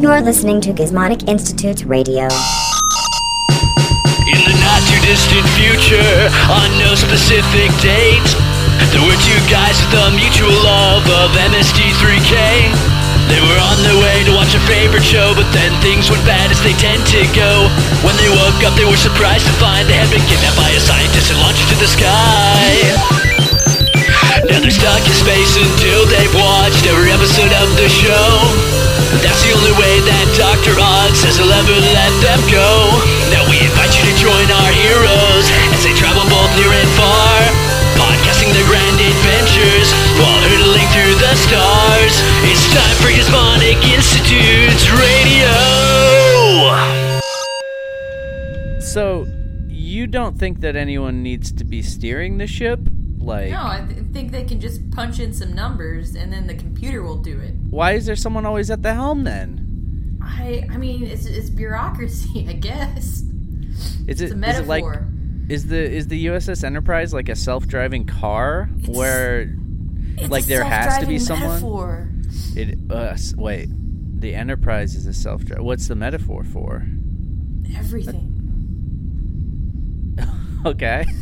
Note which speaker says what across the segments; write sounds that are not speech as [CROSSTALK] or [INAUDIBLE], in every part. Speaker 1: You're listening to Gizmonic Institute's radio.
Speaker 2: In the not too distant future, on no specific date, there were two guys with a mutual love of MST3K. They were on their way to watch a favorite show, but then things went bad as they tend to go. When they woke up, they were surprised to find they had been kidnapped by a scientist and launched into the sky. Now they're stuck in space until they've watched every episode of the show. That's the only way that Dr. Odd says he'll ever let them go. Now we invite you to join our heroes as they travel both near and far, podcasting their grand adventures while hurtling through the stars. It's time for Gizmonic Institute's radio.
Speaker 3: So, you don't think that anyone needs to be steering the ship? Like,
Speaker 4: No, I th- think they can just punch in some numbers and then the computer will do it.
Speaker 3: why is there someone always at the helm then?
Speaker 4: I I mean, it's, it's bureaucracy, [LAUGHS] I guess.
Speaker 3: Is it,
Speaker 4: It's a
Speaker 3: is it
Speaker 4: metaphor.
Speaker 3: like is the is the USS Enterprise like a self-driving car where
Speaker 4: It's
Speaker 3: like
Speaker 4: a
Speaker 3: there has to be
Speaker 4: self-driving
Speaker 3: someone?
Speaker 4: Metaphor.
Speaker 3: it uh, s- wait, the Enterprise is a self-drive. What's the metaphor for? [LAUGHS]
Speaker 4: Everything.
Speaker 3: Okay. [LAUGHS]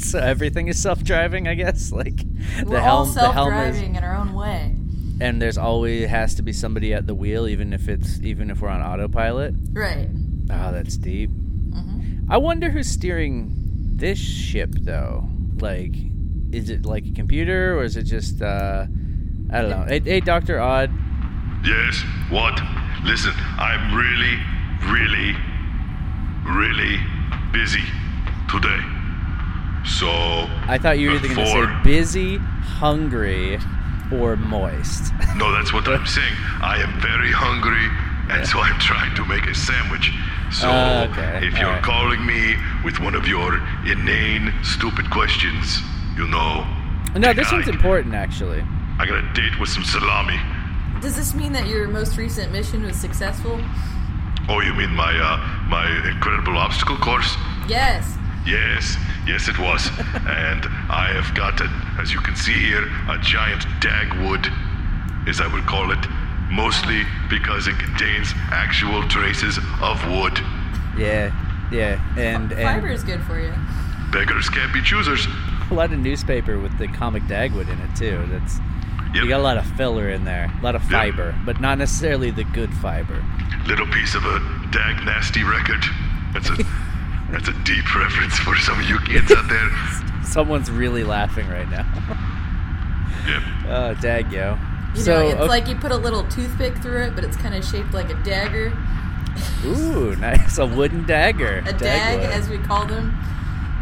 Speaker 3: So everything is self-driving, I guess. Like
Speaker 4: We're
Speaker 3: the
Speaker 4: all
Speaker 3: helm, the helm is,
Speaker 4: self-driving in our own way.
Speaker 3: and there's always has to be somebody at the wheel, even if it's even if we're on autopilot.
Speaker 4: Right.
Speaker 3: Oh, that's deep. I wonder who's steering this ship, though. Like, is it like a computer, or is it just, uh, I don't know. Hey, hey Dr. Odd,
Speaker 5: Yes, what? Listen, I'm really, really, really busy today. So,
Speaker 3: I thought you were either going to say
Speaker 5: Before.
Speaker 3: busy, hungry, or moist. [LAUGHS]
Speaker 5: no, that's what I'm saying. I am very hungry, and so I'm trying to make a sandwich. So,
Speaker 3: Ah, okay,
Speaker 5: if you're
Speaker 3: alright.
Speaker 5: calling me with one of your inane, stupid questions, you know.
Speaker 3: no, this one's
Speaker 5: denied.
Speaker 3: important, actually.
Speaker 5: I got a date with some salami.
Speaker 4: Does this mean that your most recent mission was successful?
Speaker 5: Oh, you mean my uh, my incredible obstacle course?
Speaker 4: Yes.
Speaker 5: Yes, yes,
Speaker 3: [LAUGHS]
Speaker 5: it was. and I have got, a, as you can see here, a giant dagwood, as I would call it, mostly because it contains actual traces of wood.
Speaker 3: Yeah, yeah, and
Speaker 4: Fiber
Speaker 3: and
Speaker 4: is good for you.
Speaker 5: Beggars can't be choosers.
Speaker 3: a lot of newspaper with the comic Dagwood in it too. That's you got a
Speaker 5: Yep,
Speaker 3: lot of filler in there, a lot of fiber, but not necessarily the good fiber.
Speaker 5: little piece of a dag nasty record.
Speaker 3: [LAUGHS]
Speaker 5: That's a that's a deep reference for some of you kids
Speaker 3: [LAUGHS]
Speaker 5: out there.
Speaker 3: Someone's really laughing right now. [LAUGHS]
Speaker 5: Yep.
Speaker 3: Oh, dag yo.
Speaker 4: You
Speaker 3: so,
Speaker 4: know, it's
Speaker 3: okay-
Speaker 4: like you put a little toothpick through it, but it's kind of shaped like a dagger.
Speaker 3: ooh, [LAUGHS] nice. A wooden dagger.
Speaker 4: A dag,
Speaker 3: wood.
Speaker 4: as we call them.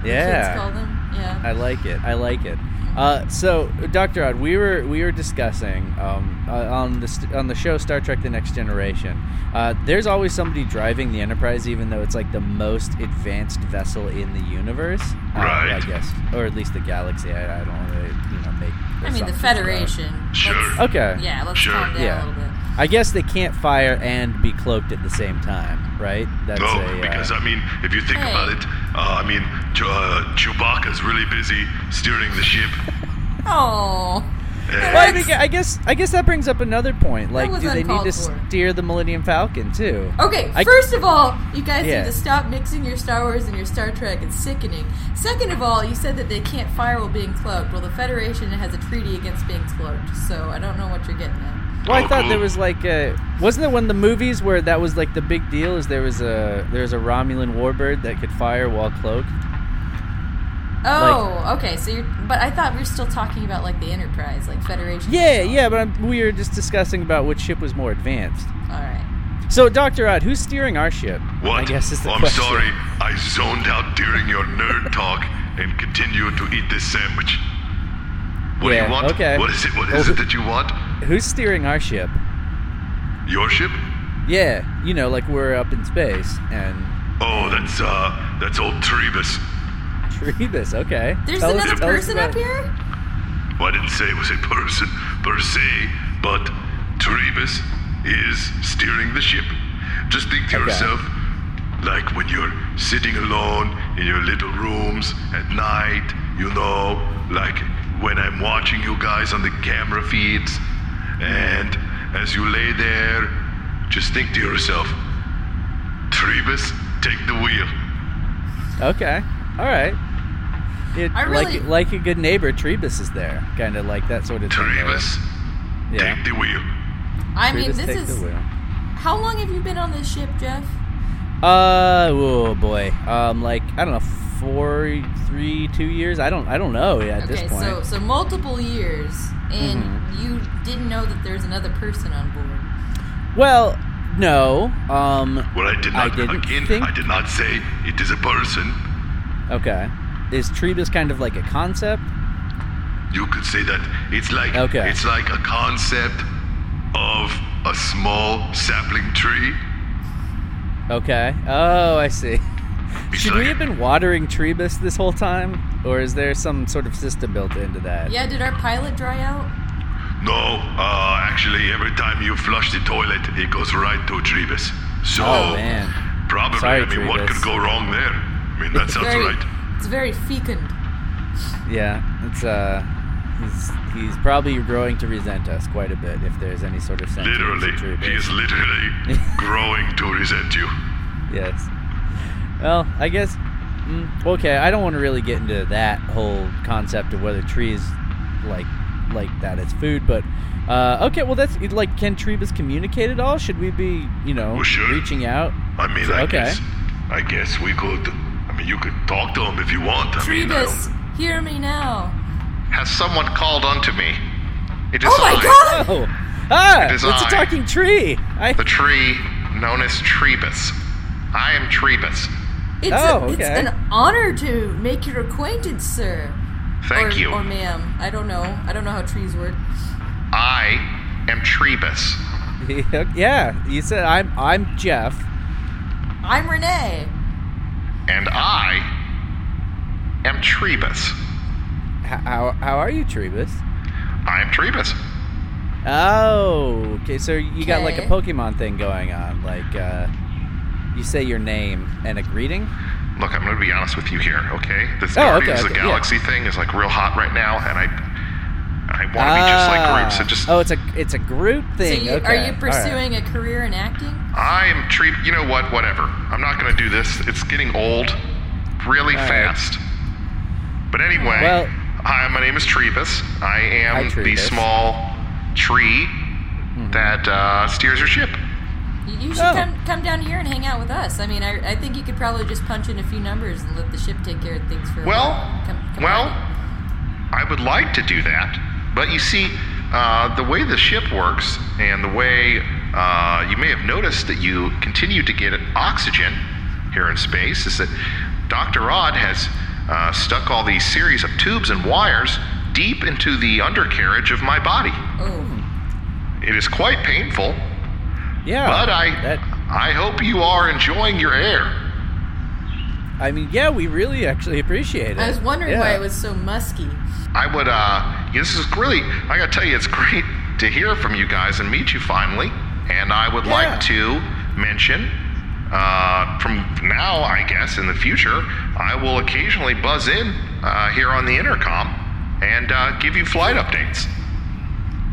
Speaker 4: the
Speaker 3: yeah.
Speaker 4: Kids call them. Yeah.
Speaker 3: I like it. I like it. Uh, so, Doctor Odd, we were we were discussing um, uh, on the st- on the show Star Trek: The Next Generation. Uh, there's always somebody driving the Enterprise, even though it's like the most advanced vessel in the universe. Uh, I
Speaker 5: Right.
Speaker 3: guess, or at least the galaxy. I, I don't really, you know, make.
Speaker 4: I mean,
Speaker 3: assumptions
Speaker 4: the
Speaker 3: about-
Speaker 4: Federation.
Speaker 5: Sure.
Speaker 4: Let's-
Speaker 3: Okay.
Speaker 4: Yeah, let's
Speaker 5: Sure.
Speaker 4: calm down
Speaker 3: Yeah.
Speaker 4: a little bit.
Speaker 3: I guess they can't fire and be cloaked at the same time, right? That's
Speaker 5: No,
Speaker 3: a, uh,
Speaker 5: because I mean, if you think
Speaker 4: Hey.
Speaker 5: about it, uh, I mean, Che- uh, Chewbacca's really busy steering
Speaker 3: [LAUGHS]
Speaker 5: the ship.
Speaker 4: Oh,
Speaker 5: And-
Speaker 3: Well, I, think- I guess I guess that brings up another point. Like,
Speaker 4: was
Speaker 3: do they need
Speaker 4: uncalled
Speaker 3: to
Speaker 4: for. Oh.
Speaker 3: steer the Millennium Falcon too?
Speaker 4: okay.
Speaker 3: I-
Speaker 4: First of all, you guys
Speaker 3: Yeah.
Speaker 4: need to stop mixing your Star Wars and your Star Trek. It's sickening. Second of all, you said that they can't fire while being cloaked. Well, the Federation has a treaty against being cloaked, so I don't know what you're getting at.
Speaker 3: Well, I
Speaker 5: Oh,
Speaker 3: thought
Speaker 5: cool.
Speaker 3: there was like a wasn't there one of the movies where that was like the big deal? Is there was a there was a Romulan warbird that could fire while cloaked?
Speaker 4: Oh, okay. So you're, but I thought we were still talking about like the Enterprise, like Federation.
Speaker 3: Yeah, yeah, but I'm, we were just discussing about which ship was more advanced.
Speaker 4: All right.
Speaker 3: So, Doctor Odd, who's steering our ship?
Speaker 5: What?
Speaker 3: I guess is the
Speaker 5: Oh, I'm
Speaker 3: question.
Speaker 5: sorry. I zoned out during your
Speaker 3: [LAUGHS]
Speaker 5: nerd talk and continued to eat this sandwich. What do
Speaker 3: Yeah,
Speaker 5: you want?
Speaker 3: okay.
Speaker 5: What is it? What
Speaker 3: Well,
Speaker 5: is
Speaker 3: who-
Speaker 5: it that you want?
Speaker 3: Who's steering our ship?
Speaker 5: Your ship?
Speaker 3: Yeah, you know, like we're up in space and
Speaker 5: Oh, that's uh, that's old Trebus.
Speaker 3: Trebus. Okay,
Speaker 4: There's
Speaker 3: Tell us-
Speaker 4: another
Speaker 3: tell us
Speaker 4: person
Speaker 3: about-
Speaker 4: up here.
Speaker 5: Well, I didn't say it was a person per se, but Trebus is steering the ship. Just think to
Speaker 3: Okay.
Speaker 5: yourself, like when you're sitting alone in your little rooms at night, you know, like when I'm watching you guys on the camera feeds, and as you lay there,
Speaker 6: Just think to yourself, Trebus, take the wheel.
Speaker 3: Okay. All right. It,
Speaker 4: I really-
Speaker 3: like like a good neighbor, Trebus is there, kind of like that sort of thing. where-
Speaker 6: Trebus,
Speaker 3: yeah.
Speaker 6: take the wheel.
Speaker 4: I mean,
Speaker 3: Trebus,
Speaker 4: this
Speaker 3: take
Speaker 4: is
Speaker 3: the wheel.
Speaker 4: how long have you been on this ship, Jeff?
Speaker 3: Uh, oh boy. Um, like I don't know, four, three, two years. I don't, I don't know at this
Speaker 4: okay,
Speaker 3: point. Mm-hmm.
Speaker 4: so so multiple years, and you didn't know that there's another person on board.
Speaker 3: Well, no. Um,
Speaker 6: Well, I did
Speaker 3: I
Speaker 6: not,
Speaker 3: didn't
Speaker 6: again,
Speaker 3: think-
Speaker 6: I did not say it is a person.
Speaker 3: okay. Is Trebus kind of like a concept?
Speaker 6: You could say that it's like
Speaker 3: Okay.
Speaker 6: it's like a concept of a small sapling tree.
Speaker 3: Okay. Oh, I see.
Speaker 6: It's
Speaker 3: Should we
Speaker 6: like-
Speaker 3: have been watering Trebus this whole time, or is there some sort of system built into that?
Speaker 4: Yeah, did our pilot dry out?
Speaker 6: No, uh, actually, every time you flush the toilet, it goes right to Trebus. So,
Speaker 3: Oh man.
Speaker 6: probably,
Speaker 3: Sorry,
Speaker 6: I mean, what
Speaker 3: Trebus.
Speaker 6: could go wrong there? I mean,
Speaker 3: [LAUGHS]
Speaker 6: that sounds
Speaker 4: very,
Speaker 6: right.
Speaker 4: It's very fecund.
Speaker 3: Yeah, it's uh, he's he's probably growing to resent us quite a bit if there's any sort of sentience to
Speaker 6: Literally, he
Speaker 3: Trebus.
Speaker 6: is
Speaker 3: [LAUGHS]
Speaker 6: literally growing to resent you.
Speaker 3: Yes. Well, I guess. Mm, okay, I don't want to really get into that whole concept of whether trees like like that as food, but uh, okay. Well, that's it, like, can Trebus communicate at all? Should we be, you know,
Speaker 6: Well, sure.
Speaker 3: reaching out?
Speaker 6: I mean, I
Speaker 3: Okay.
Speaker 6: guess, I guess we could. I mean, you could talk to him if you want. I mean, I
Speaker 4: Trebus, hear me now.
Speaker 5: Has someone called unto me? It is
Speaker 4: Oh my
Speaker 5: I,
Speaker 4: god!
Speaker 3: [LAUGHS] Oh, ah,
Speaker 5: It
Speaker 3: it's
Speaker 5: is
Speaker 3: a
Speaker 5: I.
Speaker 3: talking tree. I
Speaker 5: the tree known as Trebus. I am Trebus.
Speaker 4: It's,
Speaker 3: Oh,
Speaker 4: a, it's
Speaker 3: okay.
Speaker 4: an honor to make your acquaintance, sir.
Speaker 5: Thank
Speaker 4: or,
Speaker 5: you.
Speaker 4: Or ma'am. I don't know. I don't know how trees work.
Speaker 5: I am Trebus.
Speaker 3: [LAUGHS] yeah. You said I'm I'm Jeff.
Speaker 4: I'm Renee.
Speaker 5: And I am Trebus.
Speaker 3: H- How how are you, Trebus?
Speaker 5: I am Trebus.
Speaker 3: Oh, okay. So you got like a
Speaker 4: Okay.
Speaker 3: Pokemon thing going on. Like, uh, you say your name and a greeting.
Speaker 5: Look, I'm going to be honest with you here, okay? This
Speaker 3: Oh, okay,
Speaker 5: Guardians of the
Speaker 3: okay, yeah.
Speaker 5: Galaxy thing is like real hot right now, and I I want to be just like
Speaker 3: Ah.
Speaker 5: groups. So just
Speaker 3: oh, it's a it's a group thing.
Speaker 4: So you,
Speaker 3: okay.
Speaker 4: are you
Speaker 3: All right.
Speaker 4: pursuing a career in acting?
Speaker 5: I am Treb. You know what? Whatever. I'm not going to do this. It's getting old, really
Speaker 3: All right.
Speaker 5: fast. But anyway,
Speaker 3: Well-
Speaker 5: hi. My name is Trebus. I
Speaker 3: Hi,
Speaker 5: am the
Speaker 3: Trebus. Mm-hmm.
Speaker 5: small tree that uh, steers your ship.
Speaker 4: You, you should
Speaker 3: Oh.
Speaker 4: come come down here and hang out with us. I mean, I, I think you could probably just punch in a few numbers and let the ship take care of things for a
Speaker 5: Well,
Speaker 4: while. Come- come
Speaker 5: well,
Speaker 4: on.
Speaker 5: I would like to do that, but you see, uh, the way the ship works, and the way uh, you may have noticed that you continue to get oxygen here in space, is that Dr. Odd has uh, stuck all these series of tubes and wires deep into the undercarriage of my body.
Speaker 4: Oh,
Speaker 5: It is quite painful,
Speaker 3: Yeah.
Speaker 5: but I
Speaker 3: that-
Speaker 5: I hope you are enjoying your air.
Speaker 3: I mean, yeah, we really actually appreciate it.
Speaker 4: I was wondering
Speaker 3: Yeah.
Speaker 4: why it was so musky.
Speaker 5: I would, uh, this is really, I gotta tell you, it's [LAUGHS] great to hear from you guys and meet you finally. And I would
Speaker 3: Yeah.
Speaker 5: like to mention, uh, from now, I guess, in the future, I will occasionally buzz in uh, here on the intercom and uh, give you flight updates.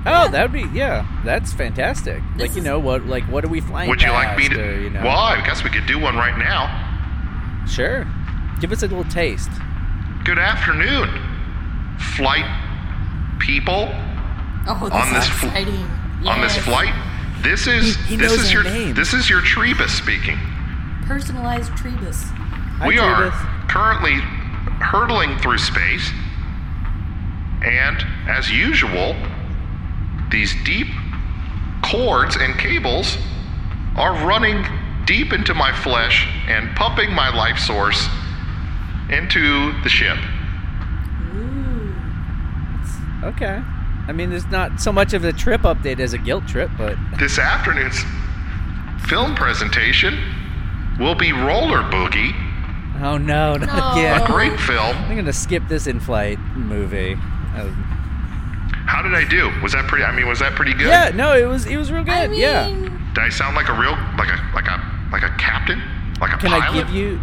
Speaker 3: Oh, that'd be yeah. That's fantastic.
Speaker 4: This
Speaker 3: like you
Speaker 4: is-
Speaker 3: know what? Like what are we flying?
Speaker 5: Would you like me
Speaker 3: past,
Speaker 5: to?
Speaker 3: Or, you know,
Speaker 5: Well, I guess we could do one right now.
Speaker 3: sure. Give us a little taste.
Speaker 5: Good afternoon, flight people
Speaker 4: Oh, this
Speaker 5: On
Speaker 4: is
Speaker 5: this fl-
Speaker 4: exciting.
Speaker 5: on this
Speaker 4: Yes.
Speaker 5: flight. This is
Speaker 3: He- he
Speaker 5: this
Speaker 3: knows
Speaker 5: is
Speaker 3: our
Speaker 5: your
Speaker 3: name.
Speaker 5: this is your Trebus speaking.
Speaker 4: Personalized Trebus.
Speaker 3: Hi,
Speaker 5: We are
Speaker 3: Trebus.
Speaker 5: currently hurtling through space, and as usual, these deep cords and cables are running deep into my flesh and pumping my life source into the ship.
Speaker 4: Ooh.
Speaker 3: Okay. I mean, there's not so much of a trip update as a guilt trip, but [LAUGHS]
Speaker 5: This afternoon's film presentation will be Roller Boogie,
Speaker 3: oh no, not
Speaker 4: No.
Speaker 3: again.
Speaker 5: a great film.
Speaker 3: I'm gonna skip this in-flight movie. Um,
Speaker 5: How did I do? Was that pretty? I mean, was that pretty good?
Speaker 3: yeah, no, it was it was real good.
Speaker 4: I mean,
Speaker 3: yeah.
Speaker 5: Did I sound like a real, like a, like a, like a captain, like a
Speaker 3: Can
Speaker 5: pilot?
Speaker 3: I give you?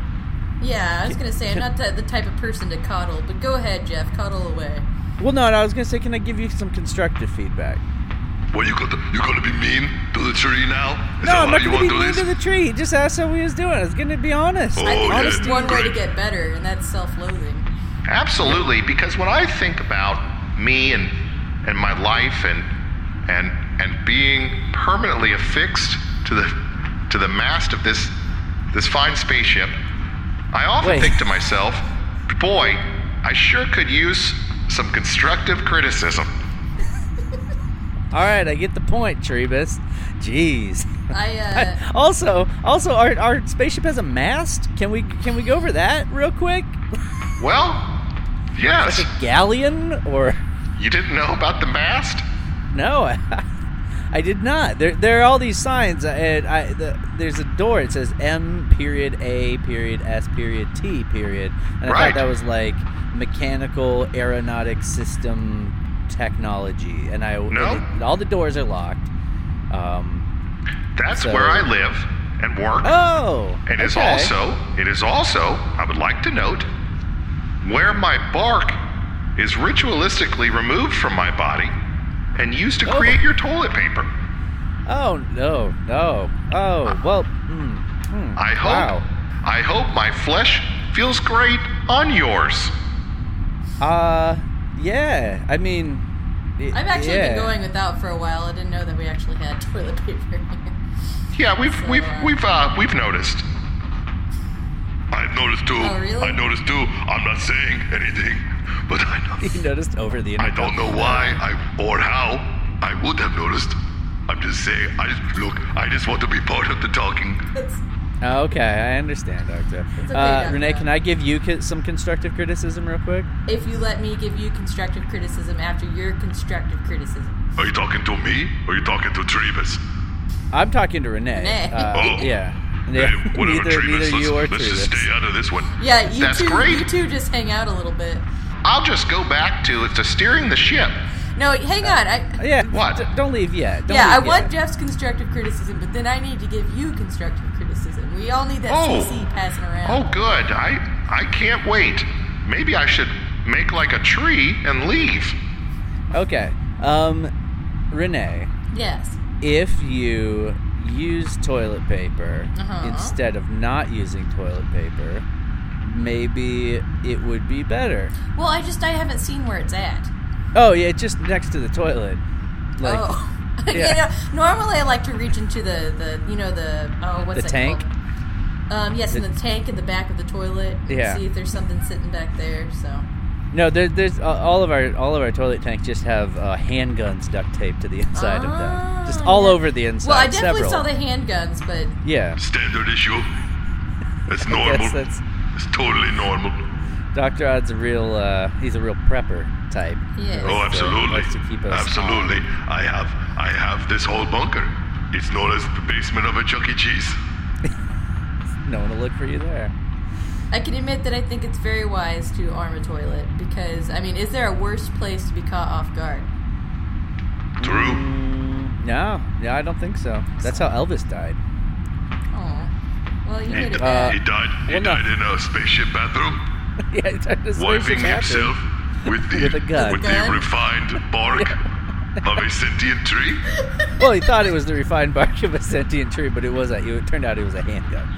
Speaker 4: yeah, I was gonna say I'm not the, the type of person to coddle, but go ahead, Jeff, coddle away.
Speaker 3: Well, no, no, I was gonna say, can I give you some constructive feedback?
Speaker 6: What you gonna you gonna be mean to the tree now? Is
Speaker 3: No,
Speaker 6: that why
Speaker 3: I'm not
Speaker 6: you wanna
Speaker 3: going to be
Speaker 6: do
Speaker 3: mean
Speaker 6: this?
Speaker 3: to the tree. He just asked how he was doing. I was going to be honest.
Speaker 6: Oh,
Speaker 4: I think
Speaker 6: yeah.
Speaker 4: that's
Speaker 3: Honesty.
Speaker 4: one way to
Speaker 6: Great.
Speaker 4: get better, and that's self-loathing.
Speaker 5: Absolutely, because when I think about me and and my life and and and being permanently affixed to the to the mast of this this fine spaceship, I often
Speaker 3: Wait.
Speaker 5: think to myself, boy, I sure could use some constructive criticism.
Speaker 3: All right, I get the point, Trebus. Jeez.
Speaker 4: I uh,
Speaker 3: [LAUGHS] also, also, our, our spaceship has a mast. Can we can we go over that real quick?
Speaker 5: Well, yes,
Speaker 3: Like a galleon or [LAUGHS]
Speaker 5: you didn't know about the mast?
Speaker 3: no? [LAUGHS] I, did not. There, there are all these signs, uh, and I the, there's a door. It says M period A period S period T period, and I
Speaker 5: Right.
Speaker 3: thought that was like mechanical aeronautic system technology. And I
Speaker 5: No.
Speaker 3: and all the doors are locked. Um,
Speaker 5: That's
Speaker 3: So-
Speaker 5: where I live and work.
Speaker 3: oh,
Speaker 5: It is
Speaker 3: okay.
Speaker 5: also, it is also, I would like to note, where my bark is ritualistically removed from my body and used to
Speaker 3: Oh.
Speaker 5: create your toilet paper.
Speaker 3: Oh no, no. Oh well. Hmm. hmm,
Speaker 5: I hope,
Speaker 3: Wow.
Speaker 5: I hope my flesh feels great on yours.
Speaker 3: Uh, yeah. I mean, i-
Speaker 4: I've actually
Speaker 3: yeah. [LAUGHS]
Speaker 4: been going without for a while. I didn't know that we actually had [LAUGHS] toilet paper. here.
Speaker 5: Yeah, we've,
Speaker 4: So,
Speaker 5: we've,
Speaker 4: uh,
Speaker 5: we've, uh, we've noticed.
Speaker 6: I noticed too.
Speaker 4: Oh, really?
Speaker 6: I noticed too. I'm not saying anything, but I know.
Speaker 3: You noticed over the
Speaker 6: I don't
Speaker 3: internet.
Speaker 6: know why I or how I would have noticed. I'm just saying. I just look. I just want to be part of the talking.
Speaker 4: That's-
Speaker 3: Oh, Okay, I understand, Doctor.
Speaker 4: okay,
Speaker 3: uh,
Speaker 4: Doctor.
Speaker 3: Renee, can I give you co- some constructive criticism real quick?
Speaker 4: if you let me give you constructive criticism after your constructive criticism,
Speaker 6: Are you talking to me? Or are you talking to Trevis?
Speaker 3: I'm talking to Renee.
Speaker 4: Renee.
Speaker 3: Uh,
Speaker 6: Oh.
Speaker 3: yeah.
Speaker 6: Hey,
Speaker 3: Yeah,
Speaker 6: whatever,
Speaker 3: [LAUGHS] neither
Speaker 6: Trevis.
Speaker 3: neither
Speaker 6: Let's,
Speaker 3: you or
Speaker 6: let's just
Speaker 3: Trevis.
Speaker 6: stay out of this one.
Speaker 4: yeah, you
Speaker 5: That's
Speaker 4: two,
Speaker 5: great.
Speaker 4: you two just hang out a little bit.
Speaker 5: I'll just go back to, to steering the ship.
Speaker 4: No, hang on. I,
Speaker 3: Yeah.
Speaker 5: What?
Speaker 3: d- don't leave yet. Don't
Speaker 4: yeah, I
Speaker 3: leave
Speaker 4: want
Speaker 3: yet.
Speaker 4: Jeff's constructive criticism, but then I need to give you constructive criticism. We all need that
Speaker 5: Oh.
Speaker 4: CC passing around.
Speaker 5: Oh, good. I, I can't wait. Maybe I should make like a tree and leave.
Speaker 3: Okay. Um, Renee.
Speaker 5: Oh.
Speaker 4: Yes.
Speaker 3: if you use toilet paper
Speaker 4: Uh-huh.
Speaker 3: instead of not using toilet paper, maybe it would be better.
Speaker 4: Well, I just I haven't seen where it's at.
Speaker 3: Oh yeah, it's just next to the toilet. Like
Speaker 4: oh. [LAUGHS]
Speaker 3: yeah.
Speaker 4: you know, normally I like to reach into the, the you know the oh what's
Speaker 3: The
Speaker 4: that
Speaker 3: tank?
Speaker 4: called? Um, yes, in
Speaker 3: The-
Speaker 4: the tank in the back of the toilet. and
Speaker 3: Yeah.
Speaker 4: See if there's something sitting back there. So.
Speaker 3: no, there, there's uh, all of our all of our toilet tanks just have uh, handguns duct taped to the inside of them, just
Speaker 4: Oh,
Speaker 3: all
Speaker 4: yeah.
Speaker 3: over the inside.
Speaker 4: Well, I definitely
Speaker 3: several.
Speaker 4: saw the handguns, but
Speaker 3: Yeah,
Speaker 6: Standard issue. That's normal.
Speaker 3: yes, that's
Speaker 6: It's totally normal.
Speaker 3: Doctor Odd's a real uh, he's a real prepper type.
Speaker 4: yeah.
Speaker 6: Oh, absolutely.
Speaker 3: likes to keep us
Speaker 6: Absolutely. I have I have this whole bunker. It's known as the basement of a Chuck E. Cheese.
Speaker 3: No one will look for you there.
Speaker 4: I can admit that I think it's very wise to arm a toilet because I mean, is there a worse place to be caught off guard?
Speaker 6: True.
Speaker 3: Mm, no, no, I don't think so. That's how Elvis died.
Speaker 4: Oh. Well, you
Speaker 6: He,
Speaker 4: made
Speaker 6: d-
Speaker 4: it
Speaker 5: uh,
Speaker 4: bad.
Speaker 6: he died. He
Speaker 3: well, uh, no.
Speaker 6: died in a spaceship bathroom.
Speaker 3: [LAUGHS] yeah, he tried to save
Speaker 6: wiping
Speaker 3: some happy.
Speaker 6: himself with the,
Speaker 3: With a gun.
Speaker 6: with
Speaker 4: With a
Speaker 6: the
Speaker 4: gun?
Speaker 6: refined
Speaker 3: [LAUGHS]
Speaker 6: bark of a sentient tree.
Speaker 3: Well, he thought it was the refined [LAUGHS] bark of a sentient tree, but it was a, it turned out it was a handgun.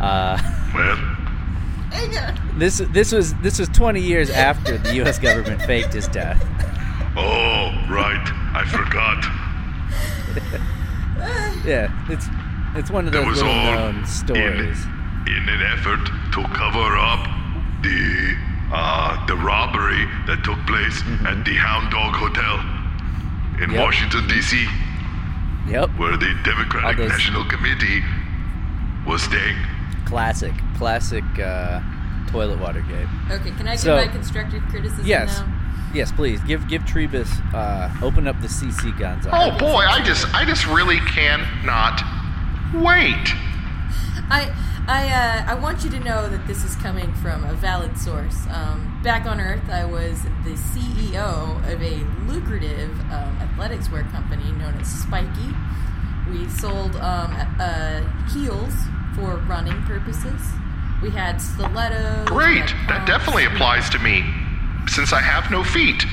Speaker 3: Uh, [LAUGHS]
Speaker 6: Well,
Speaker 4: Hang on.
Speaker 3: this this was this was 20 years after the U.S. government [LAUGHS] faked his death.
Speaker 6: oh right, I forgot.
Speaker 3: Yeah, it's it's one of
Speaker 6: That
Speaker 3: those
Speaker 6: was
Speaker 3: little
Speaker 6: all
Speaker 3: known
Speaker 6: in,
Speaker 3: stories.
Speaker 6: in an effort to cover up the uh, the robbery that took place at the Hound Dog Hotel in
Speaker 3: Mm-hmm. Yep.
Speaker 6: Washington D.C.,
Speaker 3: Yep,
Speaker 6: where the Democratic
Speaker 3: those-
Speaker 6: National Committee was staying.
Speaker 3: classic, classic uh, toilet water game.
Speaker 4: Okay, can I give
Speaker 3: So-
Speaker 4: my constructive criticism
Speaker 3: Yes,
Speaker 4: now?
Speaker 3: yes, please give give Trebus uh, open up the CC guns.
Speaker 5: Oh boy, I just I just really cannot wait.
Speaker 4: I, I, uh, I want you to know that this is coming from a valid source. Um, back on Earth, I was the CEO of a lucrative um, athletics wear company known as Spiky. We sold um, uh, heels for running purposes. We had stilettos. we
Speaker 5: Great.
Speaker 4: had
Speaker 5: That
Speaker 4: pumps.
Speaker 5: definitely applies to me since I have no feet.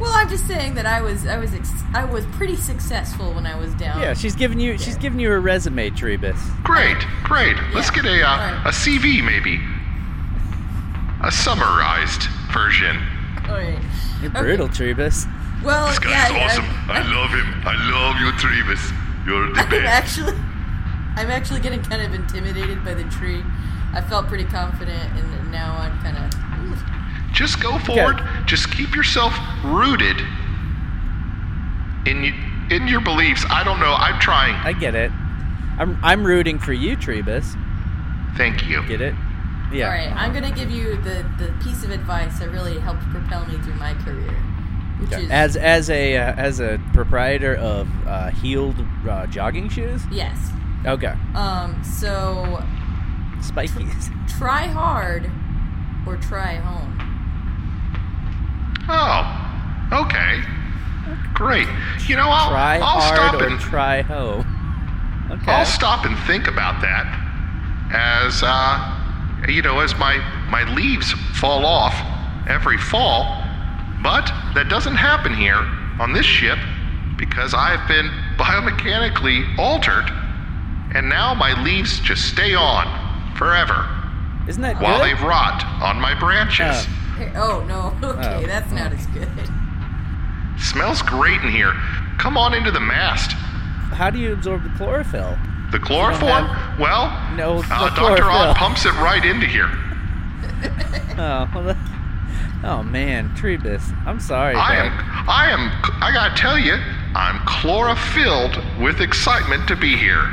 Speaker 4: Well, I'm just saying that I was I was ex- I was pretty successful when I was down.
Speaker 3: Yeah, she's giving you she's giving you her resume, Trebus.
Speaker 5: Great, great. Let's
Speaker 4: Yeah.
Speaker 5: get a uh,
Speaker 4: Alright.
Speaker 5: a CV maybe, a summarized version.
Speaker 4: All right.
Speaker 3: You're
Speaker 4: Okay.
Speaker 3: brutal, Trebus.
Speaker 4: Well,
Speaker 3: Oh,
Speaker 6: This guy
Speaker 4: yeah,
Speaker 6: is
Speaker 4: yeah,
Speaker 6: awesome.
Speaker 4: I'm-
Speaker 6: I love him. I love you, Trevis. You're the
Speaker 4: I'm
Speaker 6: best.
Speaker 4: actually, I'm actually getting kind of intimidated by the tree. I felt pretty confident, and now I'm kind of.
Speaker 5: Just go forward. Just keep yourself rooted in y- in your beliefs. I don't know. I'm trying.
Speaker 3: I get it. I'm I'm rooting for you, Trebus.
Speaker 5: Thank you.
Speaker 3: Get it? Yeah.
Speaker 4: All right, I'm gonna give you the the piece of advice that really helped propel me through my career, which
Speaker 3: Okay.
Speaker 4: is
Speaker 3: As as a uh, as a proprietor of uh, heeled uh, jogging shoes.
Speaker 4: yes.
Speaker 3: Okay.
Speaker 4: Um, so
Speaker 3: Spikies.
Speaker 4: try hard or try home.
Speaker 5: Oh, okay. Great. You know, I'll,
Speaker 3: Try
Speaker 5: I'll
Speaker 3: hard
Speaker 5: stop
Speaker 3: or
Speaker 5: and
Speaker 3: try home. Okay.
Speaker 5: I'll stop and think about that as uh, you know, as my my leaves fall off every fall. But that doesn't happen here on this ship because I've been [LAUGHS] biomechanically altered, and now my leaves just stay on forever
Speaker 3: Isn't that
Speaker 5: while they
Speaker 3: good?
Speaker 5: rot on my branches.
Speaker 3: Oh.
Speaker 4: Here- Oh no, [LAUGHS] okay,
Speaker 3: Oh,
Speaker 4: that's not as good.
Speaker 5: Smells great in here. Come on into the mast.
Speaker 3: How do you absorb the chlorophyll?
Speaker 5: The chloroform? Well,
Speaker 3: No, [LAUGHS] it's
Speaker 5: uh,
Speaker 3: not
Speaker 5: Dr.
Speaker 3: chlorophyll.
Speaker 5: Odd pumps it right into here.
Speaker 3: Oh, [LAUGHS] well, that- oh man, Trebus. I'm sorry.
Speaker 5: I
Speaker 3: bud.
Speaker 5: am, I am, I gotta tell you, I'm chlorophylled with excitement to be here.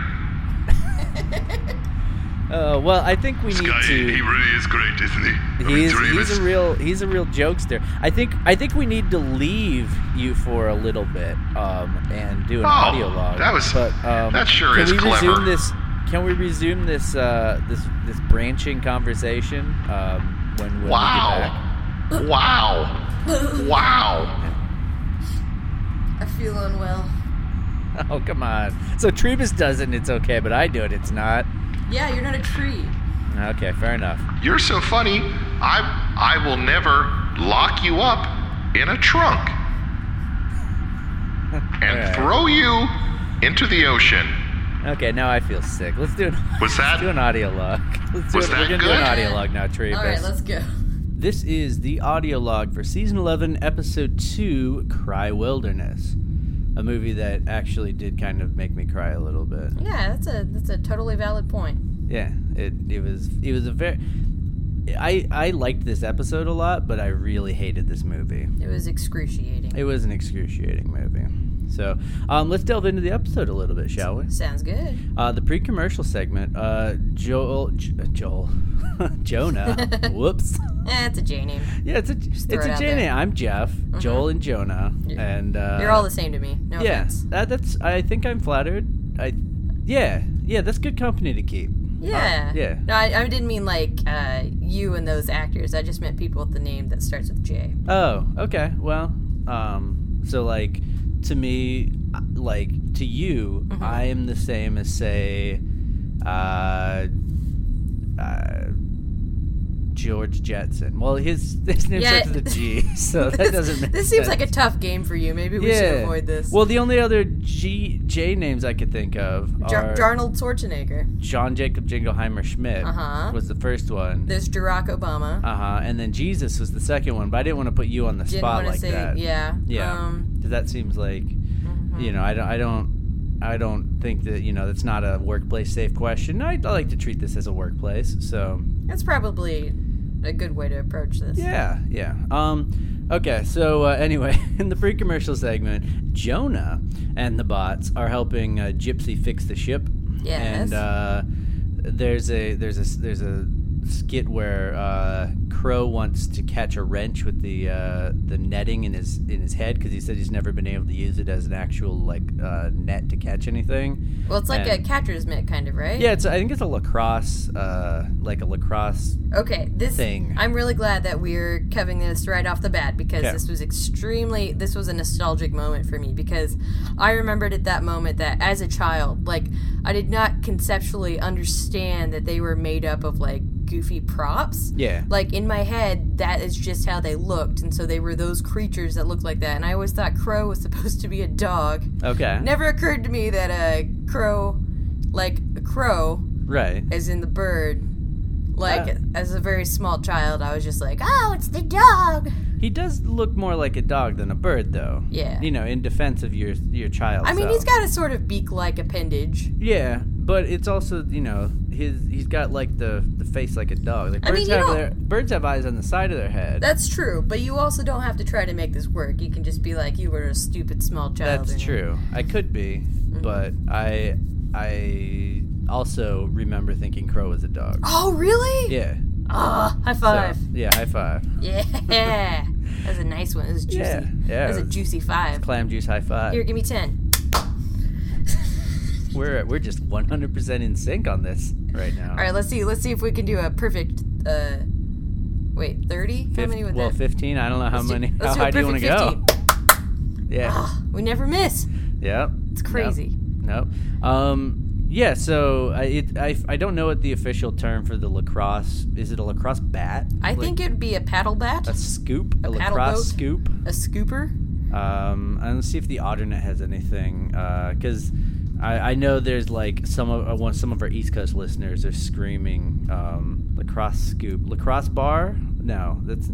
Speaker 3: Uh, well, I think we
Speaker 6: This
Speaker 3: need
Speaker 6: guy,
Speaker 3: to.
Speaker 6: he really is great, isn't he? I mean,
Speaker 3: He's,
Speaker 6: Trevis.
Speaker 3: he's a real he's a real jokester. I think I think we need to leave you for a little bit um, and do an
Speaker 5: Oh,
Speaker 3: audio log.
Speaker 5: that was-
Speaker 3: but, um,
Speaker 5: that sure
Speaker 3: can
Speaker 5: is
Speaker 3: we
Speaker 5: clever.
Speaker 3: Resume this, can we resume this uh, this this branching conversation um, when, when we get back?
Speaker 5: Wow. Wow. Wow.
Speaker 4: I feel unwell.
Speaker 3: [LAUGHS] Oh come on! So Trebus does it, and it's okay, but I do it, it's not.
Speaker 4: Yeah, you're not a tree.
Speaker 3: Okay, fair enough.
Speaker 5: You're so funny, I, I will never lock you up in a
Speaker 3: [LAUGHS]
Speaker 5: trunk and
Speaker 3: Alright.
Speaker 5: throw you into the ocean.
Speaker 3: Okay, now I feel sick. Let's do an [LAUGHS]
Speaker 5: Was that-
Speaker 3: let's do an audio log. Let's do
Speaker 5: Was
Speaker 3: it.
Speaker 5: that
Speaker 3: We're gonna do an
Speaker 5: good?
Speaker 3: audio log now, Trebus.
Speaker 4: All right, let's go. [LAUGHS]
Speaker 3: This is the audio log for season 11, episode 2, Cry Wilderness. A movie that actually did kind of make me cry a little bit.
Speaker 4: Yeah, that's a that's a totally valid point.
Speaker 3: Yeah, it it was it was a very I I liked this episode a lot, but I really hated this movie.
Speaker 4: It was excruciating.
Speaker 3: It was an excruciating movie. So, um, let's delve into the episode a little bit, shall we?
Speaker 4: Sounds good.
Speaker 3: Uh, the pre-commercial segment. Uh, Joel, J- Joel, [LAUGHS] Jonah. whoops.
Speaker 4: Eh, it's a J name.
Speaker 3: Yeah, it's a
Speaker 4: throw
Speaker 3: it's
Speaker 4: it
Speaker 3: a
Speaker 4: out
Speaker 3: J
Speaker 4: there. Mm-hmm.
Speaker 3: name. I'm Jeff, Joel, and Jonah, and uh,
Speaker 4: You're all the same to me. No
Speaker 3: yeah. Uh,
Speaker 4: offense.
Speaker 3: That, that's I think I'm flattered. I yeah yeah that's good company to keep.
Speaker 4: Yeah.
Speaker 3: yeah.
Speaker 4: No, I, I didn't mean like uh, you and those actors. I just meant people with the name that starts with J.
Speaker 3: Oh okay well um so like to me uh, like to you
Speaker 4: Mm-hmm.
Speaker 3: I am the same as say uh, uh George Jetson. Well his his name
Speaker 4: Yeah.
Speaker 3: starts with a G, [LAUGHS]
Speaker 4: [LAUGHS]
Speaker 3: so that doesn't make
Speaker 4: This seems
Speaker 3: sense.
Speaker 4: like a tough game for you. Maybe we should avoid this.
Speaker 3: Well, the only other G J names I could think of
Speaker 4: Jar-
Speaker 3: are
Speaker 4: Darnold Schwarzenegger.
Speaker 3: John Jacob Jingleheimer Schmidt
Speaker 4: Uh-huh.
Speaker 3: was the first one.
Speaker 4: There's Barack Obama.
Speaker 3: Uh huh. And then Jesus was the second one, but I didn't want to put you on the
Speaker 4: Didn't
Speaker 3: spot
Speaker 4: want to
Speaker 3: like
Speaker 4: say
Speaker 3: that.
Speaker 4: yeah. Mm-hmm.
Speaker 3: Yeah.
Speaker 4: Um,
Speaker 3: 'Cause that seems like, you know, I don't, I don't, I don't think that you know that's not a workplace safe question. I, I like to treat this as a workplace, so
Speaker 4: that's probably a good way to approach this.
Speaker 3: Yeah, yeah. Um, okay, so uh, anyway, [LAUGHS] in the pre commercial segment, Jonah and the bots are helping uh, Gypsy fix the ship.
Speaker 4: Yes.
Speaker 3: And uh, there's a there's a there's a skit where uh, Crow wants to catch a wrench with the uh, the netting in his in his head because he said he's never been able to use it as an actual like uh, net to catch anything.
Speaker 4: Well, it's like
Speaker 3: And-
Speaker 4: a catcher's mitt, kind of, right?
Speaker 3: Yeah, it's I think it's a lacrosse uh, like a lacrosse
Speaker 4: Okay, this
Speaker 3: thing.
Speaker 4: I'm really glad that we're covering this right off the bat because
Speaker 3: Okay.
Speaker 4: this was extremely this was a nostalgic moment for me because I remembered at that moment that as a child, like I did not conceptually understand that they were made up of like goofy props.
Speaker 3: Yeah.
Speaker 4: Like in my head, that is just how they looked, and so they were those creatures that looked like that. And I always thought Crow was [LAUGHS] supposed to be a dog.
Speaker 3: Okay.
Speaker 4: Never occurred to me that a crow, like a crow,
Speaker 3: Right.
Speaker 4: as in the bird. Like
Speaker 3: Uh.
Speaker 4: as a very small child, I was just like, "Oh, it's the dog."
Speaker 3: He does look more like a dog than a bird, though.
Speaker 4: Yeah.
Speaker 3: You know, in defense of your your child.
Speaker 4: I mean,
Speaker 3: self.
Speaker 4: he's got a sort of beak-like appendage.
Speaker 3: Yeah, but it's also you know his he's got like the the face like a dog. Like
Speaker 4: I
Speaker 3: birds
Speaker 4: mean, you
Speaker 3: have
Speaker 4: don't-
Speaker 3: their birds have eyes on the side of their head.
Speaker 4: That's true, but you also don't have to try to make this work. You can just be like, "You were a stupid small child."
Speaker 3: That's
Speaker 4: and-
Speaker 3: true. I could be,
Speaker 4: Mm-hmm.
Speaker 3: but I I also remember thinking Crow was a dog.
Speaker 4: Oh, really?
Speaker 3: Yeah.
Speaker 4: Ah, high
Speaker 3: so-
Speaker 4: five.
Speaker 3: yeah, high five.
Speaker 4: Yeah. [LAUGHS] That's a nice one. It was juicy.
Speaker 3: Yeah, yeah,
Speaker 4: That was
Speaker 3: it
Speaker 4: a
Speaker 3: was-
Speaker 4: juicy five.
Speaker 3: Clam juice high five.
Speaker 4: Here, give me 10.
Speaker 3: We're we're just 100% in sync on this right now.
Speaker 4: All right, let's see. Let's see if we can do a perfect uh wait, 30? How
Speaker 3: Fif-
Speaker 4: many would
Speaker 3: well,
Speaker 4: that?
Speaker 3: 15. I don't know how
Speaker 4: Let's do-
Speaker 3: many. how
Speaker 4: let's do a
Speaker 3: high do you want to
Speaker 4: perfect Ah,
Speaker 3: go? Yeah.
Speaker 4: We never miss.
Speaker 3: yep.
Speaker 4: It's crazy.
Speaker 3: Nope. Um, yeah, so I, it, I I don't know what the official term for the lacrosse is. It a lacrosse bat?
Speaker 4: I
Speaker 3: Like
Speaker 4: think it'd be a paddle bat,
Speaker 3: a scoop, a,
Speaker 4: paddle boat?
Speaker 3: lacrosse scoop.
Speaker 4: a scooper.
Speaker 3: Um, and let's see if the alternate has anything, because I, I know there's like some of I want some of our East Coast listeners are screaming um, lacrosse scoop, lacrosse bar. No, that's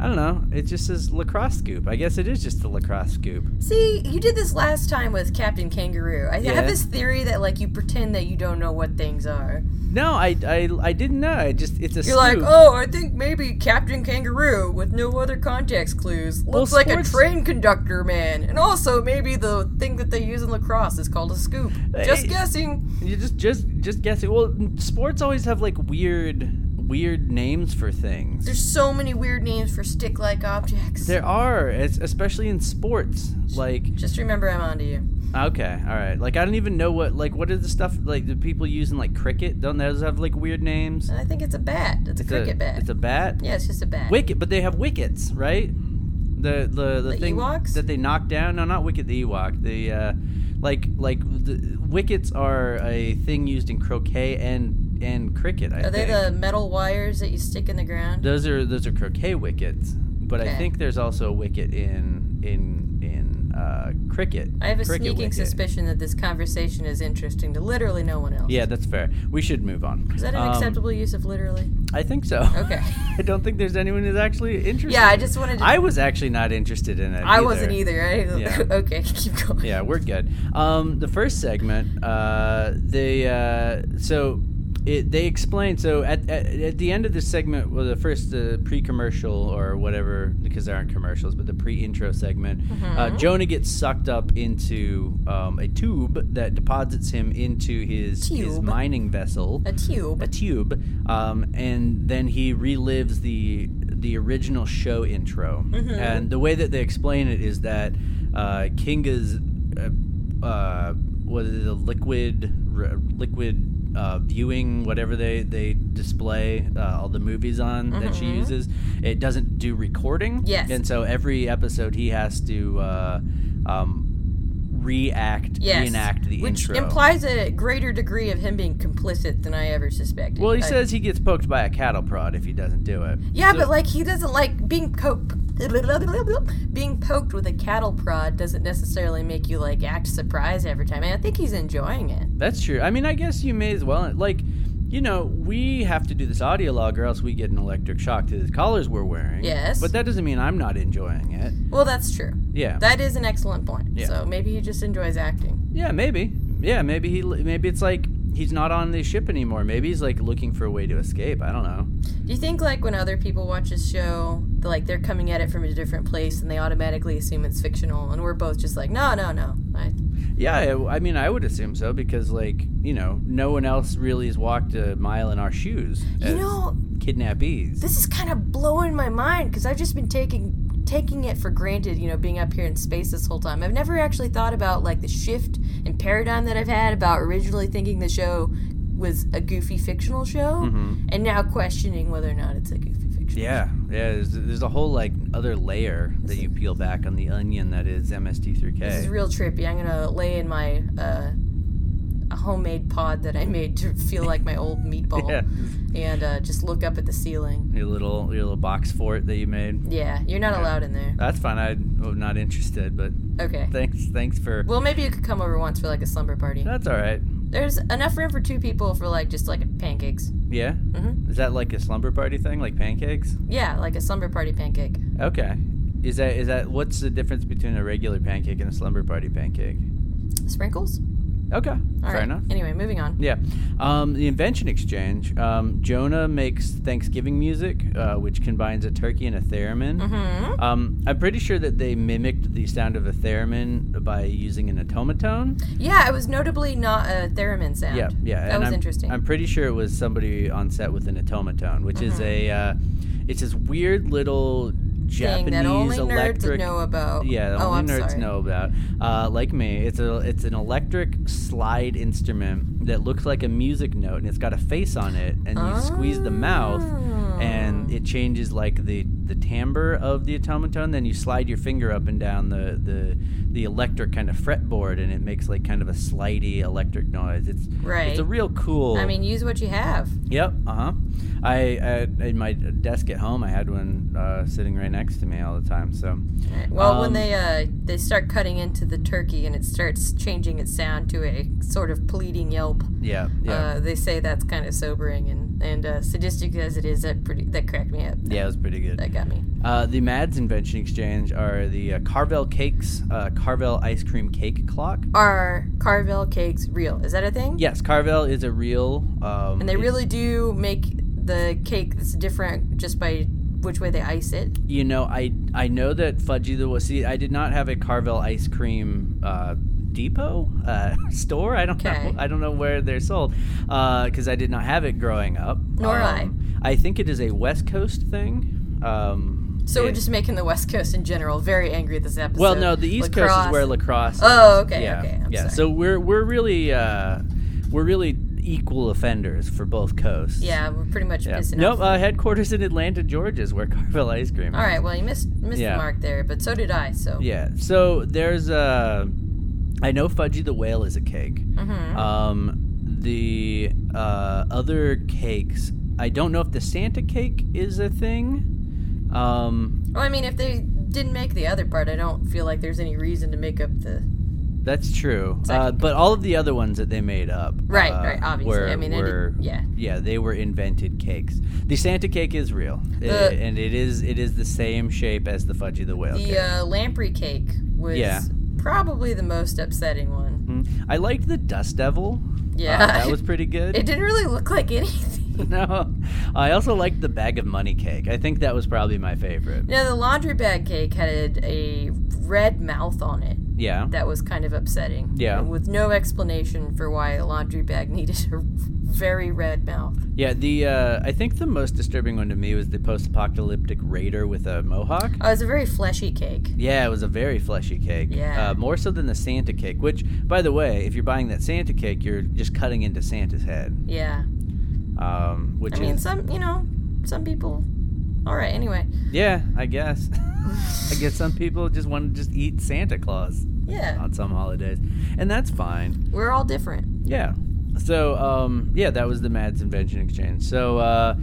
Speaker 3: I don't know. It just says lacrosse scoop. I guess it is just the lacrosse scoop.
Speaker 4: See, you did this last time with Captain Kangaroo. I
Speaker 3: Yeah.
Speaker 4: have this theory that like you pretend that you don't know what things are.
Speaker 3: No, I, I, I didn't know. I just it's a
Speaker 4: You're like,
Speaker 3: scoop.
Speaker 4: oh, I think maybe Captain Kangaroo, with no other context clues, looks like a
Speaker 3: sports-
Speaker 4: train conductor man. And also, maybe the thing that they use in lacrosse is called a scoop. Just
Speaker 3: Hey.
Speaker 4: guessing.
Speaker 3: You just just just guessing. Well, sports always have like weird weird names for things.
Speaker 4: There's so many weird names for stick like objects.
Speaker 3: There are, es- especially in sports. Like
Speaker 4: Just remember I'm onto you.
Speaker 3: okay, all right. Like I don't even know what like what is the stuff like the people use in like cricket? Don't those have like weird names?
Speaker 4: And I think it's a bat. It's a
Speaker 3: It's
Speaker 4: Uh, cricket
Speaker 3: a,
Speaker 4: bat.
Speaker 3: It's a bat.
Speaker 4: yeah, it's just a bat.
Speaker 3: Wicket, but they have wickets, right? The the the,
Speaker 4: The
Speaker 3: thing
Speaker 4: Ewoks?
Speaker 3: that they knock down. No, not wicket. The Ewok. The uh, like like the, wickets are a thing used in croquet and and cricket. I
Speaker 4: Are they
Speaker 3: think.
Speaker 4: the metal wires that you stick in the ground?
Speaker 3: Those are those are croquet wickets, but I
Speaker 4: Okay.
Speaker 3: think there's also a wicket in in in uh, cricket.
Speaker 4: I have a
Speaker 3: cricket
Speaker 4: sneaking
Speaker 3: wicket.
Speaker 4: suspicion that this conversation is interesting to literally no one else.
Speaker 3: Yeah, that's fair. We should move on.
Speaker 4: Is that an
Speaker 3: Um,
Speaker 4: acceptable use of literally?
Speaker 3: I think so.
Speaker 4: Okay.
Speaker 3: [LAUGHS] I don't think there's anyone who's actually interested.
Speaker 4: Yeah, I just wanted to
Speaker 3: I was actually not interested in it.
Speaker 4: I wasn't either. I,
Speaker 3: Yeah.
Speaker 4: [LAUGHS] okay, keep going.
Speaker 3: Yeah, we're good. Um, the first segment, uh, they uh, so it, they explain. So at, at at the end of this segment, well, the first the pre-commercial or whatever, because there aren't commercials, but the pre-intro segment, uh, Jonah gets sucked up into um, a tube that deposits him into his his
Speaker 4: Tube.
Speaker 3: mining vessel
Speaker 4: A tube.
Speaker 3: a tube, um, and then he relives the the original show intro.
Speaker 4: Mm-hmm.
Speaker 3: And the way that they explain it is that uh, Kinga's uh, uh, what is it, the liquid r- liquid uh, viewing whatever they they display uh, all the movies on that she uses it doesn't do recording.
Speaker 4: Mm-hmm. Yes.
Speaker 3: and so every episode he has to. Uh, um, react
Speaker 4: Yes.
Speaker 3: reenact the
Speaker 4: Which
Speaker 3: intro
Speaker 4: implies a greater degree of him being complicit than I ever suspected.
Speaker 3: well, he
Speaker 4: I-
Speaker 3: says he gets poked by a cattle prod if he doesn't do it.
Speaker 4: Yeah,
Speaker 3: So-
Speaker 4: but like he doesn't like being poked. [LAUGHS] Being poked with a cattle prod doesn't necessarily make you like act surprised every time. And I think he's enjoying it.
Speaker 3: that's true. I mean, I guess you may as well like, you know, we have to do this audio log or else we get an electric shock to the collars we're wearing.
Speaker 4: Yes.
Speaker 3: but that doesn't mean I'm not enjoying it.
Speaker 4: Well, that's true.
Speaker 3: Yeah,
Speaker 4: That is an excellent point.
Speaker 3: Yeah.
Speaker 4: So maybe he just enjoys acting.
Speaker 3: yeah, maybe, yeah, maybe he, maybe it's like he's not on the ship anymore. Maybe he's like looking for a way to escape. I don't know.
Speaker 4: Do you think like when other people watch a show, like they're coming at it from a different place and they automatically assume it's fictional, and we're both just like, no, no, no. I,
Speaker 3: Yeah, I, I mean, I would assume so because, like, you know, no one else really has walked a mile in our shoes.
Speaker 4: you know,
Speaker 3: kidnappees.
Speaker 4: this is kind of blowing my mind because I've just been taking taking it for granted, you know, being up here in space this whole time. I've never actually thought about like the shift in paradigm that I've had about originally thinking the show was a goofy fictional show,
Speaker 3: Mm-hmm.
Speaker 4: and now questioning whether or not it's a goofy fiction.
Speaker 3: Yeah, yeah. There's, there's a whole like other layer that you peel back on the onion that is
Speaker 4: This is
Speaker 3: MST3K.
Speaker 4: real trippy. I'm gonna lay in my uh, a homemade pod that I made to feel like my old meatball,
Speaker 3: [LAUGHS] Yeah.
Speaker 4: and uh, just look up at the ceiling.
Speaker 3: Your little your little box fort that you made.
Speaker 4: Yeah, you're not allowed in there.
Speaker 3: That's fine. I'd- I'm not interested, but
Speaker 4: Okay.
Speaker 3: thanks thanks for.
Speaker 4: Well, maybe you could come over once for like a slumber party.
Speaker 3: That's all right.
Speaker 4: There's enough room for two people for like just like pancakes.
Speaker 3: Yeah.
Speaker 4: Mhm.
Speaker 3: Is that like a slumber party thing, like pancakes?
Speaker 4: Yeah, like a slumber party pancake.
Speaker 3: Okay. Is that is that what's the difference between a regular pancake and a slumber party pancake?
Speaker 4: Sprinkles.
Speaker 3: Okay.
Speaker 4: All
Speaker 3: fair
Speaker 4: right.
Speaker 3: enough.
Speaker 4: Anyway, moving on.
Speaker 3: Yeah. Um, the Invention Exchange. Um, Jonah makes Thanksgiving music, uh, which combines a turkey and a theremin.
Speaker 4: Hmm.
Speaker 3: Um, I'm pretty sure that they mimicked the sound of a theremin by using an automaton.
Speaker 4: Yeah, it was notably not a theremin sound.
Speaker 3: Yeah, yeah.
Speaker 4: That
Speaker 3: and
Speaker 4: was
Speaker 3: I'm,
Speaker 4: interesting.
Speaker 3: I'm pretty sure it was somebody on set with an automaton, which
Speaker 4: Mm-hmm.
Speaker 3: is a, uh, it's this weird little Japanese
Speaker 4: Thing that only nerds
Speaker 3: electric.
Speaker 4: know about.
Speaker 3: Yeah, that
Speaker 4: oh,
Speaker 3: only
Speaker 4: I'm
Speaker 3: nerds
Speaker 4: sorry.
Speaker 3: know about. Uh, like me, it's a it's an electric slide instrument that looks like a music note, and it's got a face on it, and you squeeze the mouth, and
Speaker 4: Oh.
Speaker 3: it changes like the the timbre of the automaton. Then you slide your finger up and down the the the electric kind of fretboard, and it makes like kind of a slidey electric noise. It's
Speaker 4: Right.
Speaker 3: It's a real cool.
Speaker 4: I mean, use what you have.
Speaker 3: Yep. Uh huh. I, I in my desk at home, I had one uh, sitting right next to me all the time. So.
Speaker 4: Well, when
Speaker 3: Um,
Speaker 4: they uh, they start cutting into the turkey and it starts changing its sound to a sort of pleading yelp,
Speaker 3: Yeah. Yeah.
Speaker 4: uh, they say that's kind of sobering and and uh, sadistic as it is. That pretty that cracked me up.
Speaker 3: yeah, it was pretty good.
Speaker 4: That got me.
Speaker 3: Uh, the Mads Invention Exchange are the uh, Carvel Cakes, uh, Carvel Ice Cream Cake Clock.
Speaker 4: Are Carvel cakes real? Is that a thing?
Speaker 3: Yes, Carvel is a real. Um,
Speaker 4: And they
Speaker 3: it's-
Speaker 4: really do make the cake that's different just by which way they ice it.
Speaker 3: you know, I I know that Fudgy the was. See, I did not have a Carvel ice cream uh, depot uh, [LAUGHS] store. I don't
Speaker 4: Okay.
Speaker 3: know. I don't know where they're sold because I did not have it growing up. Um,
Speaker 4: Nor I.
Speaker 3: I think it is a West Coast thing. Um,
Speaker 4: So we're
Speaker 3: it-
Speaker 4: just making the West Coast in general very angry at this episode.
Speaker 3: Well, no, the East Coast is where lacrosse.
Speaker 4: Oh,
Speaker 3: is.
Speaker 4: okay,
Speaker 3: yeah,
Speaker 4: okay, I'm
Speaker 3: yeah.
Speaker 4: sorry.
Speaker 3: So we're we're really uh, we're really equal offenders for both coasts.
Speaker 4: Yeah, we're pretty much
Speaker 3: Yeah.
Speaker 4: pissing
Speaker 3: Nope.
Speaker 4: off.
Speaker 3: Uh, headquarters in Atlanta, Georgia, is where [LAUGHS] Carvel ice cream.
Speaker 4: All
Speaker 3: is.
Speaker 4: right, well, you missed missed
Speaker 3: Yeah.
Speaker 4: the mark there, but so did I. So
Speaker 3: Yeah. So there's Uh, I know Fudgy the Whale is a cake.
Speaker 4: Mm-hmm.
Speaker 3: Um, the uh, other cakes, I don't know if the Santa cake is a thing. Um,
Speaker 4: Well, I mean, if they didn't make the other part, I don't feel like there's any reason to make up the
Speaker 3: that's true.
Speaker 4: Second
Speaker 3: Uh, but all of the other ones that they made up,
Speaker 4: right,
Speaker 3: uh,
Speaker 4: right. Obviously,
Speaker 3: were-
Speaker 4: I mean,
Speaker 3: were-
Speaker 4: it, yeah.
Speaker 3: yeah, they were invented cakes. The Santa cake is real,
Speaker 4: The-
Speaker 3: I- and it is it is the same shape as the Fudgy the Whale. cake.
Speaker 4: The uh, lamprey cake was
Speaker 3: Yeah.
Speaker 4: probably the most upsetting one.
Speaker 3: Mm. I liked the Dust Devil.
Speaker 4: Yeah,
Speaker 3: Uh, that was pretty good.
Speaker 4: it didn't really look like [LAUGHS] anything.
Speaker 3: [LAUGHS] No, I also liked the bag of money cake. I think that was probably my favorite.
Speaker 4: Now the laundry bag cake had a red mouth on it.
Speaker 3: Yeah,
Speaker 4: That was kind of upsetting.
Speaker 3: Yeah.
Speaker 4: With no explanation for why a laundry bag [LAUGHS] needed a very red mouth.
Speaker 3: yeah. The uh, I think the most disturbing one to me was the post-apocalyptic raider with a mohawk.
Speaker 4: Oh, it was a very fleshy cake.
Speaker 3: Yeah, it was a very fleshy cake.
Speaker 4: Yeah.
Speaker 3: uh, more so than the Santa cake. Which, by the way, if you're buying that Santa cake, you're just cutting into Santa's head.
Speaker 4: Yeah.
Speaker 3: Um, which
Speaker 4: I mean,
Speaker 3: is
Speaker 4: some, you know, some people. All right, anyway.
Speaker 3: yeah, I
Speaker 4: [LAUGHS]
Speaker 3: guess. I guess some people just want to just eat Santa Claus
Speaker 4: Yeah.
Speaker 3: on some holidays, and that's fine.
Speaker 4: We're all different.
Speaker 3: Yeah. So um, yeah, that was the Mads Invention Exchange. So uh,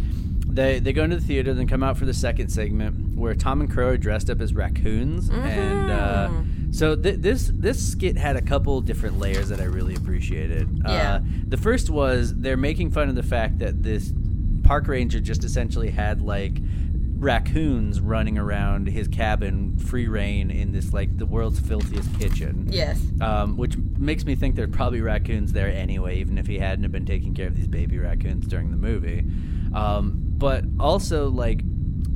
Speaker 3: they they go into the theater, then come out for the second segment where Tom and Crow are dressed up as raccoons, and uh, so th- this this skit had a couple different layers that I really appreciated.
Speaker 4: Yeah.
Speaker 3: Uh, the first was they're making fun of the fact that this park ranger just essentially had like raccoons running around his cabin free reign in this like the world's filthiest kitchen
Speaker 4: Yes.
Speaker 3: um, which makes me think there'd probably raccoons there anyway, even if he hadn't have been taking care of these baby raccoons during the movie. Um, but also like.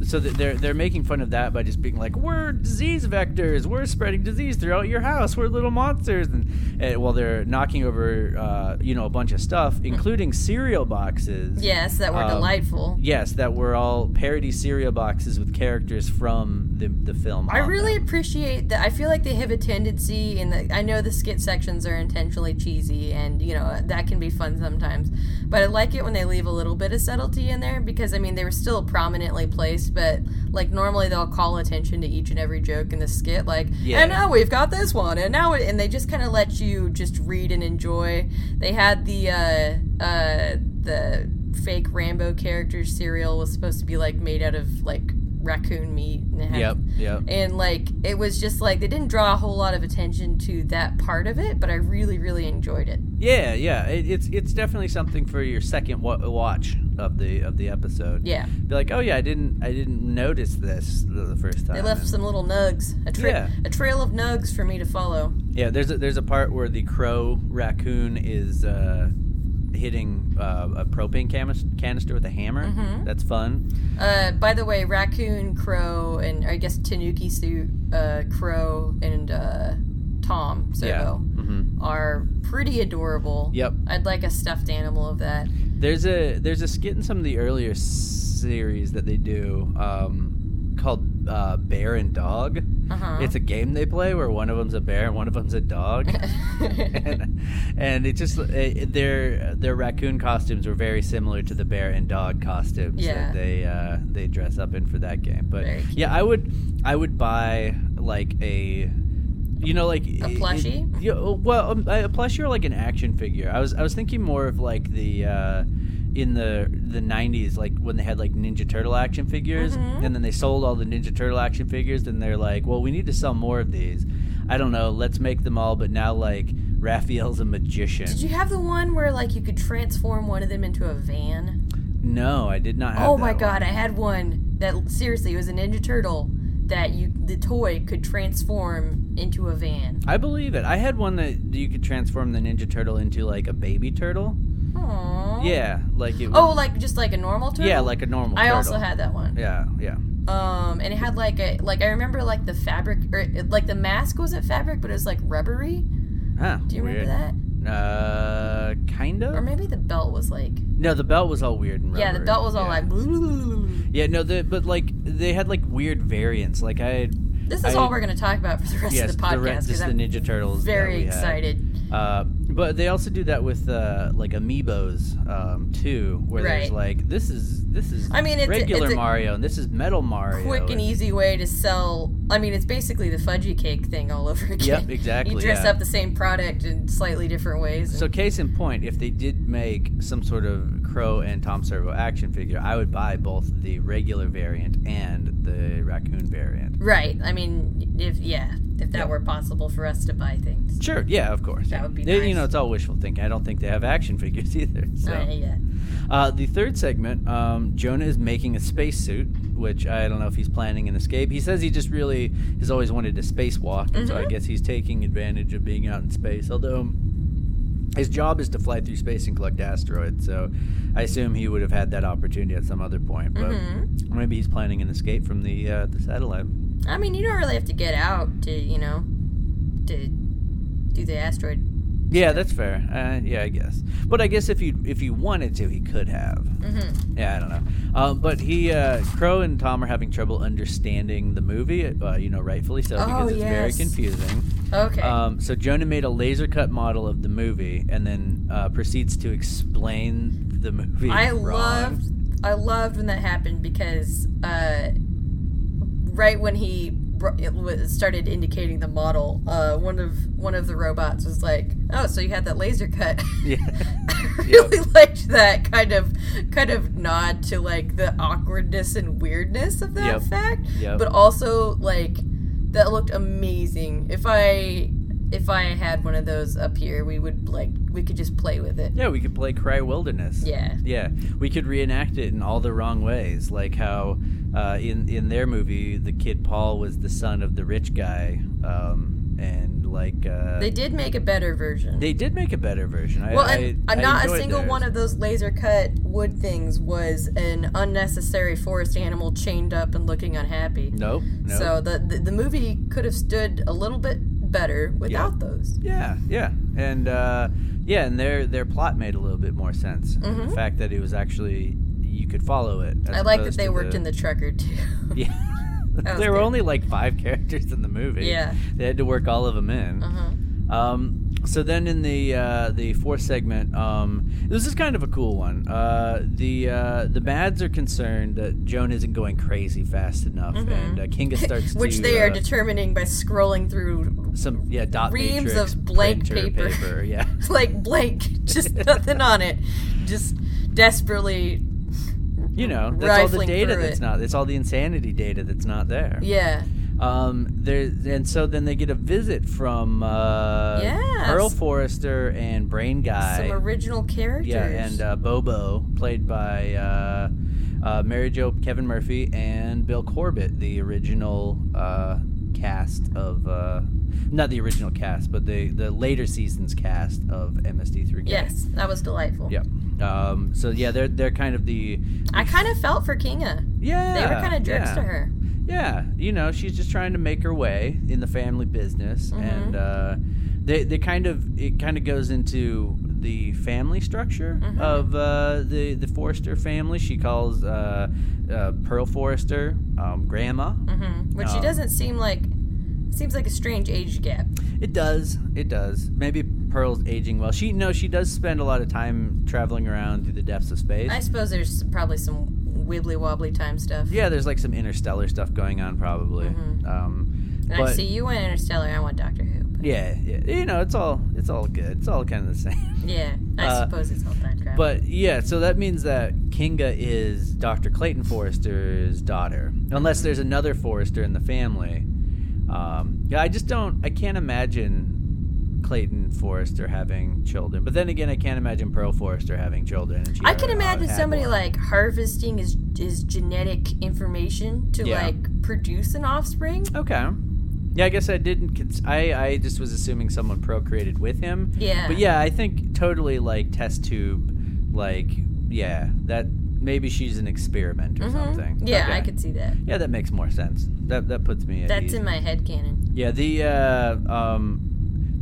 Speaker 3: So that they're they're making fun of that by just being like we're disease vectors, we're spreading disease throughout your house, we're little monsters, and, and while they're knocking over uh, you know a bunch of stuff, including cereal boxes.
Speaker 4: Yes, that were
Speaker 3: Um,
Speaker 4: delightful.
Speaker 3: Yes, that were all parody cereal boxes with characters from the the film.
Speaker 4: I
Speaker 3: on
Speaker 4: really
Speaker 3: them.
Speaker 4: appreciate that. I feel like they have a tendency, and I know the skit sections are intentionally cheesy, and you know that can be fun sometimes. But I like it when they leave a little bit of subtlety in there because I mean they were still prominently place, but like normally they'll call attention to each and every joke in the skit, like,
Speaker 3: Yeah.
Speaker 4: and now we've got this one, and now, it, and they just kind of let you just read and enjoy. They had the uh, uh, the fake Rambo character cereal was supposed to be like made out of like raccoon meat and it had
Speaker 3: Yep. Yep.
Speaker 4: and like it was just like they didn't draw a whole lot of attention to that part of it but i really really enjoyed it
Speaker 3: Yeah. Yeah. It, it's it's definitely something for your second wa- watch of the of the episode.
Speaker 4: yeah
Speaker 3: Be like, oh yeah, I didn't I didn't notice this the, the first time.
Speaker 4: they left
Speaker 3: And-
Speaker 4: some little nugs a, tra-
Speaker 3: Yeah.
Speaker 4: a trail of nugs for me to follow
Speaker 3: Yeah, there's a, there's a part where the crow raccoon is uh, hitting uh, a propane canis- canister with a hammer.
Speaker 4: Mm-hmm.
Speaker 3: That's fun.
Speaker 4: uh, by the way raccoon crow and i guess tanuki suit uh, crow and uh, tom so
Speaker 3: Yeah. hmm
Speaker 4: are pretty adorable
Speaker 3: Yep.
Speaker 4: i'd like a stuffed animal of that
Speaker 3: There's a there's a skit in some of the earlier series that they do um, called uh, Bear and Dog.
Speaker 4: uh-huh
Speaker 3: It's a game they play where one of them's a bear and one of them's a
Speaker 4: [LAUGHS]
Speaker 3: dog. and, and it just it, their their raccoon costumes were very similar to the bear and dog costumes
Speaker 4: Yeah.
Speaker 3: that they uh, they dress up in for that game. But
Speaker 4: Very cute.
Speaker 3: yeah, I would I would buy like a you know like a
Speaker 4: plushie?
Speaker 3: yeah, well, um, a plushie or like an action figure. I was I was thinking more of like the. Uh, in the the 90s like when they had like ninja turtle action figures
Speaker 4: Mm-hmm.
Speaker 3: and then they sold all the ninja turtle action figures and they're like well we need to sell more of these i don't know let's make them all but now like raphael's a magician
Speaker 4: did you have the one where like you could transform one of them into a van
Speaker 3: no i did not have
Speaker 4: Oh my
Speaker 3: that
Speaker 4: god, I had one that seriously it was a Ninja Turtle that you the toy could transform into a van.
Speaker 3: one. i believe it i had one that you could transform the ninja turtle into like a baby turtle
Speaker 4: Aww.
Speaker 3: yeah like it
Speaker 4: Oh,
Speaker 3: would-
Speaker 4: like just like a normal turtle.
Speaker 3: yeah like a normal
Speaker 4: I
Speaker 3: turtle.
Speaker 4: also had that one.
Speaker 3: yeah yeah
Speaker 4: Um, and it had like a like I remember like the fabric or it- like the mask wasn't fabric, but it was like rubbery.
Speaker 3: huh,
Speaker 4: Do you
Speaker 3: weird.
Speaker 4: remember that?
Speaker 3: that uh kind of
Speaker 4: Or maybe the belt was like
Speaker 3: no the belt was all weird and
Speaker 4: yeah, the
Speaker 3: rubbery.
Speaker 4: belt was all
Speaker 3: Yeah.
Speaker 4: like. [LAUGHS]
Speaker 3: Yeah, no, the, but like they had like weird variants. Like I had
Speaker 4: This is
Speaker 3: I-
Speaker 4: all we're gonna talk about for the rest
Speaker 3: yes,
Speaker 4: of the
Speaker 3: the re-
Speaker 4: podcast
Speaker 3: just
Speaker 4: because
Speaker 3: the
Speaker 4: I'm
Speaker 3: Ninja Turtles. that
Speaker 4: very
Speaker 3: we had.
Speaker 4: excited.
Speaker 3: Uh, but they also do that with uh, like amiibos um, too, where there's
Speaker 4: Right.
Speaker 3: like this is this is
Speaker 4: I mean, it's a-
Speaker 3: regular
Speaker 4: it's a-
Speaker 3: Mario and this is Metal Mario.
Speaker 4: quick and
Speaker 3: and-
Speaker 4: easy way to sell. I mean, it's basically the fudgy cake thing all [LAUGHS] over again.
Speaker 3: Yep, exactly,
Speaker 4: You dress
Speaker 3: yeah.
Speaker 4: up the same product in slightly different ways.
Speaker 3: So case in point, if they did make some sort of Crow and Tom Servo action figure, I would buy both the regular variant and the raccoon variant.
Speaker 4: right. I mean, if yeah, if that were possible for us to buy things.
Speaker 3: Sure, yeah, of course.
Speaker 4: That would be
Speaker 3: They- You
Speaker 4: nice.
Speaker 3: know, it's all wishful thinking. I don't think they have action [LAUGHS] figures either. So.
Speaker 4: Uh, yeah.
Speaker 3: Uh, the third segment, um, Jonah is making a spacesuit, which I don't know if he's planning an escape. He says he just really has always wanted a spacewalk, and
Speaker 4: Mm-hmm.
Speaker 3: so I guess he's taking advantage of being out in space. Although his job is to fly through space and collect asteroids, so I assume he would have had that opportunity at some other point. But
Speaker 4: Mm-hmm.
Speaker 3: maybe he's planning an escape from the uh, the satellite.
Speaker 4: I mean, you don't really have to get out to you know to do the asteroid.
Speaker 3: Yeah, that's fair. Uh, yeah, I guess. But I guess if you if you wanted to, he could have. Mm-hmm. Yeah, I don't know. Um, but he, uh, Crow and Tom are having trouble understanding the movie. Uh, you know, rightfully so because
Speaker 4: Oh,
Speaker 3: it's very
Speaker 4: yes.
Speaker 3: confusing.
Speaker 4: Okay.
Speaker 3: Um, so Jonah made a laser cut model of the movie and then uh, proceeds to explain the movie. [LAUGHS]
Speaker 4: I
Speaker 3: wrong.
Speaker 4: loved I loved when that happened because uh, right when he br- it was, started indicating the model, uh, one of one of the robots was like, "Oh, so you had that laser cut." [LAUGHS]
Speaker 3: Yeah.
Speaker 4: I really liked that kind of kind of nod to like the awkwardness and weirdness of that
Speaker 3: Yep.
Speaker 4: fact,
Speaker 3: Yep.
Speaker 4: but also like that looked amazing. If I if I had one of those up here, we would like we could just play with it.
Speaker 3: Yeah, we could play Cry Wilderness.
Speaker 4: Yeah.
Speaker 3: Yeah, we could reenact it in all the wrong ways, like how uh, in in their movie the kid Paul was the son of the rich guy, um, and like uh,
Speaker 4: They did make a better version.
Speaker 3: they did make a better version. I,
Speaker 4: Well,
Speaker 3: I,
Speaker 4: and uh,
Speaker 3: I
Speaker 4: not a
Speaker 3: enjoyed
Speaker 4: single
Speaker 3: theirs.
Speaker 4: one of those laser cut wood things was an unnecessary forest animal chained up and looking unhappy.
Speaker 3: Nope. nope.
Speaker 4: So the, the the movie could have stood a little bit better without those.
Speaker 3: Yeah, yeah, and uh, yeah, and their their plot made a little bit more sense. And the fact that it was actually you could follow it. as
Speaker 4: Mm-hmm. I like that
Speaker 3: opposed
Speaker 4: they
Speaker 3: to
Speaker 4: worked in the trucker too.
Speaker 3: [LAUGHS] Yeah.
Speaker 4: was
Speaker 3: there were
Speaker 4: good.
Speaker 3: only like five characters in the movie.
Speaker 4: Yeah. Uh-huh.
Speaker 3: They had to work all of them in. Um, so then in the uh, the fourth segment, um, this is kind of a cool one. Uh, the uh, the Mads are concerned that Joan isn't going crazy fast enough, and uh,
Speaker 4: [LAUGHS]
Speaker 3: Kinga starts
Speaker 4: Mm-hmm. Which
Speaker 3: to,
Speaker 4: they are
Speaker 3: uh,
Speaker 4: determining by scrolling through
Speaker 3: some yeah dot
Speaker 4: reams
Speaker 3: matrix
Speaker 4: of blank
Speaker 3: printer
Speaker 4: paper.
Speaker 3: Yeah,
Speaker 4: like
Speaker 3: [LAUGHS]
Speaker 4: blank, [LAUGHS] just nothing on it, just desperately.
Speaker 3: you know that's all the
Speaker 4: Rifling
Speaker 3: data
Speaker 4: through
Speaker 3: that's
Speaker 4: it.
Speaker 3: not. It's all the insanity data that's not there.
Speaker 4: Yeah,
Speaker 3: Um, there and so then they get a visit from uh,
Speaker 4: Yes.
Speaker 3: Earl Forrester and Brain Guy.
Speaker 4: some original characters.
Speaker 3: Yeah, and uh, Bobo, played by uh, uh, Mary Jo, Kevin Murphy, and Bill Corbett, the original uh, cast of uh, not the original cast, but the the later seasons cast of MSD3K.
Speaker 4: yes, that was delightful.
Speaker 3: Yep. Um, so yeah, they're they're kind of the
Speaker 4: I kind of felt for Kinga.
Speaker 3: yeah.
Speaker 4: They were kind of jerks
Speaker 3: yeah.
Speaker 4: to her.
Speaker 3: Yeah, you know, she's just trying to make her way in the family business,
Speaker 4: Mm-hmm.
Speaker 3: and uh, they they kind of it kind of goes into the family structure
Speaker 4: Mm-hmm.
Speaker 3: of uh, the the Forrester family. She calls uh, uh, Pearl Forrester um, Grandma.
Speaker 4: Mm-hmm. Which she
Speaker 3: No.
Speaker 4: doesn't seem like. Seems like a strange age gap.
Speaker 3: It does, it does. Maybe Pearl's aging well. She no, she does spend a lot of time traveling around through the depths of space.
Speaker 4: I suppose there's probably some wibbly wobbly time stuff.
Speaker 3: yeah, there's like some interstellar stuff going on, probably. Um,
Speaker 4: Mm-hmm. And I
Speaker 3: but-
Speaker 4: see you in Interstellar. I want Doctor Who. But
Speaker 3: Yeah, yeah, you know, it's all it's all good. It's all kind of the [LAUGHS] same.
Speaker 4: yeah, I
Speaker 3: Uh,
Speaker 4: suppose it's all that crap.
Speaker 3: But yeah, so that means that Kinga is Dr. Clayton Forrester's daughter, unless there's another Forrester in the family. Um, yeah, I just don't. I can't imagine Clayton Forrester having children. But then again, I can't imagine Pearl Forrester having children. And she
Speaker 4: I can
Speaker 3: already
Speaker 4: imagine
Speaker 3: had
Speaker 4: somebody
Speaker 3: one.
Speaker 4: like harvesting his his genetic information to
Speaker 3: Yeah.
Speaker 4: like produce an offspring.
Speaker 3: Okay. Yeah, I guess I didn't. Cons- I I just was assuming someone procreated with him.
Speaker 4: Yeah.
Speaker 3: But yeah, I think totally like test tube, like yeah, that maybe she's an experiment or something.
Speaker 4: Mm-hmm. Yeah,
Speaker 3: Okay.
Speaker 4: I could see that.
Speaker 3: Yeah, that makes more sense. That that puts me at
Speaker 4: That's
Speaker 3: ease.
Speaker 4: in my head canon.
Speaker 3: Yeah, the uh, um,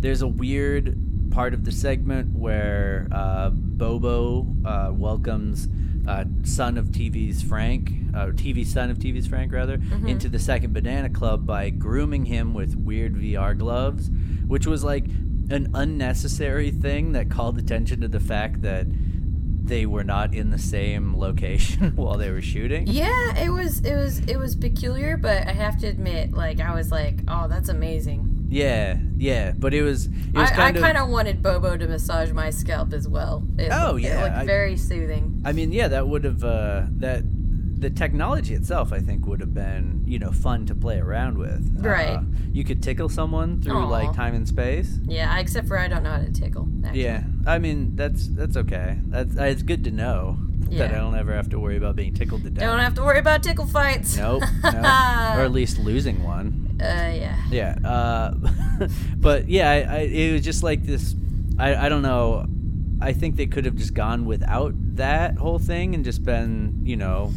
Speaker 3: there's a weird part of the segment where uh, Bobo uh, welcomes uh, son of TV's Frank, uh, TV son of TV's Frank rather,
Speaker 4: Mm-hmm.
Speaker 3: into the second Banana Club by grooming him with weird VR gloves, which was like an unnecessary thing that called attention to the fact that they were not in the same location [LAUGHS] while they were shooting.
Speaker 4: Yeah, it was it was it was peculiar, but I have to admit, like I was like, oh, that's amazing.
Speaker 3: Yeah, yeah, but it was. It was
Speaker 4: I,
Speaker 3: kind
Speaker 4: I kind of wanted Bobo to massage my scalp as well. It,
Speaker 3: Oh,
Speaker 4: looked-
Speaker 3: yeah,
Speaker 4: it looked
Speaker 3: I-
Speaker 4: very soothing.
Speaker 3: I mean, yeah, that would have uh, that the technology itself. I think would have been you know fun to play around with.
Speaker 4: Right.
Speaker 3: Uh, you could tickle someone through
Speaker 4: Aw.
Speaker 3: like time and space.
Speaker 4: Yeah, I- except for I don't know how to tickle. actually.
Speaker 3: Yeah, I mean that's that's okay. That's uh, it's good to know that
Speaker 4: Yeah.
Speaker 3: I don't ever have to worry about being tickled to death.
Speaker 4: Don't have to worry about tickle fights. [LAUGHS]
Speaker 3: Nope, nope. or at least losing one.
Speaker 4: Uh, yeah.
Speaker 3: Yeah. Uh, [LAUGHS] but yeah, I, I, it was just like this. I, I don't know. I think they could have just gone without that whole thing and just been, you know,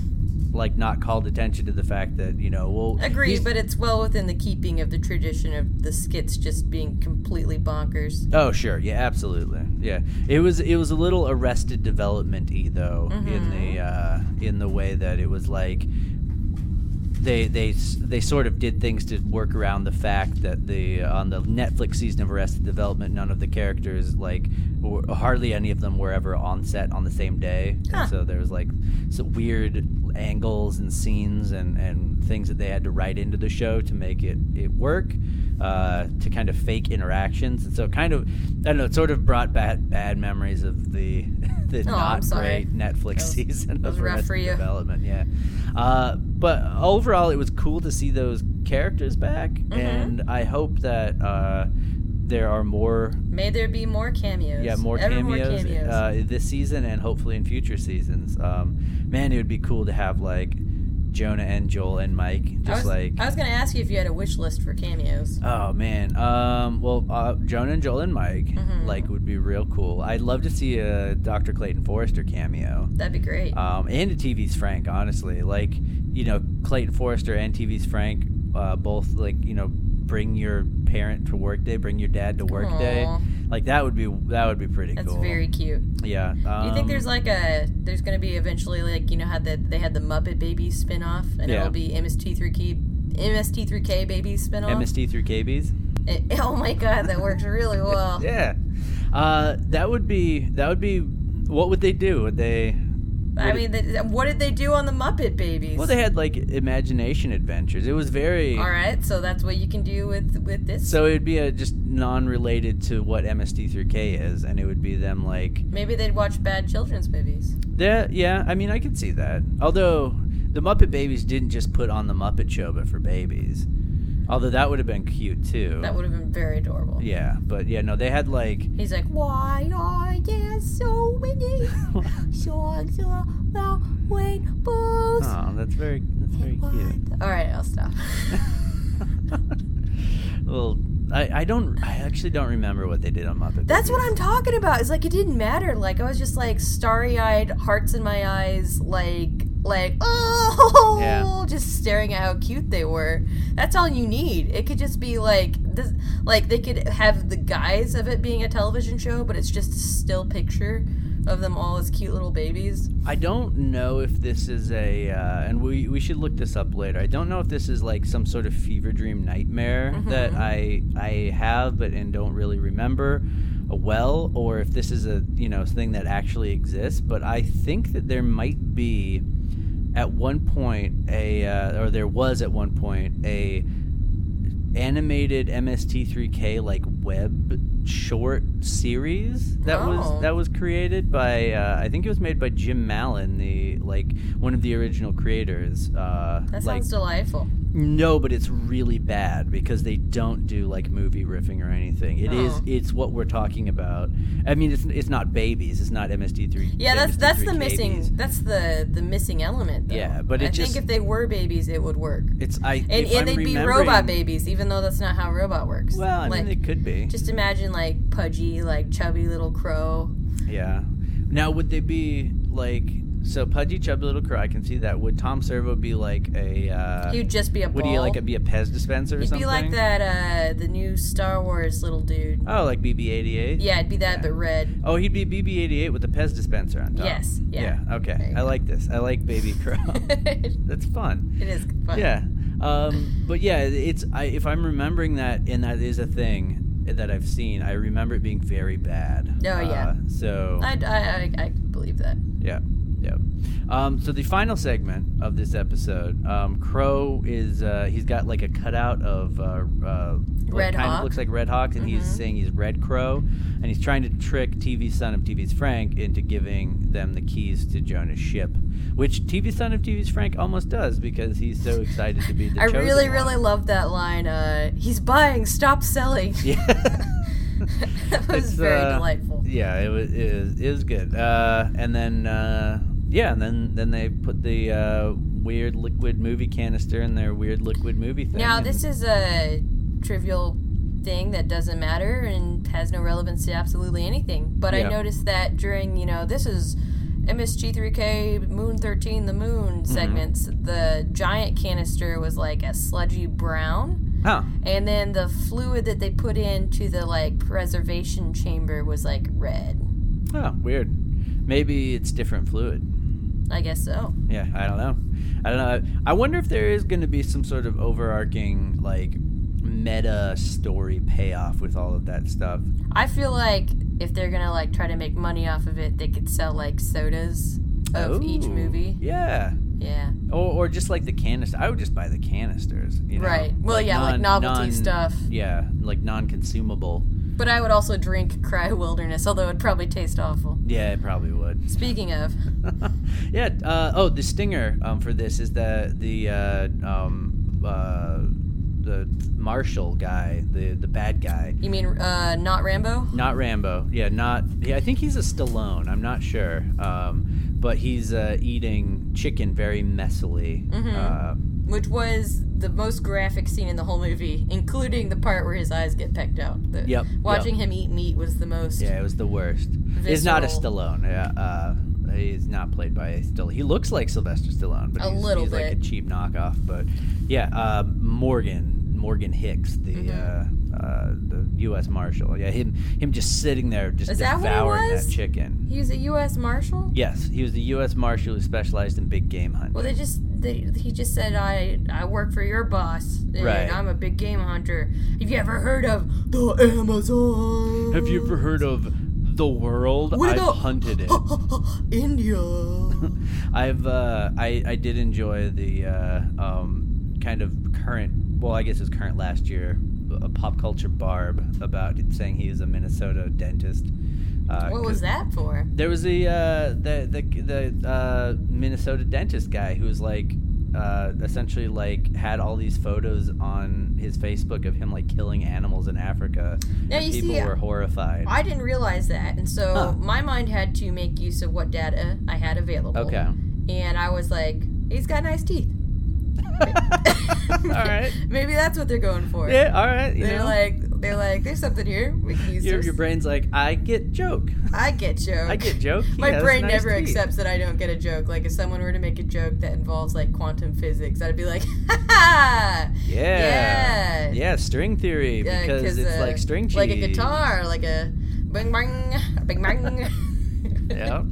Speaker 3: like not called attention to the fact that, you know, well.
Speaker 4: Agree,
Speaker 3: these-
Speaker 4: but it's well within the keeping of the tradition of the skits just being completely bonkers.
Speaker 3: Oh sure, yeah, absolutely, yeah. It was it was a little Arrested Development y though in the uh, in the way that it was like they they s- they sort of did things to work around the fact that the on the Netflix season of Arrested Development, none of the characters like were, hardly any of them were ever on set on the same day,
Speaker 4: Huh.
Speaker 3: and so there was like some weird angles and scenes and and things that they had to write into the show to make it it work. Uh, to kind of fake interactions, and so it kind of, I don't know, it sort of brought bad bad memories of the [LAUGHS] the
Speaker 4: Oh, I'm
Speaker 3: not
Speaker 4: sorry.
Speaker 3: great Netflix
Speaker 4: was-
Speaker 3: season
Speaker 4: that was
Speaker 3: of
Speaker 4: rough
Speaker 3: Arrested
Speaker 4: for you.
Speaker 3: Development. Yeah, uh, but overall, it was cool to see those characters back,
Speaker 4: Mm-hmm.
Speaker 3: and I hope that uh, there are more,
Speaker 4: May there be more cameos.
Speaker 3: yeah, more
Speaker 4: Ever
Speaker 3: cameos,
Speaker 4: More cameos.
Speaker 3: Uh, this season and hopefully in future seasons. Um, man, it would be cool to have like Jonah and Joel and Mike, just
Speaker 4: I was,
Speaker 3: like.
Speaker 4: I was going to ask you if you had a wish list for cameos.
Speaker 3: Oh man. Um. Well, uh, Jonah and Joel and Mike
Speaker 4: Mm-hmm.
Speaker 3: like would be real cool. I'd love to see a Dr. Clayton Forrester cameo.
Speaker 4: That'd be great.
Speaker 3: um, and to TV's Frank, honestly. Like, you know, Clayton Forrester and TV's Frank uh, both, like, you know, bring your parent to work day, bring your dad to work day.
Speaker 4: Aw.
Speaker 3: Like, that would be, that would be pretty
Speaker 4: That's
Speaker 3: cool.
Speaker 4: very cute.
Speaker 3: yeah.
Speaker 4: Do
Speaker 3: Um,
Speaker 4: you think there's uh, like a there's going to be eventually like you know how that they had the Muppet Baby spin-off and
Speaker 3: Yeah.
Speaker 4: it'll be MST3K MST3K Baby spin-off?
Speaker 3: MST through KBs?
Speaker 4: Eh, [LAUGHS] oh my god, that works really
Speaker 3: [LAUGHS]
Speaker 4: well.
Speaker 3: Yeah. Uh, that would be that would be what would they do? Would they
Speaker 4: I mean, th- what did they do on the Muppet Babies?
Speaker 3: Well, they had like imagination adventures. It was very
Speaker 4: All right, so that's what you can do with with this.
Speaker 3: so it would be a just non-related to what MST3K is and it would be them like
Speaker 4: Maybe they'd watch bad children's movies.
Speaker 3: Yeah, yeah. I mean, I could see that. Although the Muppet Babies didn't just put on the Muppet Show, but for babies. Although that would have been cute too.
Speaker 4: That would have been very adorable.
Speaker 3: yeah, but yeah, no, they had like
Speaker 4: [LAUGHS] He's like, why are there
Speaker 3: [LAUGHS]
Speaker 4: so many songs about rainbows?
Speaker 3: oh, that's very that's very cute. [LAUGHS]
Speaker 4: All right, I'll stop.
Speaker 3: Well, I I don't I actually don't remember what they did on Muppet.
Speaker 4: That's
Speaker 3: Babies.
Speaker 4: what I'm talking about. It's like it didn't matter. Like I was just like starry-eyed, hearts in my eyes, like like [LAUGHS] oh,
Speaker 3: Yeah.
Speaker 4: just staring at how cute they were. That's all you need. It could just be like this like they could have the guise of it being a television show, but it's just a still picture of them all as cute little babies.
Speaker 3: I don't know if this is a, uh, and we we should look this up later. I don't know if this is like some sort of fever dream nightmare that I I have, but and don't really remember uh, well, or if this is a you know thing that actually exists. But I think that there might be at one point a, uh, or there was at one point a animated MST3K like web short series that
Speaker 4: Oh.
Speaker 3: was that was created by uh, I think it was made by Jim Mallon, the like one of the original creators. Uh,
Speaker 4: That
Speaker 3: like,
Speaker 4: sounds delightful.
Speaker 3: no, but it's really bad because they don't do like movie riffing or anything. It is
Speaker 4: Oh.
Speaker 3: it's what we're talking about. I mean, it's it's not babies. It's not MST3.
Speaker 4: Yeah, that's that's the
Speaker 3: MST3K babies.
Speaker 4: missing that's the the missing element. Though.
Speaker 3: Yeah, but it
Speaker 4: I
Speaker 3: just-
Speaker 4: think if they were babies, it would work.
Speaker 3: It's I
Speaker 4: And,
Speaker 3: if I'm
Speaker 4: and they'd be robot
Speaker 3: remembering-
Speaker 4: babies, even though that's not how robot works.
Speaker 3: Well, I
Speaker 4: like,
Speaker 3: mean, it could be.
Speaker 4: just imagine like pudgy, like chubby little crow.
Speaker 3: Yeah. Now, would they be like so pudgy, chubby little crow? I can see that. Would Tom Servo be like a? Uh,
Speaker 4: He'd just be a
Speaker 3: would
Speaker 4: ball.
Speaker 3: he like be a Pez dispenser or
Speaker 4: He'd
Speaker 3: something?
Speaker 4: be like that. Uh, the new Star Wars little dude.
Speaker 3: Oh, like BB-88.
Speaker 4: Yeah, it'd be that, but red.
Speaker 3: Oh, he'd be BB-88 with a Pez dispenser on top.
Speaker 4: Yes, yeah. There
Speaker 3: Okay.
Speaker 4: you
Speaker 3: I
Speaker 4: go.
Speaker 3: like this. I like Baby [LAUGHS]
Speaker 4: [LAUGHS]
Speaker 3: Crow.
Speaker 4: it
Speaker 3: That's fun.
Speaker 4: is fun.
Speaker 3: Oh. Yeah. Um, but yeah, it's I, if I'm remembering that, and that is a thing that I've seen. I remember it being very bad.
Speaker 4: Oh, yeah.
Speaker 3: Uh, so
Speaker 4: I, I, I, I believe that.
Speaker 3: Yeah, yeah. Um, so the final segment of this episode, um, Crow is uh, he's got like a cutout of uh, uh, what
Speaker 4: Red
Speaker 3: kind of
Speaker 4: Hawk. Mm-hmm.
Speaker 3: looks like Red Hawk, and he's saying he's Red Crow, and he's trying to trick TV's son of TV's Frank into giving them the keys to Jonah's ship, which TV's son of TV's Frank almost does because he's so excited to be the.
Speaker 4: I
Speaker 3: chosen
Speaker 4: really,
Speaker 3: one.
Speaker 4: really love that line. Uh, he's buying, stop selling.
Speaker 3: [LAUGHS]
Speaker 4: [LAUGHS]
Speaker 3: Yeah.
Speaker 4: that was
Speaker 3: It's,
Speaker 4: very
Speaker 3: uh,
Speaker 4: delightful.
Speaker 3: Yeah, it was it was, it was good. Uh, and then uh, yeah, and then then they put the uh, weird liquid movie canister in their weird liquid movie thing.
Speaker 4: Now,
Speaker 3: and-
Speaker 4: this is a trivial thing that doesn't matter and has no relevance to absolutely anything. But
Speaker 3: Yeah.
Speaker 4: I noticed that during, you know, this is MSG3K Moon 13, the moon segments, the giant canister was like a sludgy brown.
Speaker 3: huh?
Speaker 4: And then the fluid that they put into the like preservation chamber was like red.
Speaker 3: Oh, weird. Maybe it's different fluid.
Speaker 4: I guess so.
Speaker 3: Yeah, I don't know. I don't know. I wonder if there is going to be some sort of overarching like meta story payoff with all of that stuff.
Speaker 4: I feel like if they're gonna like try to make money off of it, they could sell like sodas of each
Speaker 3: Ooh,
Speaker 4: movie.
Speaker 3: Oh. Yeah.
Speaker 4: yeah.
Speaker 3: Or, or just like the canister. I would just buy the canisters. You know?
Speaker 4: Right. Well, yeah, like novelty stuff.
Speaker 3: Yeah, like non-consumable.
Speaker 4: But I would also drink Cry Wilderness, although it'd probably taste awful.
Speaker 3: Yeah, it probably would. [LAUGHS]
Speaker 4: Speaking of,
Speaker 3: yeah. Uh, oh, the stinger um, for this is the the uh, um, uh, the marshal guy, the the bad guy.
Speaker 4: you mean uh, not Rambo?
Speaker 3: Not Rambo. Yeah, not. Yeah, I think he's a Stallone. I'm not sure. Um, but he's uh, eating chicken very messily.
Speaker 4: Mm-hmm.
Speaker 3: Uh,
Speaker 4: Which was the most graphic scene in the whole movie, including the part where his eyes get pecked out. The,
Speaker 3: Yep,
Speaker 4: Watching
Speaker 3: yep.
Speaker 4: him eat meat was the most.
Speaker 3: Yeah, it was the worst. He's not a
Speaker 4: Visceral.
Speaker 3: Stallone. Yeah, uh, he's not played by a Stallone. He looks like Sylvester Stallone, but
Speaker 4: A
Speaker 3: he's,
Speaker 4: little
Speaker 3: he's like a
Speaker 4: bit.
Speaker 3: cheap knockoff. But yeah, uh, Morgan Morgan Hicks, the
Speaker 4: Mm-hmm.
Speaker 3: uh, uh, the U.S. Marshal. Yeah, him him just sitting there, just
Speaker 4: Is that what he
Speaker 3: devouring
Speaker 4: was?
Speaker 3: that chicken.
Speaker 4: He was a U.S. Marshal?
Speaker 3: Yes, he was the U.S. Marshal who specialized in big game hunting.
Speaker 4: Well, they just they, he just said, "I I work for your boss, and
Speaker 3: Right.
Speaker 4: I'm a big game hunter. Have you ever heard of the Amazon?
Speaker 3: Have you ever heard of the world?
Speaker 4: [GASPS] What
Speaker 3: I've
Speaker 4: about-
Speaker 3: hunted it. [LAUGHS]
Speaker 4: [LAUGHS] India?
Speaker 3: I've uh, I I did enjoy the uh, um, kind of current. Well, I guess it's current last year. A pop culture barb about saying he is a Minnesota dentist. Uh,
Speaker 4: what
Speaker 3: 'cause-
Speaker 4: was that for?
Speaker 3: There was the uh, the the, the uh, Minnesota dentist guy who was like uh, essentially like had all these photos on his Facebook of him like killing animals in Africa.
Speaker 4: Now
Speaker 3: and
Speaker 4: you
Speaker 3: people
Speaker 4: see,
Speaker 3: were horrified.
Speaker 4: I didn't realize that, and so
Speaker 3: Huh.
Speaker 4: my mind had to make use of what data I had available. [LAUGHS]
Speaker 3: okay. [LAUGHS]
Speaker 4: and I was like, he's got nice teeth.
Speaker 3: all
Speaker 4: [LAUGHS]
Speaker 3: right.
Speaker 4: Maybe that's what they're going for.
Speaker 3: Yeah. All right. You
Speaker 4: They're
Speaker 3: know,
Speaker 4: like, they're like, there's something here. We can use
Speaker 3: your,
Speaker 4: this.
Speaker 3: your brain's like I get joke.
Speaker 4: I get joke.
Speaker 3: I get joke. He
Speaker 4: My
Speaker 3: has
Speaker 4: brain
Speaker 3: nice
Speaker 4: never
Speaker 3: teeth.
Speaker 4: accepts that I don't get a joke. Like if someone were to make a joke that involves like quantum physics, I'd be like, [LAUGHS] ha ha.
Speaker 3: Yeah.
Speaker 4: Yeah.
Speaker 3: Yeah. String theory
Speaker 4: Uh,
Speaker 3: because it's
Speaker 4: uh,
Speaker 3: like string cheese.
Speaker 4: Like a guitar, like a bing bang, bing bang.
Speaker 3: [LAUGHS]
Speaker 4: [LAUGHS]
Speaker 3: yeah,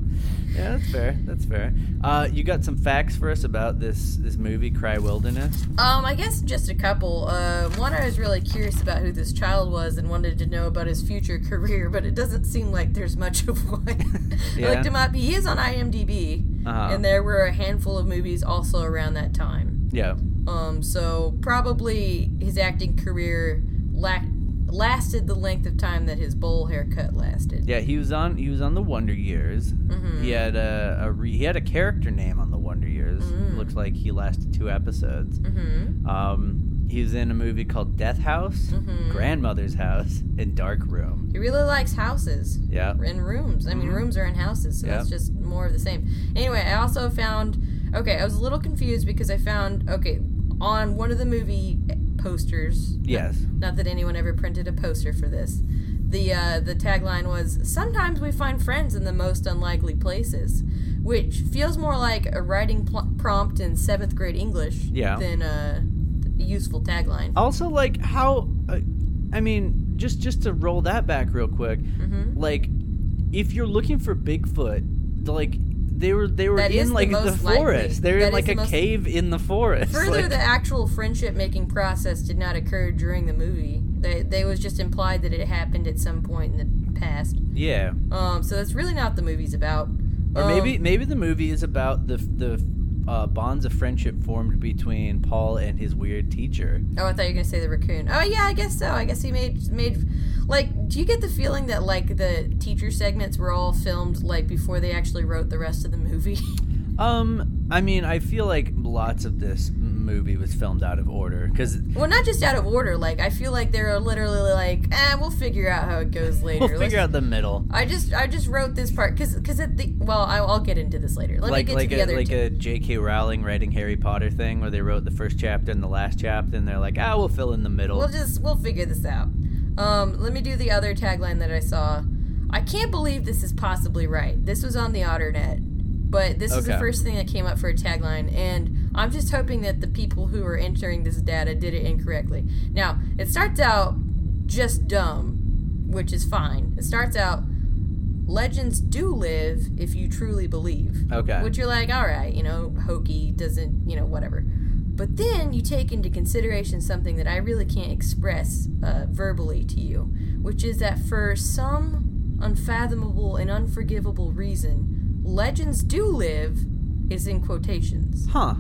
Speaker 3: yeah, that's fair. That's fair. Uh, you got some facts for us about this this movie, Cry Wilderness.
Speaker 4: Um, I guess just a couple. Uh, one, I was really curious about who this child was and wanted to know about his future [LAUGHS] career, but it doesn't seem like there's much of one. [LAUGHS]
Speaker 3: Yeah.
Speaker 4: I looked him up. He is on IMDb,
Speaker 3: Uh-huh.
Speaker 4: and there were a handful of movies also around that time.
Speaker 3: Yeah,
Speaker 4: Um, so probably his acting career lack lasted the length of time that his bowl haircut lasted.
Speaker 3: yeah. He was on he was on the Wonder Years.
Speaker 4: Mm-hmm.
Speaker 3: He had a, a re, he had a character name on the Wonder Years.
Speaker 4: Mm.
Speaker 3: Looks like he lasted two episodes. Mm-hmm. Um, he was in a movie called Death House,
Speaker 4: Mm-hmm.
Speaker 3: Grandmother's House, and Dark Room.
Speaker 4: He really likes houses.
Speaker 3: Yeah.
Speaker 4: in rooms. I mean, rooms are in houses, so
Speaker 3: Mm-hmm. Yeah.
Speaker 4: that's just more of the same. Anyway, I also found okay, I was a little confused because I found okay on one of the movie posters.
Speaker 3: Yes.
Speaker 4: Not that anyone ever printed a poster for this. The uh, the tagline was sometimes we find friends in the most unlikely places, which feels more like a writing pl- prompt in seventh grade English
Speaker 3: Yeah.
Speaker 4: than a useful tagline.
Speaker 3: also like how uh, i mean just just to roll that back real quick
Speaker 4: Mm-hmm.
Speaker 3: like if you're looking for bigfoot like they were they were
Speaker 4: That is
Speaker 3: in
Speaker 4: the
Speaker 3: like the,
Speaker 4: most likely.
Speaker 3: forest they're
Speaker 4: That
Speaker 3: in
Speaker 4: is
Speaker 3: like
Speaker 4: the
Speaker 3: a
Speaker 4: most-
Speaker 3: cave in the forest
Speaker 4: Further,
Speaker 3: like,
Speaker 4: the actual friendship making process did not occur during the movie. They, they was just implied that it happened at some point in the past.
Speaker 3: yeah
Speaker 4: Um, so that's really not the movie's about.
Speaker 3: or
Speaker 4: Um,
Speaker 3: maybe maybe the movie is about the the uh, bonds of friendship formed between paul and his weird teacher
Speaker 4: Oh, I thought you were gonna say the raccoon. Oh yeah, I guess so. I guess he made made. Like, do you get the feeling that like the teacher segments were all filmed like before they actually wrote the rest of the movie? [LAUGHS]
Speaker 3: um i mean i feel like lots of this movie was filmed out of order because
Speaker 4: well, not just out of order. Like, I feel like they're literally like, eh, we'll figure out how it goes later.
Speaker 3: we'll
Speaker 4: Let's
Speaker 3: figure out the middle
Speaker 4: I just I just wrote this part because because at the well I, I'll get into this later. Let
Speaker 3: like
Speaker 4: me get
Speaker 3: like
Speaker 4: to
Speaker 3: a
Speaker 4: the other
Speaker 3: like
Speaker 4: two.
Speaker 3: a J.K. Rowling writing Harry Potter thing where they wrote the first chapter and the last chapter, and they're like, ah, we'll fill in the middle.
Speaker 4: We'll just we'll figure this out. Um, let me do the other tagline that I saw. I can't believe this is possibly right. This was on the Otternet, but this is the
Speaker 3: Okay.
Speaker 4: first thing that came up for a tagline, and I'm just hoping that the people who are entering this data did it incorrectly. Now it starts out just dumb, which is fine. It starts out. Legends do live if you truly believe.
Speaker 3: okay.
Speaker 4: Which you're like, all right, you know, hokey doesn't, you know, whatever. But then you take into consideration something that I really can't express uh, verbally to you, which is that for some unfathomable and unforgivable reason, legends do live is in quotations.
Speaker 3: huh?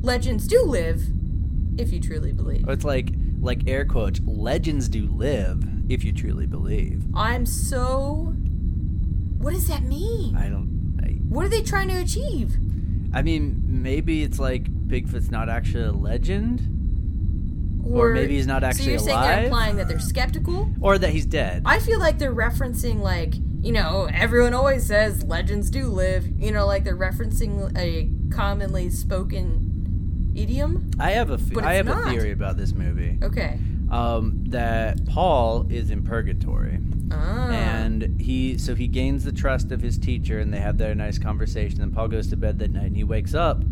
Speaker 4: Legends do live if you truly believe.
Speaker 3: It's like like air quotes. Legends do live if you truly believe.
Speaker 4: I'm so. What does that mean?
Speaker 3: I don't. I,
Speaker 4: What are they trying to achieve?
Speaker 3: I mean, maybe it's like Bigfoot's not actually a legend, Or maybe he's not
Speaker 4: So
Speaker 3: actually
Speaker 4: you're saying
Speaker 3: alive?
Speaker 4: they're implying that they're skeptical?
Speaker 3: or that he's dead.
Speaker 4: I feel like they're referencing like you know everyone always says legends do live. You know, like they're referencing a commonly spoken idiom.
Speaker 3: I have a f-
Speaker 4: But
Speaker 3: I have
Speaker 4: it's
Speaker 3: a
Speaker 4: not.
Speaker 3: theory about this movie.
Speaker 4: Okay.
Speaker 3: Um, that Paul is in purgatory.
Speaker 4: Ah.
Speaker 3: and he so he gains the trust of his teacher and they have their nice conversation and paul goes to bed that night and he wakes up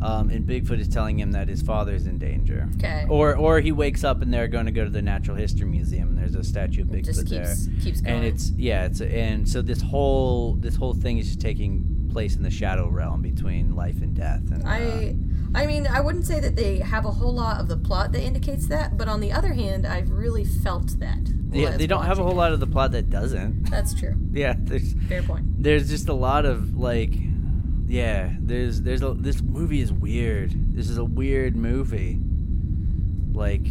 Speaker 3: um, and bigfoot is telling him that his father's in danger
Speaker 4: Okay.
Speaker 3: or or he wakes up and they're going to go to the natural history museum and there's a statue of bigfoot
Speaker 4: just
Speaker 3: there
Speaker 4: keeps keeps going.
Speaker 3: and it's yeah it's and so this whole this whole thing is just taking place in the shadow realm between life and death and uh,
Speaker 4: I I mean, I wouldn't say that they have a whole lot of the plot that indicates that, but on the other hand, I've really felt that. while I
Speaker 3: Yeah,
Speaker 4: was
Speaker 3: they don't have a
Speaker 4: watching
Speaker 3: whole
Speaker 4: it.
Speaker 3: lot of the plot that doesn't. [LAUGHS]
Speaker 4: That's true.
Speaker 3: Yeah, there's
Speaker 4: Fair point.
Speaker 3: there's just a lot of like, yeah, there's there's a, this movie is weird. This is a weird movie. Like,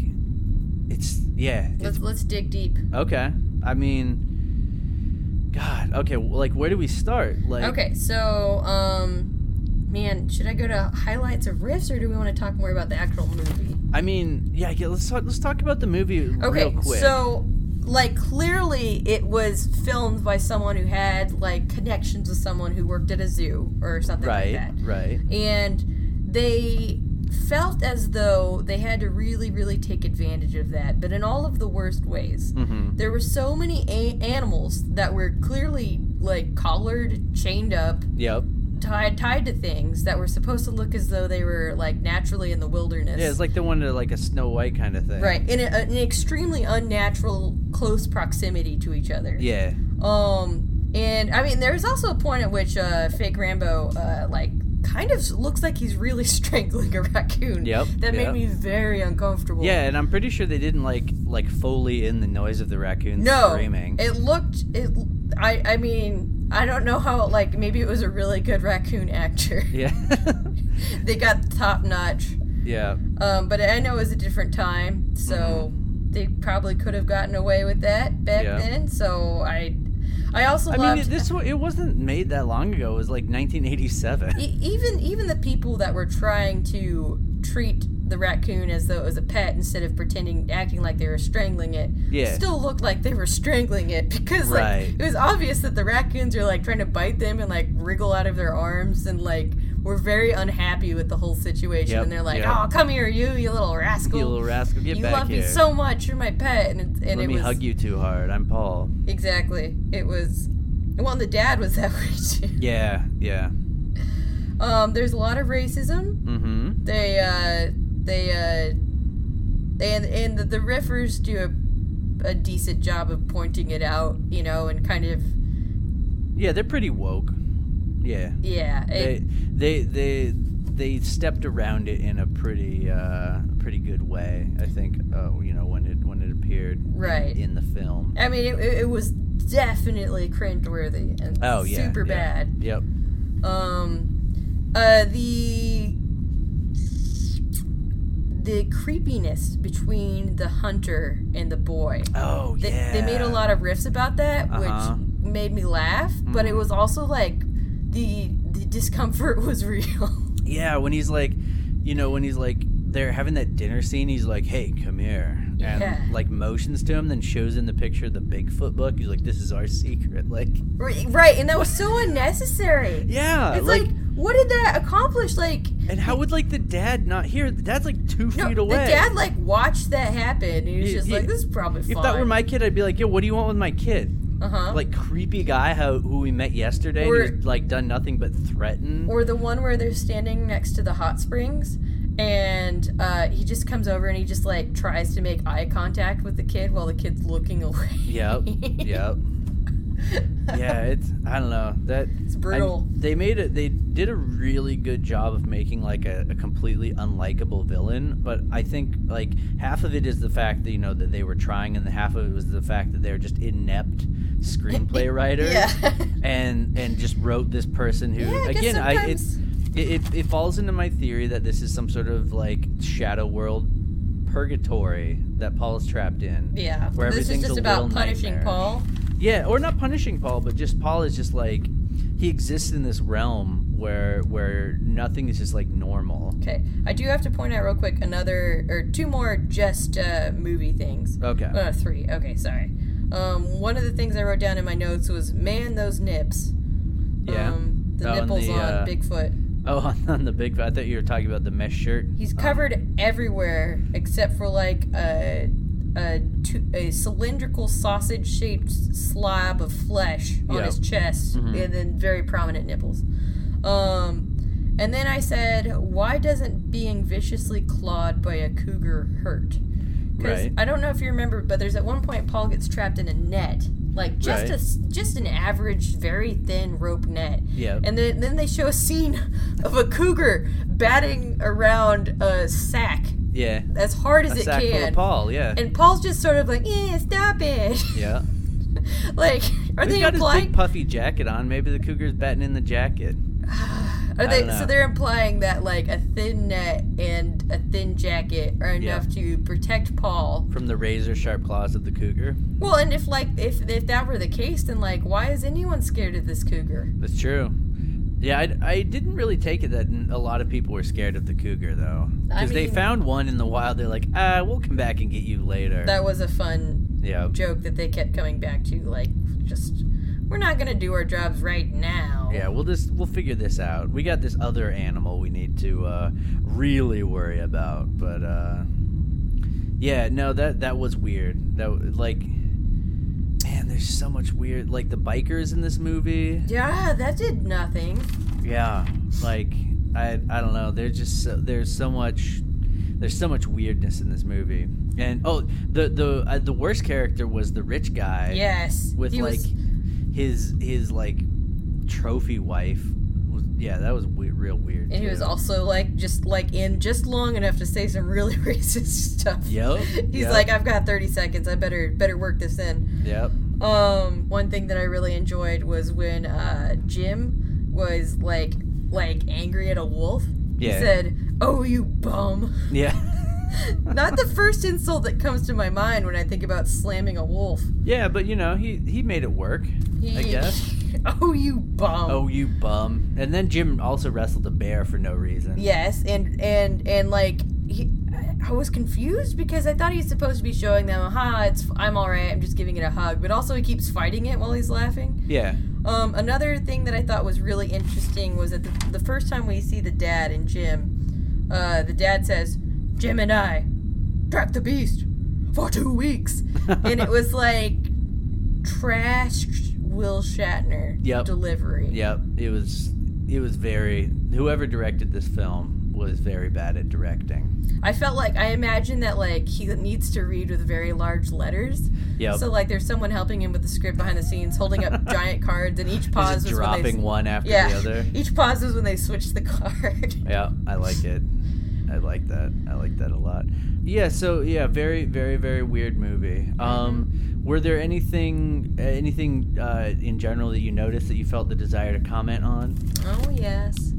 Speaker 3: it's yeah,
Speaker 4: Let's let's dig deep.
Speaker 3: Okay. I mean, God. Okay. w- Like, where do we start? Like,
Speaker 4: Okay, so um, man, should I go to highlights of riffs, or do we want to talk more about the actual movie?
Speaker 3: I mean, yeah. yeah, Let's talk, let's talk about the movie
Speaker 4: Okay,
Speaker 3: real quick.
Speaker 4: so like clearly it was filmed by someone who had like connections with someone who worked at a zoo or something
Speaker 3: right,
Speaker 4: like that.
Speaker 3: right.
Speaker 4: and they felt as though they had to really really take advantage of that but in all of the worst ways
Speaker 3: Mm-hmm.
Speaker 4: there were so many a- animals that were clearly like collared chained up
Speaker 3: Yep.
Speaker 4: tied tied to things that were supposed to look as though they were like naturally in the wilderness
Speaker 3: Yeah, it's like the one to like a Snow White kind of thing.
Speaker 4: right in a, an extremely unnatural close proximity to each other
Speaker 3: Yeah.
Speaker 4: um, and I mean, there's also a point at which uh, fake Rambo, uh, like, kind of looks like he's really [LAUGHS] strangling a raccoon.
Speaker 3: Yep,
Speaker 4: That
Speaker 3: yep.
Speaker 4: made me very uncomfortable.
Speaker 3: Yeah, and I'm pretty sure they didn't like like Foley in the noise of the raccoon
Speaker 4: No.
Speaker 3: screaming.
Speaker 4: It looked. It. I. I mean. I don't know how. Like, maybe it was a really good raccoon actor.
Speaker 3: yeah.
Speaker 4: [LAUGHS]
Speaker 3: [LAUGHS]
Speaker 4: they got top notch.
Speaker 3: yeah.
Speaker 4: Um, but I know it was a different time, so they probably could have gotten away with that back
Speaker 3: Mm-hmm. Yeah.
Speaker 4: then. So I. I also
Speaker 3: I
Speaker 4: loved
Speaker 3: mean, this wa- it wasn't made that long ago. It was like 1987.
Speaker 4: E- even even the people that were trying to treat the raccoon as though it was a pet instead of pretending acting like they were strangling it
Speaker 3: Yeah.
Speaker 4: still looked like they were strangling it [LAUGHS] because like
Speaker 3: Right.
Speaker 4: it was obvious that the raccoons are like trying to bite them and like wriggle out of their arms and like were very unhappy with the whole situation
Speaker 3: Yep,
Speaker 4: and they're like
Speaker 3: yep.
Speaker 4: oh come here you you little rascal
Speaker 3: You little rascal, get
Speaker 4: you
Speaker 3: back
Speaker 4: love
Speaker 3: here.
Speaker 4: me so much you're my pet and, it- and
Speaker 3: Let
Speaker 4: it
Speaker 3: me
Speaker 4: was
Speaker 3: hug you too hard. I'm Paul.
Speaker 4: exactly it was well and the dad was that [LAUGHS] way too
Speaker 3: Yeah. Yeah.
Speaker 4: um there's a lot of racism
Speaker 3: Mm-hmm.
Speaker 4: they uh they uh and and the, the riffers do a, a decent job of pointing it out you know and kind of
Speaker 3: Yeah, they're pretty woke. Yeah.
Speaker 4: yeah
Speaker 3: They
Speaker 4: it,
Speaker 3: they they they stepped around it in a pretty uh pretty good way, I think. Uh, you know, when it when it appeared
Speaker 4: Right.
Speaker 3: in the film.
Speaker 4: i mean it, it it was definitely cringe worthy and
Speaker 3: Oh yeah.
Speaker 4: super
Speaker 3: yeah.
Speaker 4: bad
Speaker 3: Yep.
Speaker 4: um uh the the creepiness between the hunter and the boy
Speaker 3: Oh
Speaker 4: they,
Speaker 3: yeah.
Speaker 4: they made a lot of riffs about that,
Speaker 3: Uh-huh. Mm-hmm.
Speaker 4: which made me laugh. But it was also like the the discomfort [LAUGHS] was real.
Speaker 3: Yeah, when he's like, you know, when he's like they're having that dinner scene, he's like, "Hey, come here," and
Speaker 4: Yeah.
Speaker 3: like motions to him, then shows him the picture of the Bigfoot book. He's like, "This is our secret." Like,
Speaker 4: Ri- right, and that was
Speaker 3: [LAUGHS]
Speaker 4: so unnecessary.
Speaker 3: yeah,
Speaker 4: It's like, what did that accomplish? Like,
Speaker 3: and how would like the dad not hear? The dad's like two
Speaker 4: no,
Speaker 3: feet
Speaker 4: the
Speaker 3: away.
Speaker 4: dad like watched that happen. And he was
Speaker 3: Yeah,
Speaker 4: just
Speaker 3: yeah.
Speaker 4: like, this is probably fine.
Speaker 3: If that were my kid, I'd be like, "Yo, what do you want with my kid?"
Speaker 4: uh-huh.
Speaker 3: Like creepy guy how, who we met yesterday,
Speaker 4: Or-
Speaker 3: and he's like done nothing but threaten.
Speaker 4: or the one where they're standing next to the hot springs and uh, he just comes over and he just like tries to make eye contact with the kid while the kid's looking away. [LAUGHS]
Speaker 3: yep, yep, yeah. It's I don't know that
Speaker 4: It's
Speaker 3: I-
Speaker 4: brutal.
Speaker 3: they made it. They did a really good job of making like a, a completely unlikable villain. But I think like half of it is the fact that you know that they were trying, and the half of it was the fact that they were just inept
Speaker 4: [LAUGHS]
Speaker 3: screenplay writers.
Speaker 4: yeah.
Speaker 3: and and just wrote this person who
Speaker 4: Yeah, I guess
Speaker 3: again I it's
Speaker 4: sometimes-
Speaker 3: it, it, it falls into my theory that this is some sort of like shadow world purgatory that Paul is trapped in.
Speaker 4: Yeah,
Speaker 3: where
Speaker 4: this is
Speaker 3: everything's
Speaker 4: just
Speaker 3: a
Speaker 4: about
Speaker 3: will
Speaker 4: punishing
Speaker 3: nightmare.
Speaker 4: Paul.
Speaker 3: Yeah, or not punishing Paul, but just Paul is just like he exists in this realm where where nothing is just like normal.
Speaker 4: Okay, I do have to point out real quick another or two more just uh, movie things.
Speaker 3: Okay.
Speaker 4: uh, three. Okay, sorry. Um, one of the things I wrote down in my notes was, "Man, those nips."
Speaker 3: Yeah.
Speaker 4: Um, the
Speaker 3: Oh, and
Speaker 4: nipples
Speaker 3: the,
Speaker 4: on
Speaker 3: uh,
Speaker 4: Bigfoot.
Speaker 3: Oh, [LAUGHS] on, on the big I thought you were talking about the mesh shirt.
Speaker 4: He's covered everywhere except for like a a, two, a cylindrical sausage-shaped slab of flesh on
Speaker 3: Yeah. Mm-hmm.
Speaker 4: his chest, and then very prominent nipples. Um, and then I said, why doesn't being viciously clawed by a cougar hurt? 'Cause
Speaker 3: Right.
Speaker 4: I don't know if you remember, but there's at one point Paul gets trapped in a net, like just
Speaker 3: Right.
Speaker 4: a s- just an average, very thin rope net.
Speaker 3: Yep.
Speaker 4: And then, then they show a scene of a cougar batting around a sack
Speaker 3: Yeah.
Speaker 4: as hard as
Speaker 3: A
Speaker 4: it
Speaker 3: sack full
Speaker 4: can.
Speaker 3: of Paul, yeah.
Speaker 4: And Paul's just sort of like, eh, stop it.
Speaker 3: yeah.
Speaker 4: [LAUGHS] like, are
Speaker 3: He's
Speaker 4: they
Speaker 3: got his
Speaker 4: implying?
Speaker 3: big puffy jacket on. Maybe the cougar's batting in the jacket.
Speaker 4: Are they
Speaker 3: don't know.
Speaker 4: so they're implying that like a thin net and a thin jacket are enough to protect Paul.
Speaker 3: From the razor sharp claws of the cougar.
Speaker 4: Well, and if like if if that were the case, then like why is anyone scared of this cougar?
Speaker 3: That's true. Yeah, I, I didn't really take it that n- a lot of people were scared of the cougar, though.
Speaker 4: I
Speaker 3: Because they
Speaker 4: mean-
Speaker 3: found one in the wild. They're like, ah, we'll come back and get you later.
Speaker 4: That was a fun
Speaker 3: yeah.
Speaker 4: joke that they kept coming back to. Like, just we're not gonna do our jobs right now.
Speaker 3: Yeah, we'll just we'll figure this out. We got this other animal we need to uh, really worry about, but uh, yeah, no, that that was weird. That w- like, man, there's so much weird. Like the bikers in this movie,
Speaker 4: Yeah, that did nothing.
Speaker 3: yeah, like I I don't know. There's just so, there's so much there's so much weirdness in this movie. And oh, the the uh, the worst character was the rich guy
Speaker 4: Yes,
Speaker 3: with
Speaker 4: he
Speaker 3: like
Speaker 4: was-
Speaker 3: his his like trophy wife. Was, yeah, that was weird, real weird.
Speaker 4: and he was
Speaker 3: too.
Speaker 4: also like just like in just long enough to say some really [LAUGHS] racist stuff.
Speaker 3: Yep.
Speaker 4: He's
Speaker 3: yep,
Speaker 4: like, I've got 30 seconds. I better better work this in.
Speaker 3: yep.
Speaker 4: Um, one thing that I really enjoyed was when uh, Jim was like like angry at a wolf.
Speaker 3: Yeah.
Speaker 4: He said, "Oh, you bum."
Speaker 3: Yeah. [LAUGHS]
Speaker 4: Not the first insult that comes to my mind when I think about slamming a wolf.
Speaker 3: Yeah, but you know, he he made it work, I guess.
Speaker 4: [LAUGHS] oh, you bum.
Speaker 3: Oh, you bum. And then Jim also wrestled a bear for no reason.
Speaker 4: Yes, and and and like he, I was confused because I thought he's supposed to be showing them, "Ha, it's I'm all right. I'm just giving it a hug." But also he keeps fighting it while he's laughing.
Speaker 3: Yeah.
Speaker 4: Um, another thing that I thought was really interesting was that the, the first time we see the dad and Jim, uh, the dad says, Jim and I trapped the beast for
Speaker 3: [LAUGHS]
Speaker 4: two weeks. and it was like trash Will Shatner
Speaker 3: Yep.
Speaker 4: delivery.
Speaker 3: Yep. It was it was very whoever directed this film was very bad at directing.
Speaker 4: I felt like, I imagine that like he needs to read with very large letters.
Speaker 3: Yep.
Speaker 4: So like there's someone helping him with the script behind the scenes, holding
Speaker 3: [LAUGHS]
Speaker 4: up giant cards, and each
Speaker 3: He's
Speaker 4: pause
Speaker 3: just
Speaker 4: was when they,
Speaker 3: dropping one after
Speaker 4: yeah,
Speaker 3: the other.
Speaker 4: [LAUGHS] each pause was when they switched the card.
Speaker 3: Yeah, I like it. I like that. I like that a lot. Yeah, so yeah, very very very weird movie. Um were there anything anything uh in general that you noticed that you felt the desire to comment on?
Speaker 4: oh yes.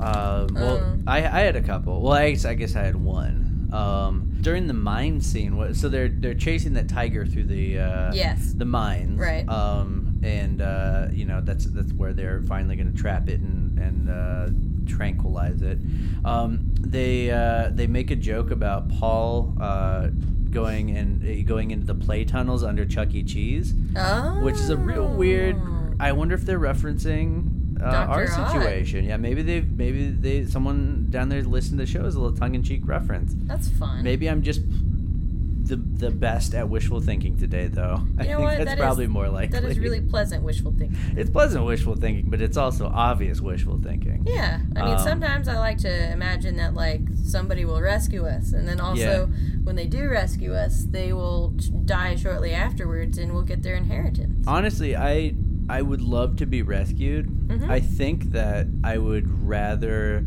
Speaker 3: Uh, well,
Speaker 4: Um.
Speaker 3: I, I had a couple. Well, I guess I, guess I had one. Um, during the mine scene, what, so they're they're chasing that tiger through the uh,
Speaker 4: Yes.
Speaker 3: the mines,
Speaker 4: Right.
Speaker 3: Um, and uh, you know that's that's where they're finally going to trap it and and uh, tranquilize it. Um, they uh, they make a joke about Paul uh, going and uh, going into the play tunnels under Chuck E. Cheese
Speaker 4: Oh.
Speaker 3: which is a real weird. I wonder if they're referencing uh, our
Speaker 4: Dr. Odd. situation.
Speaker 3: situation. Yeah, maybe they maybe they someone down there listening to the show is a little tongue in cheek reference.
Speaker 4: That's fun.
Speaker 3: Maybe I'm just the the best at wishful thinking today, though. [LAUGHS] I
Speaker 4: You know
Speaker 3: think
Speaker 4: what?
Speaker 3: that's
Speaker 4: That is-
Speaker 3: probably more likely.
Speaker 4: That is really pleasant wishful thinking.
Speaker 3: it's pleasant wishful thinking, but it's also obvious wishful thinking.
Speaker 4: Yeah. I mean,
Speaker 3: Um,
Speaker 4: sometimes I like to imagine that, like, somebody will rescue us. And then also, when they do rescue us, they will t- die shortly afterwards and we'll get their
Speaker 3: Uh,
Speaker 4: inheritance.
Speaker 3: Honestly, I I would love to be rescued.
Speaker 4: Mm-hmm.
Speaker 3: I think that I would rather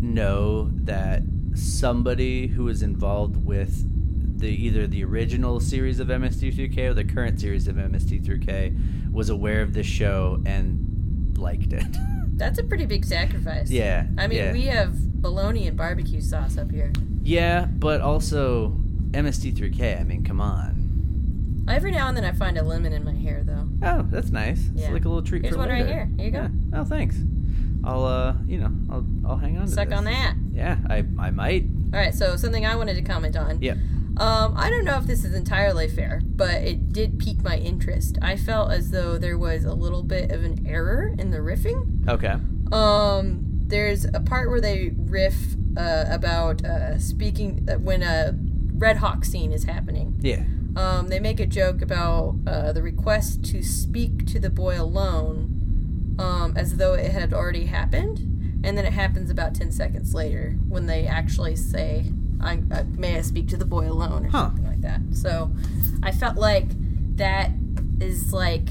Speaker 3: know that somebody who is involved with the either the original series of MST3K or the current series of MST3K was aware of this show and liked it. [LAUGHS]
Speaker 4: That's a pretty big sacrifice.
Speaker 3: yeah.
Speaker 4: I mean,
Speaker 3: yeah.
Speaker 4: we have bologna and barbecue sauce up here.
Speaker 3: Yeah, but also MST3K, I mean, come on.
Speaker 4: Every now and then I find a lemon in my hair, though.
Speaker 3: Oh, that's nice.
Speaker 4: Yeah.
Speaker 3: It's like a little treat
Speaker 4: Here's
Speaker 3: for
Speaker 4: one
Speaker 3: later.
Speaker 4: right here. Here you go.
Speaker 3: Yeah. Oh, thanks. I'll uh, you know, I'll I'll hang on to
Speaker 4: Suck
Speaker 3: this.
Speaker 4: on that.
Speaker 3: Yeah, I, I might.
Speaker 4: All right, so something I wanted to comment on.
Speaker 3: Yeah.
Speaker 4: Um, I don't know if this is entirely fair, but it did pique my interest. I felt as though there was a little bit of an error in the riffing.
Speaker 3: Okay.
Speaker 4: Um, there's a part where they riff uh, about uh, speaking uh, when a Red Hawk scene is happening.
Speaker 3: Yeah.
Speaker 4: Um, they make a joke about uh, the request to speak to the boy alone um, as though it had already happened. And then it happens about 10 seconds later when they actually say, I, I, May I speak to the boy alone, or
Speaker 3: Huh.
Speaker 4: something like that. So I felt like that is like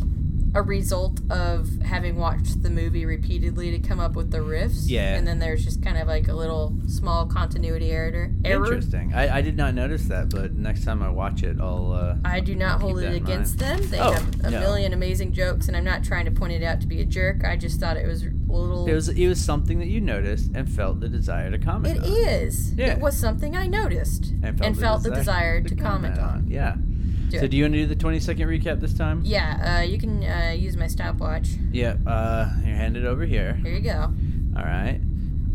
Speaker 4: a result of having watched the movie repeatedly to come up with the riffs.
Speaker 3: Yeah.
Speaker 4: And then there's just kind of like a little small continuity error. error.
Speaker 3: Interesting. I, I did not notice that, but next time I watch it, I'll. Uh,
Speaker 4: I do not hold
Speaker 3: that
Speaker 4: it
Speaker 3: in
Speaker 4: against them. They
Speaker 3: Oh,
Speaker 4: have a
Speaker 3: no.
Speaker 4: million amazing jokes, and I'm not trying to point it out to be a jerk. I just thought it was a little.
Speaker 3: it was it was something that you noticed and felt the desire to comment.
Speaker 4: It
Speaker 3: on.
Speaker 4: is.
Speaker 3: Uh, Yeah.
Speaker 4: It was something I noticed and felt, the, desire, to comment on.
Speaker 3: Yeah.
Speaker 4: Do
Speaker 3: so
Speaker 4: it.
Speaker 3: do you want to do the twenty second recap this time?
Speaker 4: Yeah, uh, you can uh, use my stopwatch.
Speaker 3: Yeah. Uh, here, hand it over here.
Speaker 4: Here you go.
Speaker 3: All right.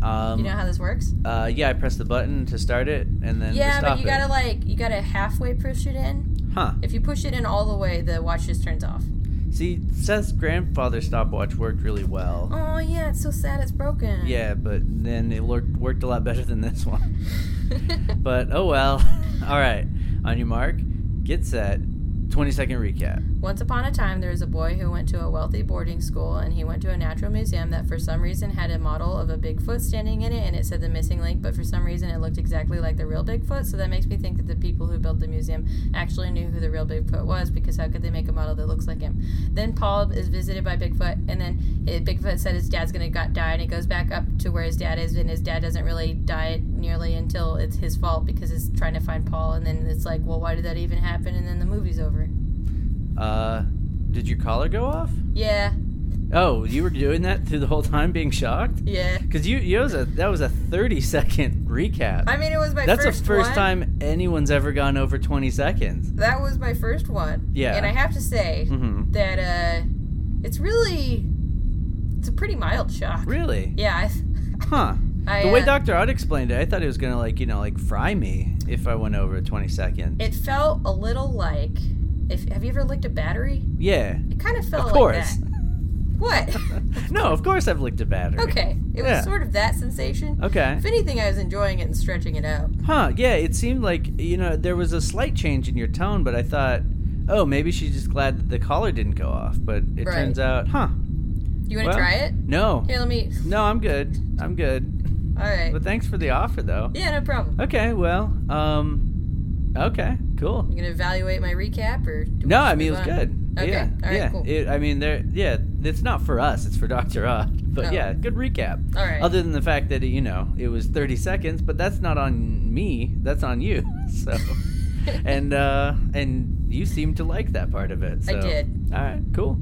Speaker 3: Um,
Speaker 4: You know how this works?
Speaker 3: uh, yeah, I press the button to start it and then to
Speaker 4: Yeah,
Speaker 3: stop
Speaker 4: but you
Speaker 3: it.
Speaker 4: gotta like you gotta halfway push it in.
Speaker 3: huh?
Speaker 4: If you push it in all the way, the watch just turns off.
Speaker 3: See, Seth's grandfather stopwatch worked really well.
Speaker 4: Oh yeah, it's so sad it's broken.
Speaker 3: Yeah, but then it worked worked a lot better than this
Speaker 4: [LAUGHS]
Speaker 3: one. but oh well. [LAUGHS] All right. On your mark, get set. Twenty second recap.
Speaker 4: Once upon a time, there was a boy who went to a wealthy boarding school, and he went to a natural museum that for some reason had a model of a Bigfoot standing in it, and it said the missing link, but for some reason it looked exactly like the real Bigfoot, so that makes me think that the people who built the museum actually knew who the real Bigfoot was, because how could they make a model that looks like him? Then Paul is visited by Bigfoot, and then eh, Bigfoot said his dad's gonna got, die, and he goes back up to where his dad is, and his dad doesn't really die nearly until it's his fault, because it's trying to find Paul, and then it's like, well, why did that even happen? And then the movie's over.
Speaker 3: Uh, did your collar go off?
Speaker 4: Yeah,
Speaker 3: Oh, you were doing that through the whole time, being shocked.
Speaker 4: Yeah.
Speaker 3: Cause you, you was a that was a thirty second [LAUGHS] recap.
Speaker 4: I mean, it was my
Speaker 3: That's
Speaker 4: first
Speaker 3: the first
Speaker 4: one.
Speaker 3: time anyone's ever gone over twenty seconds.
Speaker 4: That was my first one.
Speaker 3: Yeah.
Speaker 4: And I have to say
Speaker 3: Mhm.
Speaker 4: that uh, it's really, it's a pretty mild shock.
Speaker 3: Really?
Speaker 4: Yeah. I,
Speaker 3: Huh.
Speaker 4: I,
Speaker 3: the way
Speaker 4: uh,
Speaker 3: Doctor Odd explained it, I thought he was gonna like you know like fry me if I went over twenty seconds.
Speaker 4: it felt a little like, if have you ever licked a battery?
Speaker 3: yeah.
Speaker 4: It kind of felt
Speaker 3: Of course.
Speaker 4: like that. What? [LAUGHS]
Speaker 3: no, of course I've licked a battery.
Speaker 4: okay. It
Speaker 3: Yeah.
Speaker 4: was sort of that sensation.
Speaker 3: Okay.
Speaker 4: If anything, I was enjoying it and stretching it out.
Speaker 3: Huh? Yeah. It seemed like you know there was a slight change in your tone, but I thought, oh, maybe she's just glad that the collar didn't go off. But it
Speaker 4: Right.
Speaker 3: turns out, huh?
Speaker 4: You want
Speaker 3: well,
Speaker 4: to try it?
Speaker 3: No.
Speaker 4: Here, let me.
Speaker 3: No, I'm good. I'm good.
Speaker 4: All right.
Speaker 3: But thanks for the offer, though.
Speaker 4: yeah, no problem.
Speaker 3: Okay. Well. Um. Okay. Cool.
Speaker 4: You gonna evaluate my recap or? do we
Speaker 3: No,
Speaker 4: just
Speaker 3: I mean it
Speaker 4: move
Speaker 3: was
Speaker 4: on?
Speaker 3: good.
Speaker 4: Okay.
Speaker 3: Yeah.
Speaker 4: All right.
Speaker 3: yeah.
Speaker 4: Cool.
Speaker 3: It, I mean, there. Yeah. It's not for us. It's for Doctor Odd. But
Speaker 4: Oh.
Speaker 3: yeah, good recap.
Speaker 4: All right.
Speaker 3: Other than the fact that you know it was 30 seconds, but that's not on me. That's on you. [LAUGHS] So. and uh and you seemed to like that part of it.
Speaker 4: I
Speaker 3: So.
Speaker 4: did.
Speaker 3: All right. Cool.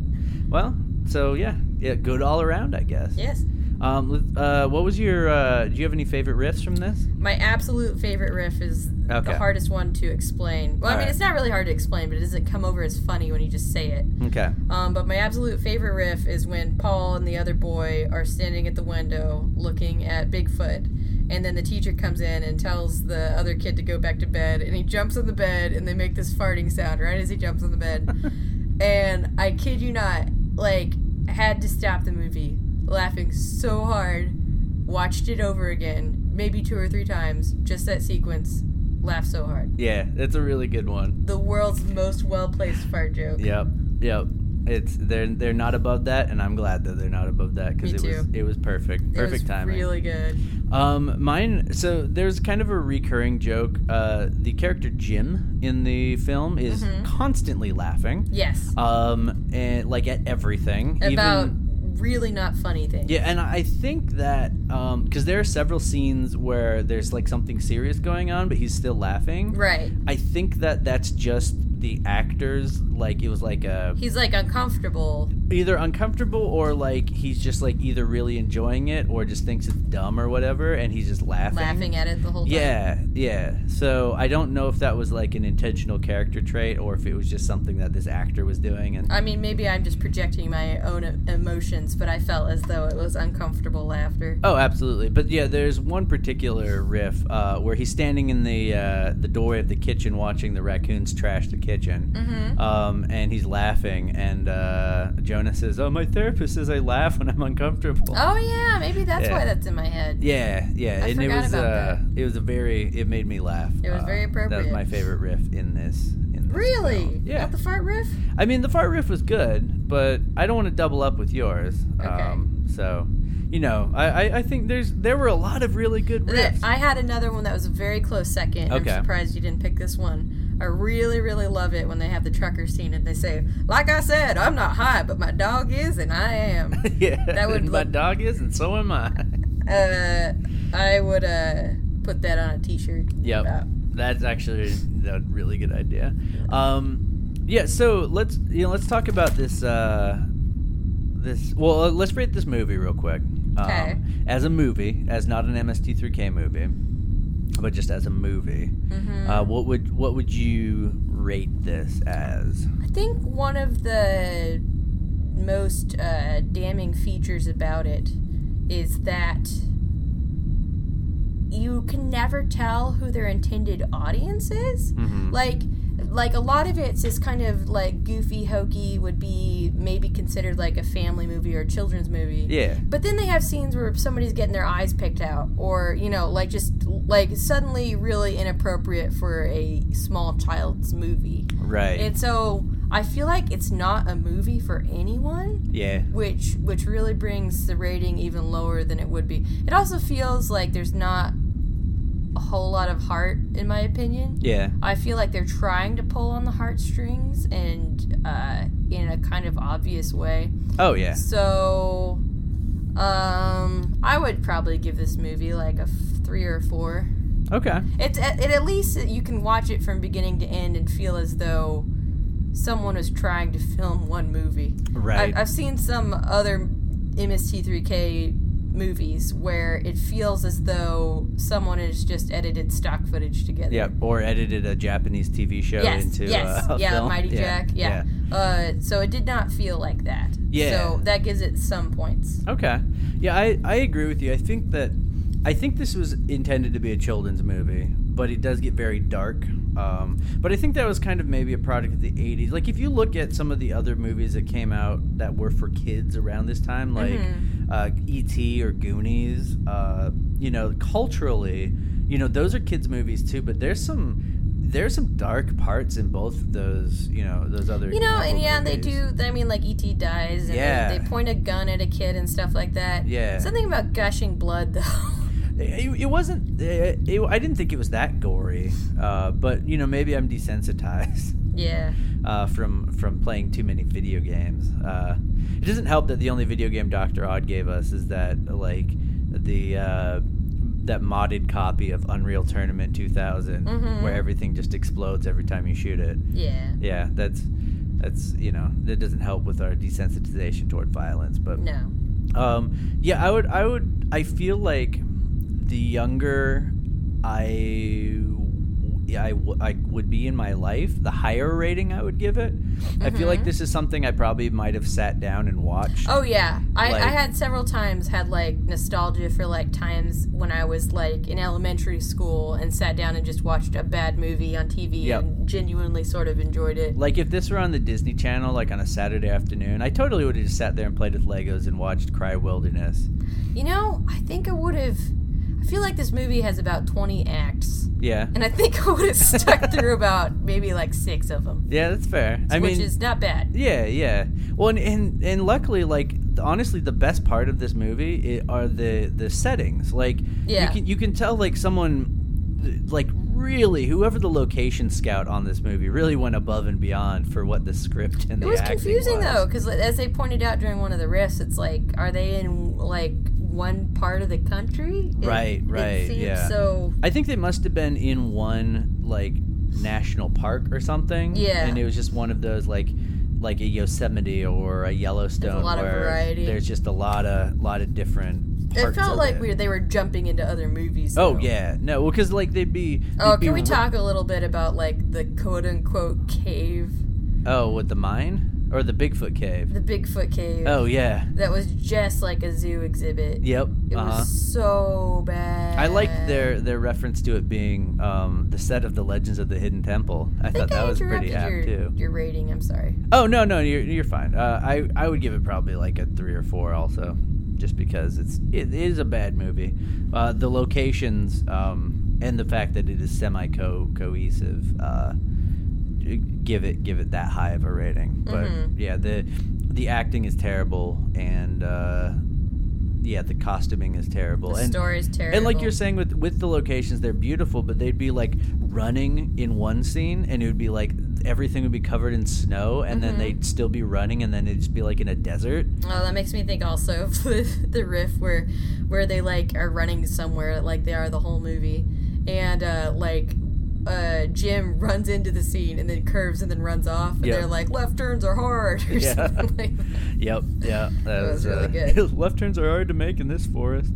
Speaker 3: Well. So yeah. Yeah. Good all around, I guess.
Speaker 4: yes.
Speaker 3: Um, let- uh, what was your? Uh, do you have any favorite riffs from this?
Speaker 4: My absolute favorite riff is
Speaker 3: Okay.
Speaker 4: the hardest one to explain. Well, I mean,
Speaker 3: Alright.
Speaker 4: it's not really hard to explain, but it doesn't come over as funny when you just say it.
Speaker 3: Okay.
Speaker 4: Um, but my absolute favorite riff is when Paul and the other boy are standing at the window looking at Bigfoot, and then the teacher comes in and tells the other kid to go back to bed, and he jumps on the bed, and they make this farting sound right as he jumps on
Speaker 3: [LAUGHS]
Speaker 4: the bed. and I kid you not, like, had to stop the movie laughing so hard, watched it over again, maybe two or three times, just that sequence, laughed so hard.
Speaker 3: Yeah, it's a really good one.
Speaker 4: The world's most well placed fart joke.
Speaker 3: Yep. Yep. It's they're they're not above that, and I'm glad that they're not above that because
Speaker 4: Me
Speaker 3: it was
Speaker 4: too.
Speaker 3: it was perfect,
Speaker 4: It was
Speaker 3: perfect timing.
Speaker 4: Really good.
Speaker 3: Um, mine. So there's kind of a recurring joke. Uh, the character Jim in the film is
Speaker 4: Mm-hmm.
Speaker 3: constantly laughing.
Speaker 4: Yes.
Speaker 3: Um, and like at everything.
Speaker 4: about
Speaker 3: even,
Speaker 4: really not funny things.
Speaker 3: Yeah, and I think that because there are several scenes where there's like something serious going on, but he's still laughing.
Speaker 4: Right.
Speaker 3: I think that that's just the actors. Like it was like a
Speaker 4: He's like uncomfortable.
Speaker 3: either uncomfortable or like he's just like either really enjoying it or just thinks it's dumb or whatever, and he's just laughing.
Speaker 4: Laughing at it the whole time.
Speaker 3: Yeah, yeah. So I don't know if that was like an intentional character trait or if it was just something that this actor was doing. And
Speaker 4: I mean, maybe I'm just projecting my own e- emotions, but I felt as though it was uncomfortable laughter.
Speaker 3: Oh, absolutely. But yeah, there's one particular riff uh, where he's standing in the uh, the doorway of the kitchen watching the raccoons trash the kitchen,
Speaker 4: Mm-hmm.
Speaker 3: um, and he's laughing. And uh, Jonah says, "Oh, my therapist says I laugh when I'm uncomfortable."
Speaker 4: Oh yeah, maybe that's
Speaker 3: Yeah.
Speaker 4: why that's in my head.
Speaker 3: Yeah, yeah,
Speaker 4: I
Speaker 3: and it
Speaker 4: forgot
Speaker 3: was
Speaker 4: about
Speaker 3: uh, it was a very it made me laugh.
Speaker 4: It was
Speaker 3: Uh,
Speaker 4: very
Speaker 3: That was
Speaker 4: appropriate.
Speaker 3: my favorite riff in this. In this
Speaker 4: Really?
Speaker 3: film. Yeah.
Speaker 4: Not the fart riff?
Speaker 3: I mean, the fart riff was good, but I don't want to double up with yours.
Speaker 4: Okay.
Speaker 3: Um, so, you know, I, I, I think there's there were a lot of really good
Speaker 4: That-
Speaker 3: riffs.
Speaker 4: I had another one that was a very close second. and
Speaker 3: Okay.
Speaker 4: I'm surprised you didn't pick this one. I really, really love it when they have the trucker scene and they say, "Like I said, I'm not high, but my dog is, and I
Speaker 3: [LAUGHS]
Speaker 4: am."
Speaker 3: [LAUGHS] yeah,
Speaker 4: That would
Speaker 3: and my
Speaker 4: look-
Speaker 3: dog is, and so am I.
Speaker 4: uh, I would uh, put that on a T-shirt. Uh,
Speaker 3: Yep,
Speaker 4: About-
Speaker 3: that's actually a really good idea. Um, yeah, so let's you know let's talk about this. Uh, this well, uh, let's rate this movie real quick. Um,
Speaker 4: Okay.
Speaker 3: As a movie, as not an MST3K movie, but just as a movie,
Speaker 4: Mm-hmm.
Speaker 3: uh, what would what would you rate this as?
Speaker 4: I think one of the most uh, damning features about it is that you can never tell who their intended audience is.
Speaker 3: Mm-hmm.
Speaker 4: Like, like a lot of it's this kind of like goofy, hokey would be maybe considered like a family movie or a children's movie.
Speaker 3: Yeah.
Speaker 4: But then they have scenes where somebody's getting their eyes picked out, or you know, like just like suddenly really inappropriate for a small child's movie.
Speaker 3: Right.
Speaker 4: And so I feel like it's not a movie for anyone,
Speaker 3: yeah.
Speaker 4: which which really brings the rating even lower than it would be. It also feels like there's not a whole lot of heart, in my opinion.
Speaker 3: Yeah.
Speaker 4: I feel like they're trying to pull on the heartstrings and uh, in a kind of obvious way.
Speaker 3: Oh yeah.
Speaker 4: So, um, I would probably give this movie like a f- three or four.
Speaker 3: Okay.
Speaker 4: It's at, it at least uh, you can watch it from beginning to end and feel as though someone was trying to film one movie.
Speaker 3: Right.
Speaker 4: I've, I've seen some other MST3K movies where it feels as though someone has just edited stock footage together.
Speaker 3: Yeah, or edited a Japanese TV show
Speaker 4: Yes.
Speaker 3: into
Speaker 4: yes.
Speaker 3: uh, a
Speaker 4: yeah.
Speaker 3: film.
Speaker 4: Mighty Jack. Yeah. Uh, so it did not feel like that.
Speaker 3: Yeah.
Speaker 4: So that gives it some points.
Speaker 3: Okay. Yeah, I, I agree with you. I think that I think this was intended to be a children's movie, but it does get very dark. Um, but I think that was kind of maybe a product of the '80s. Like if you look at some of the other movies that came out that were for kids around this time, like
Speaker 4: Mm-hmm.
Speaker 3: uh, E.T. or Goonies, uh, you know, culturally, you know, those are kids' movies too. But there's some there's some dark parts in both of those, you know, those other.
Speaker 4: You know, and
Speaker 3: example
Speaker 4: yeah, they
Speaker 3: movies.
Speaker 4: do. I mean, like ET dies, and
Speaker 3: Yeah.
Speaker 4: they, they point a gun at a kid and stuff like that.
Speaker 3: Yeah.
Speaker 4: Something about gushing blood, [LAUGHS] though.
Speaker 3: it, it wasn't it, it, i didn't think it was that gory uh, but you know maybe i'm desensitized [LAUGHS]
Speaker 4: yeah.
Speaker 3: uh, from from playing too many video games uh, it doesn't help that the only video game dr odd gave us is that like the uh, that modded copy of unreal tournament 2000 where everything just explodes every time you shoot it
Speaker 4: Yeah.
Speaker 3: yeah that's that's you know that doesn't help with our desensitization toward violence but
Speaker 4: No.
Speaker 3: um, yeah, I would. I would. I feel like the younger I, I, w- I would be in my life, the higher rating I would give it. I feel like this is something I probably might have sat down and watched.
Speaker 4: Mm-hmm. Oh yeah, I,
Speaker 3: Like-
Speaker 4: I had several times had like nostalgia for like times when I was like in elementary school and sat down and just watched a bad movie on TV
Speaker 3: Yep.
Speaker 4: and genuinely sort of enjoyed it.
Speaker 3: Like if this were on the Disney Channel, like on a Saturday afternoon, I totally would have just sat there and played with Legos and watched Cry Wilderness.
Speaker 4: You know, I think I would have. I feel like this movie has about twenty acts,
Speaker 3: Yeah,
Speaker 4: and I think I would
Speaker 3: [LAUGHS]
Speaker 4: have stuck through about maybe like six of them,
Speaker 3: yeah, that's fair. I
Speaker 4: which
Speaker 3: mean,
Speaker 4: is not bad.
Speaker 3: Yeah, yeah. Well, and and, and luckily, like th- honestly, the best part of this movie i are the the settings. Like, you
Speaker 4: Yeah.
Speaker 3: can you can tell like someone, th- like really whoever the location scout on this movie really went above and beyond for what the script and
Speaker 4: It
Speaker 3: the
Speaker 4: was
Speaker 3: acting
Speaker 4: confusing
Speaker 3: was.
Speaker 4: though, because as they pointed out during one of the riffs, it's like, are they in like one part of the country? It-
Speaker 3: Right, right,
Speaker 4: It seems
Speaker 3: yeah.
Speaker 4: so
Speaker 3: I think they must have been in one like national park or something.
Speaker 4: Yeah.
Speaker 3: and it was just one of those like like a Yosemite or a Yellowstone.
Speaker 4: lot of
Speaker 3: where
Speaker 4: variety.
Speaker 3: There's just a lot of lot of different.
Speaker 4: It
Speaker 3: parts
Speaker 4: felt
Speaker 3: of
Speaker 4: like
Speaker 3: it.
Speaker 4: we they were jumping into other movies.
Speaker 3: Oh
Speaker 4: though.
Speaker 3: yeah, no, well, because like they'd be.
Speaker 4: Oh,
Speaker 3: they'd be
Speaker 4: can we
Speaker 3: ru-
Speaker 4: talk a little bit about like the quote unquote cave,
Speaker 3: Oh, with the mine or the Bigfoot cave?
Speaker 4: the Bigfoot cave?
Speaker 3: Oh yeah,
Speaker 4: That was just like a zoo exhibit.
Speaker 3: yep.
Speaker 4: It
Speaker 3: Uh-huh.
Speaker 4: was so bad.
Speaker 3: I liked their their reference to it being um, the set of the Legends of the Hidden Temple. I,
Speaker 4: I
Speaker 3: thought
Speaker 4: think
Speaker 3: that
Speaker 4: I
Speaker 3: was pretty apt
Speaker 4: interrupted your,
Speaker 3: too.
Speaker 4: your rating. I'm sorry.
Speaker 3: Oh no, no, you're you're fine. Uh, I I would give it probably like a three or four also, just because it's it is a bad movie. Uh, the locations um, and the fact that it is semi co cohesive uh, give it give it that high of a
Speaker 4: Mm-hmm.
Speaker 3: rating. But yeah, the the acting is terrible and. Uh, yeah, the costuming is terrible.
Speaker 4: The
Speaker 3: and,
Speaker 4: story is
Speaker 3: And like
Speaker 4: terrible.
Speaker 3: you're saying with with the locations, they're beautiful, but they'd be like running in one scene, and it would be like everything would be covered in snow, and
Speaker 4: Mm-hmm.
Speaker 3: then they'd still be running, and then it'd just be like in a desert.
Speaker 4: Oh, that makes me think also of [LAUGHS] the, the riff where where they like are running somewhere like they are the whole movie, and uh, like uh, Jim runs into the scene and then curves and then runs off, and
Speaker 3: Yeah.
Speaker 4: they're like left turns are hard [LAUGHS] or
Speaker 3: Yeah.
Speaker 4: something like that.
Speaker 3: Yep, yeah, that
Speaker 4: was
Speaker 3: uh,
Speaker 4: really
Speaker 3: [LAUGHS]
Speaker 4: good. Mm-hmm.
Speaker 3: left turns are hard to make in this forest.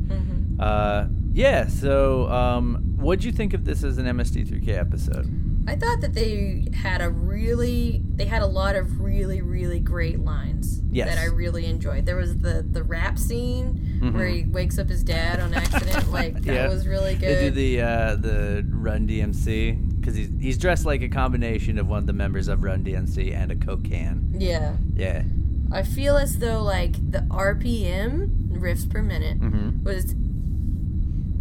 Speaker 3: Uh, yeah. So, um, what'd you think of this as an MSD3K episode?
Speaker 4: I thought that they had a really they had a lot of really really great lines
Speaker 3: Yes.
Speaker 4: that I really enjoyed. There was the the rap scene where he wakes up his dad on accident, like that
Speaker 3: Mm-hmm. [LAUGHS] Yeah.
Speaker 4: was really good.
Speaker 3: They do the uh, the Run DMC because he's he's dressed like a combination of one of the members of Run DMC and a Coke can.
Speaker 4: yeah.
Speaker 3: Yeah,
Speaker 4: I feel as though like the RPM riffs per minute was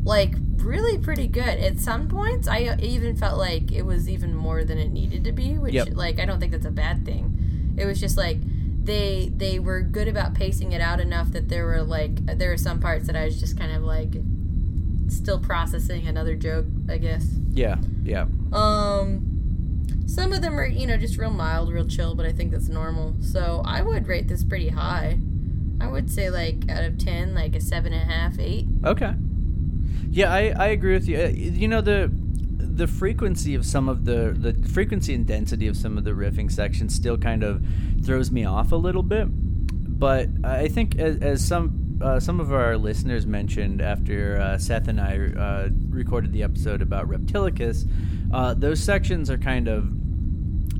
Speaker 4: like really pretty good. At some points, I uh, even felt like it was even more than it needed to be, which
Speaker 3: Yep.
Speaker 4: like I don't think that's a bad thing. It was just like they they were good about pacing it out enough that there were like there were some parts that I was just kind of like still processing another joke, I guess.
Speaker 3: yeah, yeah.
Speaker 4: Um, some of them are, you know, just real mild, real chill, but I think that's normal. So I would rate this pretty high. I would say like out of ten, like a seven and a half, eight.
Speaker 3: Okay. Yeah, I, I agree with you. Uh, You know the the frequency of some of the the frequency and density of some of the riffing sections still kind of throws me off a little bit. But I think as, as some uh, some of our listeners mentioned after uh, Seth and I uh, recorded the episode about Reptilicus, uh, those sections are kind of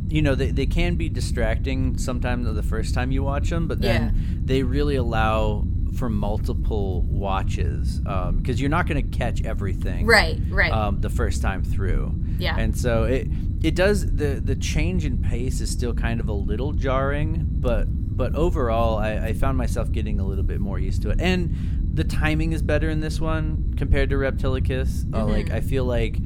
Speaker 3: you know they, they can be distracting sometimes the first time you watch them but then
Speaker 4: Yeah.
Speaker 3: they really allow for multiple watches because you're not going to catch everything
Speaker 4: Right, right.
Speaker 3: um, the first time through
Speaker 4: Yeah.
Speaker 3: and so it it does the the change in pace is still kind of a little jarring but but overall I, I found myself getting a little bit more used to it and the timing is better in this one compared to reptilicus uh,
Speaker 4: Mm-hmm.
Speaker 3: like i feel like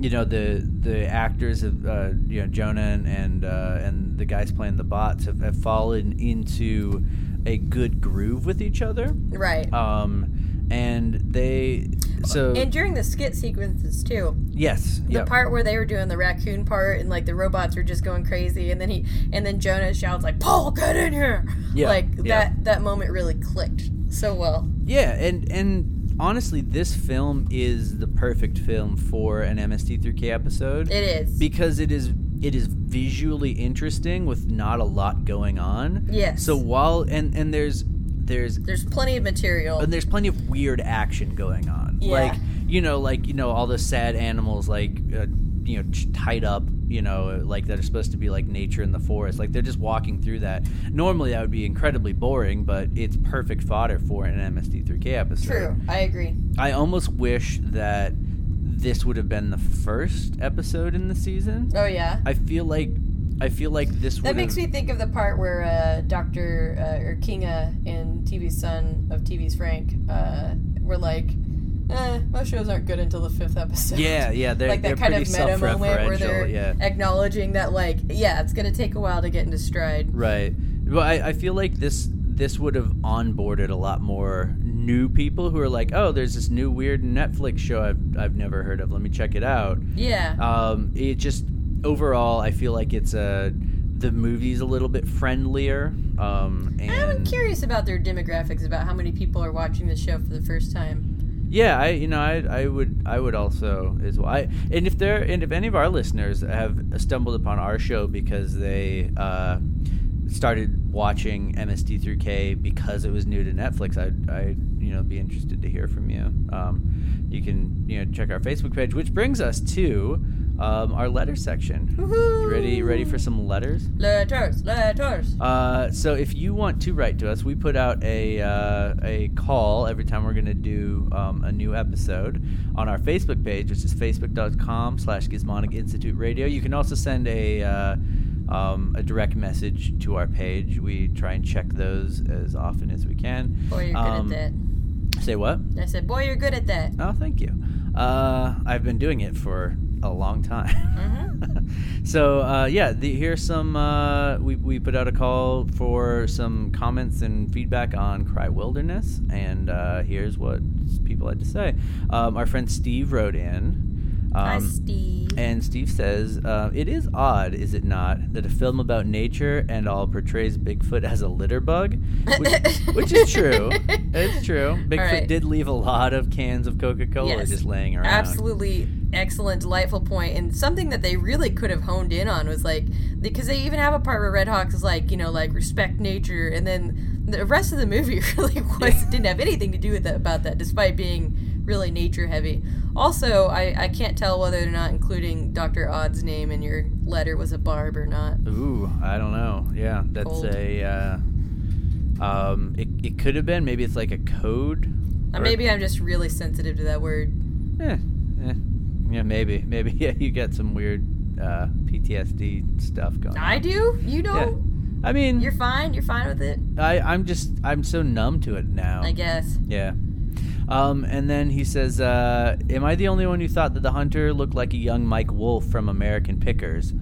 Speaker 3: you know the the actors of uh, you know Jonah and and, uh, and the guys playing the bots have, have fallen into a good groove with each other.
Speaker 4: right.
Speaker 3: Um, and they so
Speaker 4: and during the skit sequences too,
Speaker 3: yes
Speaker 4: the part where they were doing the raccoon part and like the robots were just going crazy, and then he and then Jonah shouts like, "Paul, get in here!"
Speaker 3: Yeah,
Speaker 4: like
Speaker 3: yeah.
Speaker 4: that that moment really clicked so well.
Speaker 3: Yeah, and and honestly, this film is the perfect film for an MST3K episode
Speaker 4: It is.
Speaker 3: because it is it is visually interesting with not a lot going on.
Speaker 4: Yes.
Speaker 3: So while and and there's there's
Speaker 4: There's plenty of material.
Speaker 3: and there's plenty of weird action going on.
Speaker 4: Yeah.
Speaker 3: Like you know, like you know, all the sad animals like uh, you know ch- tied up. You know, like that are supposed to be like nature in the forest. Like they're just walking through that. Normally, that would be incredibly boring, but it's perfect fodder for an MSD3K episode.
Speaker 4: True, I agree.
Speaker 3: I almost wish that this would have been the first episode in the season.
Speaker 4: Oh yeah.
Speaker 3: I feel like I feel like this would
Speaker 4: That makes me think of the part where uh, Doctor uh, or Kinga and TV's son of TV's Frank uh, were like, eh, "Most shows aren't good until the fifth
Speaker 3: [LAUGHS]
Speaker 4: episode."
Speaker 3: Yeah, yeah, they're-
Speaker 4: like that
Speaker 3: they're
Speaker 4: kind
Speaker 3: pretty
Speaker 4: of meta moment where
Speaker 3: self-referential,
Speaker 4: they're
Speaker 3: yeah.
Speaker 4: acknowledging that, like, yeah, it's gonna take a while to get into stride.
Speaker 3: Right. Well, I, I feel like this this would have onboarded a lot more new people who are like, oh, there's this new weird Netflix show I've I've never heard of. Let me check it out.
Speaker 4: Yeah,
Speaker 3: Um, it just overall, I feel like it's a the movie's a little bit friendlier. Um, and
Speaker 4: I'm curious about their demographics, about how many people are watching the show for the first time.
Speaker 3: Yeah, I you know I I would I would also as well. I, and if there and if any of our listeners have stumbled upon our show because they uh, started watching MSD3K because it was new to Netflix, I I you know be interested to hear from you. Um, you can you know check our Facebook page, which brings us to um, our letter section. You ready ready for some letters?
Speaker 4: Letters, letters.
Speaker 3: Uh, so if you want to write to us, we put out a uh, a call every time we're going to do um, a new episode on our Facebook page, which is facebook.com slash Gizmonic Institute Radio. You can also send a uh, um, a direct message to our page. We try and check those as often as we can.
Speaker 4: Boy, you're good
Speaker 3: Um,
Speaker 4: at
Speaker 3: Say what?
Speaker 4: that. I said, boy, you're good at that.
Speaker 3: Oh, thank you. Uh, I've been doing it for a long time. [LAUGHS] so uh, yeah, the, here's some. Uh, we we put out a call for some comments and feedback on Cry Wilderness, and uh, here's what people had to say. Um, our friend Steve wrote in.
Speaker 4: Hi,
Speaker 3: um,
Speaker 4: Steve.
Speaker 3: and Steve says, uh, It is odd, is it not, that a film about nature and all portrays Bigfoot as a litter bug? Which, which is
Speaker 4: [LAUGHS]
Speaker 3: true. It's true. Bigfoot
Speaker 4: right.
Speaker 3: did leave a lot of cans of Coca Cola
Speaker 4: Yes.
Speaker 3: just laying around.
Speaker 4: Absolutely excellent, delightful point, and something that they really could have honed in on was like because they even have a part where Red Hawks is like, you know, like respect nature, and then the rest of the movie [LAUGHS] really was didn't have anything to do with that about that, despite being really nature heavy. Also, I, I can't tell whether or not including Doctor Odd's name in your letter was a barb or not.
Speaker 3: Ooh, I don't know. Yeah, that's
Speaker 4: Cold.
Speaker 3: a. Uh, um, it, it could have been. Maybe it's like a code.
Speaker 4: Or
Speaker 3: or-
Speaker 4: Uh, maybe I'm just really sensitive to that word.
Speaker 3: Eh, eh. Yeah, maybe. Maybe [LAUGHS] yeah, you get some weird uh, PTSD stuff going on.
Speaker 4: I do. You
Speaker 3: Yeah.
Speaker 4: know,
Speaker 3: I mean,
Speaker 4: you're fine. You're fine with it,
Speaker 3: I, I'm just, I'm so numb to it now.
Speaker 4: I guess.
Speaker 3: Yeah. Um, and then he says, uh, Am I the only one who thought that the hunter looked like a young Mike Wolf from American Pickers?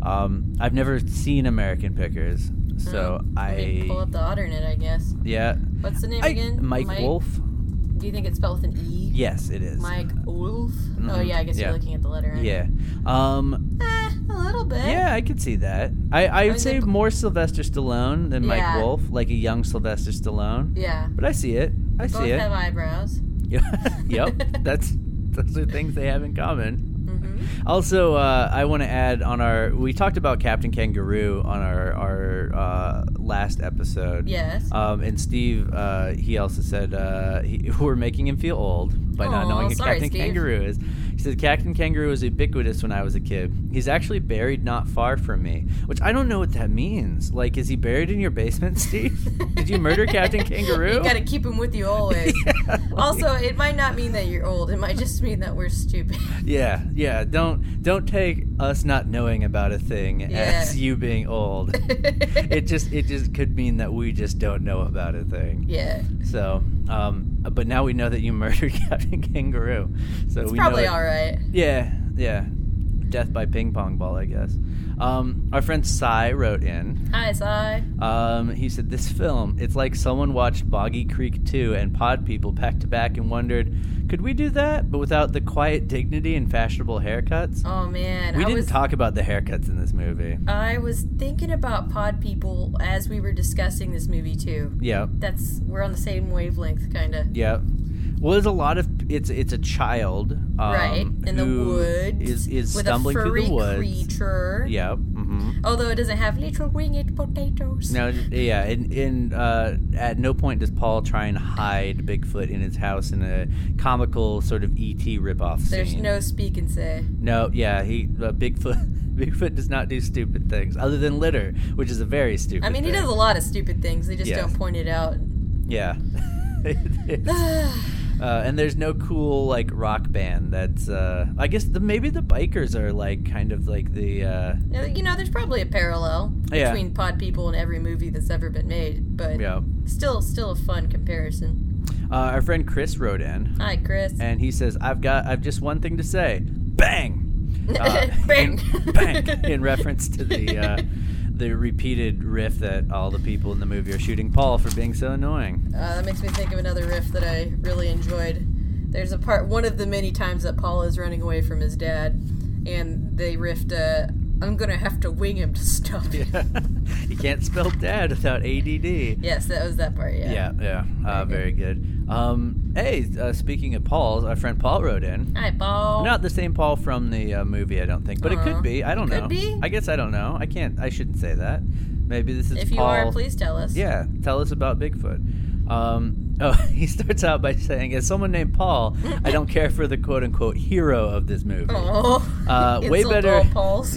Speaker 3: Um, I've never seen American Pickers, so
Speaker 4: Mm. Let me pull
Speaker 3: I.
Speaker 4: up the alternate, I guess.
Speaker 3: Yeah.
Speaker 4: What's the name
Speaker 3: I-
Speaker 4: again?
Speaker 3: Mike, Wolf?
Speaker 4: Do you think it's spelled with an E?
Speaker 3: Yes, it is.
Speaker 4: Mike Wolf. Oh yeah, I guess
Speaker 3: Yeah.
Speaker 4: you're looking at the letter. Right?
Speaker 3: Yeah. Um,
Speaker 4: Eh, a little bit.
Speaker 3: yeah, I could see that. I, I
Speaker 4: mean,
Speaker 3: would say
Speaker 4: they-
Speaker 3: more Sylvester Stallone than Mike
Speaker 4: Yeah.
Speaker 3: Wolf, like a young Sylvester Stallone.
Speaker 4: Yeah.
Speaker 3: But I see it. I
Speaker 4: Both
Speaker 3: see it.
Speaker 4: have eyebrows.
Speaker 3: Yeah. [LAUGHS] yep. That's those are things they have in common.
Speaker 4: hmm
Speaker 3: Also, uh, I want to add on our we talked about Captain Kangaroo on our our uh, last episode.
Speaker 4: Yes.
Speaker 3: Um, and Steve, uh, he also said uh, he, [LAUGHS] we're making him feel old by not
Speaker 4: Aw,
Speaker 3: knowing who
Speaker 4: sorry,
Speaker 3: Captain
Speaker 4: Steve.
Speaker 3: Kangaroo is. He said Captain Kangaroo was ubiquitous when I was a kid. He's actually buried not far from me, which I don't know what that means. Like, is he buried in your basement, Steve?
Speaker 4: [LAUGHS]
Speaker 3: Did you murder Captain Kangaroo?
Speaker 4: you gotta keep him with you
Speaker 3: [LAUGHS]
Speaker 4: always. Also, it might not mean that you're old. It might just mean that we're stupid.
Speaker 3: Yeah, yeah. Don't don't take us not knowing about a thing
Speaker 4: Yeah.
Speaker 3: as you being
Speaker 4: [LAUGHS]
Speaker 3: old. it just it just could mean that we just don't know about a thing.
Speaker 4: yeah.
Speaker 3: So, um, but now we know that you [LAUGHS] murdered Captain Kangaroo. So
Speaker 4: It's
Speaker 3: we
Speaker 4: probably
Speaker 3: know it-
Speaker 4: all right.
Speaker 3: Yeah, yeah. Death by ping pong ball, I guess. Um, our friend Cy wrote in.
Speaker 4: Hi, Sai.
Speaker 3: Um, he said, "This film, it's like someone watched Boggy Creek 2 and Pod People back to back and wondered, could we do that, but without the quiet dignity and fashionable haircuts?"
Speaker 4: Oh man,
Speaker 3: we
Speaker 4: I
Speaker 3: didn't
Speaker 4: was
Speaker 3: talk about the haircuts in this movie.
Speaker 4: I was thinking about pod people as we were discussing this movie too.
Speaker 3: Yeah,
Speaker 4: That's we're on the same wavelength, kind of.
Speaker 3: yeah. Well, there's a lot of it's it's a child, um,
Speaker 4: right in the
Speaker 3: who
Speaker 4: woods
Speaker 3: is is
Speaker 4: with
Speaker 3: stumbling
Speaker 4: a furry
Speaker 3: through the woods.
Speaker 4: creature.
Speaker 3: Yeah. hmm
Speaker 4: Although it doesn't have little winged potatoes.
Speaker 3: No, yeah, and, and uh, at no point does Paul try and hide Bigfoot in his house in a comical sort of ET ripoff scene.
Speaker 4: There's no speak and say.
Speaker 3: No, yeah, he uh, Bigfoot. [LAUGHS] Bigfoot does not do stupid things other than litter, which is a very stupid.
Speaker 4: I mean, he
Speaker 3: thing.
Speaker 4: does a lot of stupid things. They just
Speaker 3: Yes.
Speaker 4: don't point it out.
Speaker 3: Yeah. [LAUGHS] It is. uh, and there's no cool like rock band that's. Uh, I guess the, maybe the bikers are like kind of like the. Uh,
Speaker 4: Now, You know, there's probably a parallel
Speaker 3: Yeah.
Speaker 4: between pod people and every movie that's ever been made, but
Speaker 3: yeah.
Speaker 4: still, still a fun comparison.
Speaker 3: Uh, our friend Chris wrote in,
Speaker 4: Hi, Chris.
Speaker 3: and he says, "I've got. I've just one thing to say. Bang. Uh,
Speaker 4: Bang.
Speaker 3: in- [LAUGHS] bang. In reference to the." Uh, the repeated riff that all the people in the movie are shooting Paul for being so
Speaker 4: [LAUGHS]
Speaker 3: annoying. [LAUGHS]
Speaker 4: Uh, that makes me think of another riff that I really enjoyed. There's a part, one of the many times that Paul is running away from his dad, and they riffed, uh, I'm gonna have to wing him to stop it.
Speaker 3: you can't spell dad without ADD.
Speaker 4: Yes, that was that part, yeah.
Speaker 3: Yeah, yeah, uh, very
Speaker 4: Very
Speaker 3: good. Um, hey, uh, speaking of Paul's, our friend Paul wrote in.
Speaker 4: Hi, Paul.
Speaker 3: Not the same Paul from the uh, movie, I don't think, but it
Speaker 4: Aw.
Speaker 3: could be. I don't
Speaker 4: Uh-huh. Could
Speaker 3: know.
Speaker 4: be.
Speaker 3: I guess I don't know. I can't. I shouldn't say that. Maybe this is
Speaker 4: if you
Speaker 3: Paul.
Speaker 4: are, please tell us.
Speaker 3: Yeah, tell us about Bigfoot. Um, [LAUGHS] oh, he starts out by saying, "As someone named Paul, I
Speaker 4: [LAUGHS]
Speaker 3: don't care for the quote-unquote hero of this movie."
Speaker 4: Oh. [LAUGHS]
Speaker 3: Uh, way
Speaker 4: Insult
Speaker 3: better.
Speaker 4: all Pauls.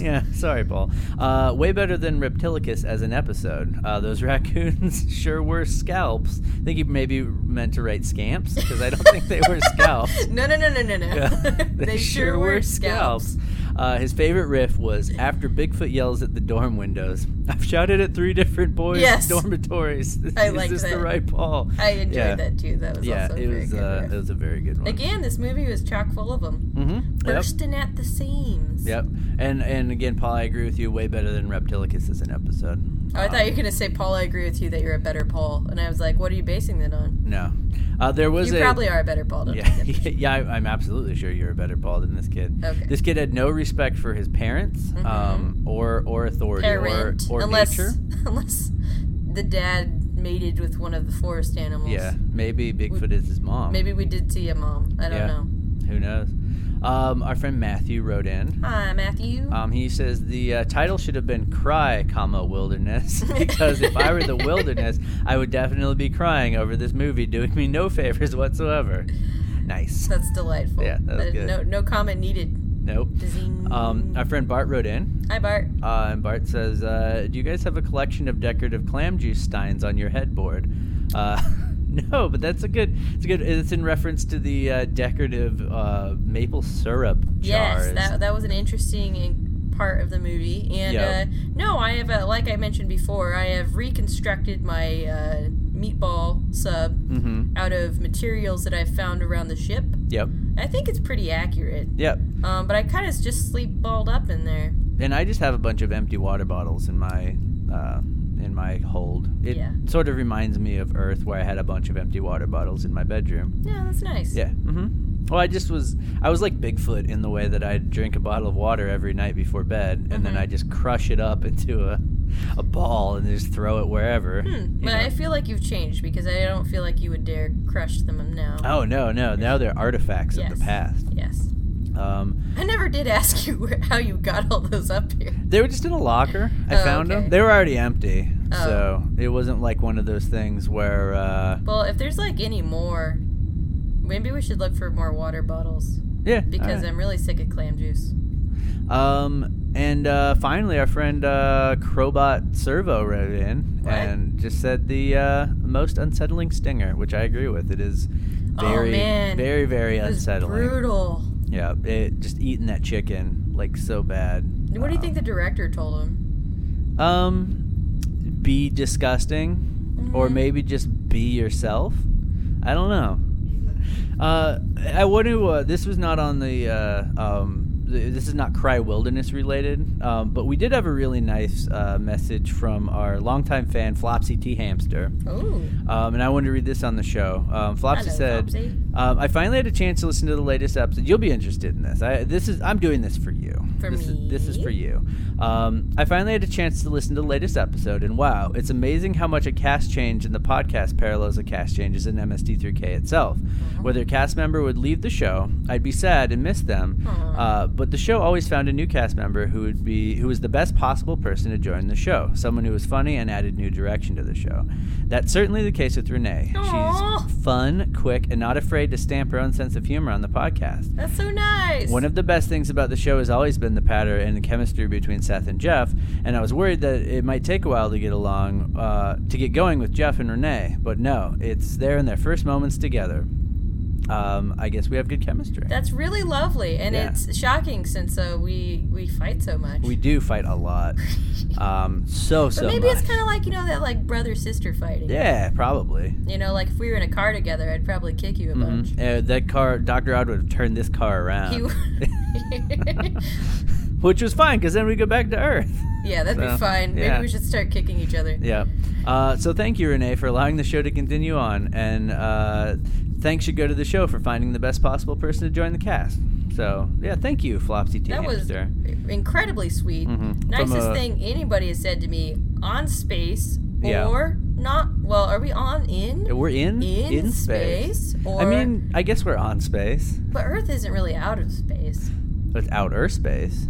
Speaker 3: [LAUGHS]
Speaker 4: [LAUGHS]
Speaker 3: Yeah, sorry, Paul. Uh, way better than Reptilicus as an episode. Uh, those [LAUGHS] raccoons sure were scalps. I think you maybe meant to write scamps
Speaker 4: [LAUGHS]
Speaker 3: because I don't think they were scalps. [LAUGHS]
Speaker 4: No, no, no, no, no, no.
Speaker 3: Yeah, [LAUGHS]
Speaker 4: they, sure, were scalps.
Speaker 3: scalps. Uh, his favorite riff was After Bigfoot Yells at the Dorm Windows. [LAUGHS] I've shouted at three different boys'
Speaker 4: Yes.
Speaker 3: dormitories.
Speaker 4: [LAUGHS]
Speaker 3: [LAUGHS]
Speaker 4: I
Speaker 3: Is
Speaker 4: like
Speaker 3: this the
Speaker 4: that.
Speaker 3: right Paul?
Speaker 4: I enjoyed
Speaker 3: Yeah.
Speaker 4: that too. That was
Speaker 3: Yeah,
Speaker 4: also
Speaker 3: it
Speaker 4: very
Speaker 3: was,
Speaker 4: good.
Speaker 3: uh,
Speaker 4: riff.
Speaker 3: it was a very good one.
Speaker 4: Again, this movie was chock full of them,
Speaker 3: Mhm. Yep.
Speaker 4: bursting at the seams.
Speaker 3: Yep. And and again, Paul, I agree with you. Way better than Reptilicus as an episode.
Speaker 4: Oh, I thought you were gonna say, Paul. I agree with you that you're a better Paul, and I was like, what are you basing that on?
Speaker 3: No. Uh, there was
Speaker 4: you
Speaker 3: a [LAUGHS]
Speaker 4: probably are a better Paul. Don't
Speaker 3: yeah,
Speaker 4: you think?
Speaker 3: yeah. I, I'm absolutely sure you're a better Paul than this kid.
Speaker 4: Okay. Mm-hmm.
Speaker 3: This kid had no respect for his parents, um, or or authority,
Speaker 4: Parent,
Speaker 3: or or
Speaker 4: unless
Speaker 3: nature.
Speaker 4: [LAUGHS] unless the dad mated with one of the forest animals.
Speaker 3: Yeah, maybe Bigfoot is his mom.
Speaker 4: Maybe we did see a mom. I don't
Speaker 3: Yeah.
Speaker 4: know.
Speaker 3: Who knows? Um, our friend Matthew wrote in.
Speaker 4: Hi, Matthew.
Speaker 3: Um, he says the uh, title should have been "Cry, comma Wilderness" [LAUGHS] because if I were the wilderness, I would definitely be crying over this movie doing me no favors whatsoever. Nice.
Speaker 4: That's delightful.
Speaker 3: Yeah, that was
Speaker 4: Uh,
Speaker 3: good.
Speaker 4: No, no comment needed.
Speaker 3: Nope.
Speaker 4: Zing.
Speaker 3: Um, our friend Bart wrote in.
Speaker 4: Hi, Bart.
Speaker 3: Uh, and Bart says, uh, "Do you guys have a collection of decorative clam juice steins on your headboard?" Uh, [LAUGHS] no, but that's a good. It's a good. It's in reference to the uh, decorative uh, maple syrup jars.
Speaker 4: Yes, that, that was an interesting in- part of the movie. And
Speaker 3: Yep.
Speaker 4: uh, no, I have, uh, like I mentioned before, I have reconstructed my uh, meatball sub
Speaker 3: Mm-hmm.
Speaker 4: out of materials that I found around the ship.
Speaker 3: yep.
Speaker 4: I think it's pretty accurate.
Speaker 3: Yep.
Speaker 4: Um, but I kind of just sleep balled up in there.
Speaker 3: And I just have a bunch of empty water bottles in my uh, in my hold. It
Speaker 4: Yeah.
Speaker 3: sort of reminds me of Earth, where I had a bunch of empty water bottles in my bedroom.
Speaker 4: Yeah, that's nice.
Speaker 3: Yeah. Mm-hmm. Well, I just was I was like Bigfoot in the way that I'd drink a bottle of water every night before bed, and
Speaker 4: Mm-hmm.
Speaker 3: then I just crush it up [LAUGHS] into a a ball and just throw it wherever. you
Speaker 4: Hmm, But
Speaker 3: know.
Speaker 4: I feel like you've changed because I don't feel like you would dare crush them now.
Speaker 3: Oh no, no! Now they're artifacts of
Speaker 4: Yes.
Speaker 3: the past.
Speaker 4: Yes.
Speaker 3: Um,
Speaker 4: I never did ask [LAUGHS] you where, how you got all those up here.
Speaker 3: they were just in a locker. I
Speaker 4: Oh,
Speaker 3: found them.
Speaker 4: okay.
Speaker 3: They were already empty,
Speaker 4: Oh.
Speaker 3: so it wasn't like one of those things where. Uh,
Speaker 4: Well, if there's like any more, maybe we should look for more water bottles
Speaker 3: yeah.
Speaker 4: because I'm really sick of clam juice.
Speaker 3: Um, and uh, finally, our friend uh, Crobot Servo wrote in
Speaker 4: What?
Speaker 3: and just said the uh, most unsettling stinger, which I agree with. It is
Speaker 4: Oh,
Speaker 3: very,
Speaker 4: man.
Speaker 3: very, very
Speaker 4: It was
Speaker 3: unsettling.
Speaker 4: brutal.
Speaker 3: Yeah, it, just eating that chicken like so bad.
Speaker 4: What do you think the director told him?
Speaker 3: Um, be disgusting, or
Speaker 4: Mm-hmm.
Speaker 3: maybe just be yourself. I don't know. Uh, I want to. Uh, this was not on the. Uh, um, th- this is not Cry Wilderness related, um, but we did have a really nice uh, message from our longtime fan Flopsy T Hamster.
Speaker 4: Oh,
Speaker 3: Um, and I wanted to read this on the show. Um, Flopsy
Speaker 4: Hello,
Speaker 3: said,
Speaker 4: Flopsy.
Speaker 3: Um, "I finally had a chance to listen to the latest episode. You'll be interested in this. I, this is I'm doing this for you.
Speaker 4: For
Speaker 3: this
Speaker 4: me?
Speaker 3: Is, this is for you. Um, I finally had a chance to listen to the latest episode, and wow, it's amazing how much a cast change in the podcast parallels a cast changes in MSD3K itself. Whether a cast member would leave the show, I'd be sad and miss them. Uh, but the show always found a new cast member who would be who was the best possible person to join the show. Someone who was funny and added new direction to the show. That's certainly the case with Renee.
Speaker 4: Aw.
Speaker 3: She's fun, quick, and not afraid to stamp her own sense of humor on the podcast.
Speaker 4: that's so nice.
Speaker 3: One of the best things about the show has always been the patter and the chemistry between Seth and Jeff, and I was worried that it might take a while to get along, uh, to get going with Jeff and Renee. But no, it's there in their first moments together. Um, I guess we have good chemistry.
Speaker 4: that's really lovely, and
Speaker 3: Yeah.
Speaker 4: it's shocking since uh, we we fight so much.
Speaker 3: we do fight a lot, um, so
Speaker 4: but
Speaker 3: so.
Speaker 4: maybe it's
Speaker 3: much.
Speaker 4: kind of like you know that like brother sister fighting.
Speaker 3: yeah, probably.
Speaker 4: You know, like if we were in a car together, I'd probably kick you a bunch.
Speaker 3: Uh, that car, Doctor Odd would have turned this car around,
Speaker 4: You.
Speaker 3: [LAUGHS]
Speaker 4: [LAUGHS]
Speaker 3: which was fine because then we go back to Earth.
Speaker 4: yeah, that'd
Speaker 3: So,
Speaker 4: be fine.
Speaker 3: yeah.
Speaker 4: Maybe we should start kicking each other.
Speaker 3: Yeah. Uh, so thank you, Renee, for allowing the show to continue on, and uh, thanks should go to the show for finding the best possible person to join the cast. So yeah, thank you, Flopsy T
Speaker 4: That was
Speaker 3: Hamster.
Speaker 4: incredibly sweet. Nicest
Speaker 3: Mm-hmm. From a-
Speaker 4: thing anybody has said to me on space
Speaker 3: Yeah.
Speaker 4: or not. Well, are we on in?
Speaker 3: We're in
Speaker 4: In space, or-
Speaker 3: I mean, I guess we're on space.
Speaker 4: But Earth isn't really out of space.
Speaker 3: It's out Earth space.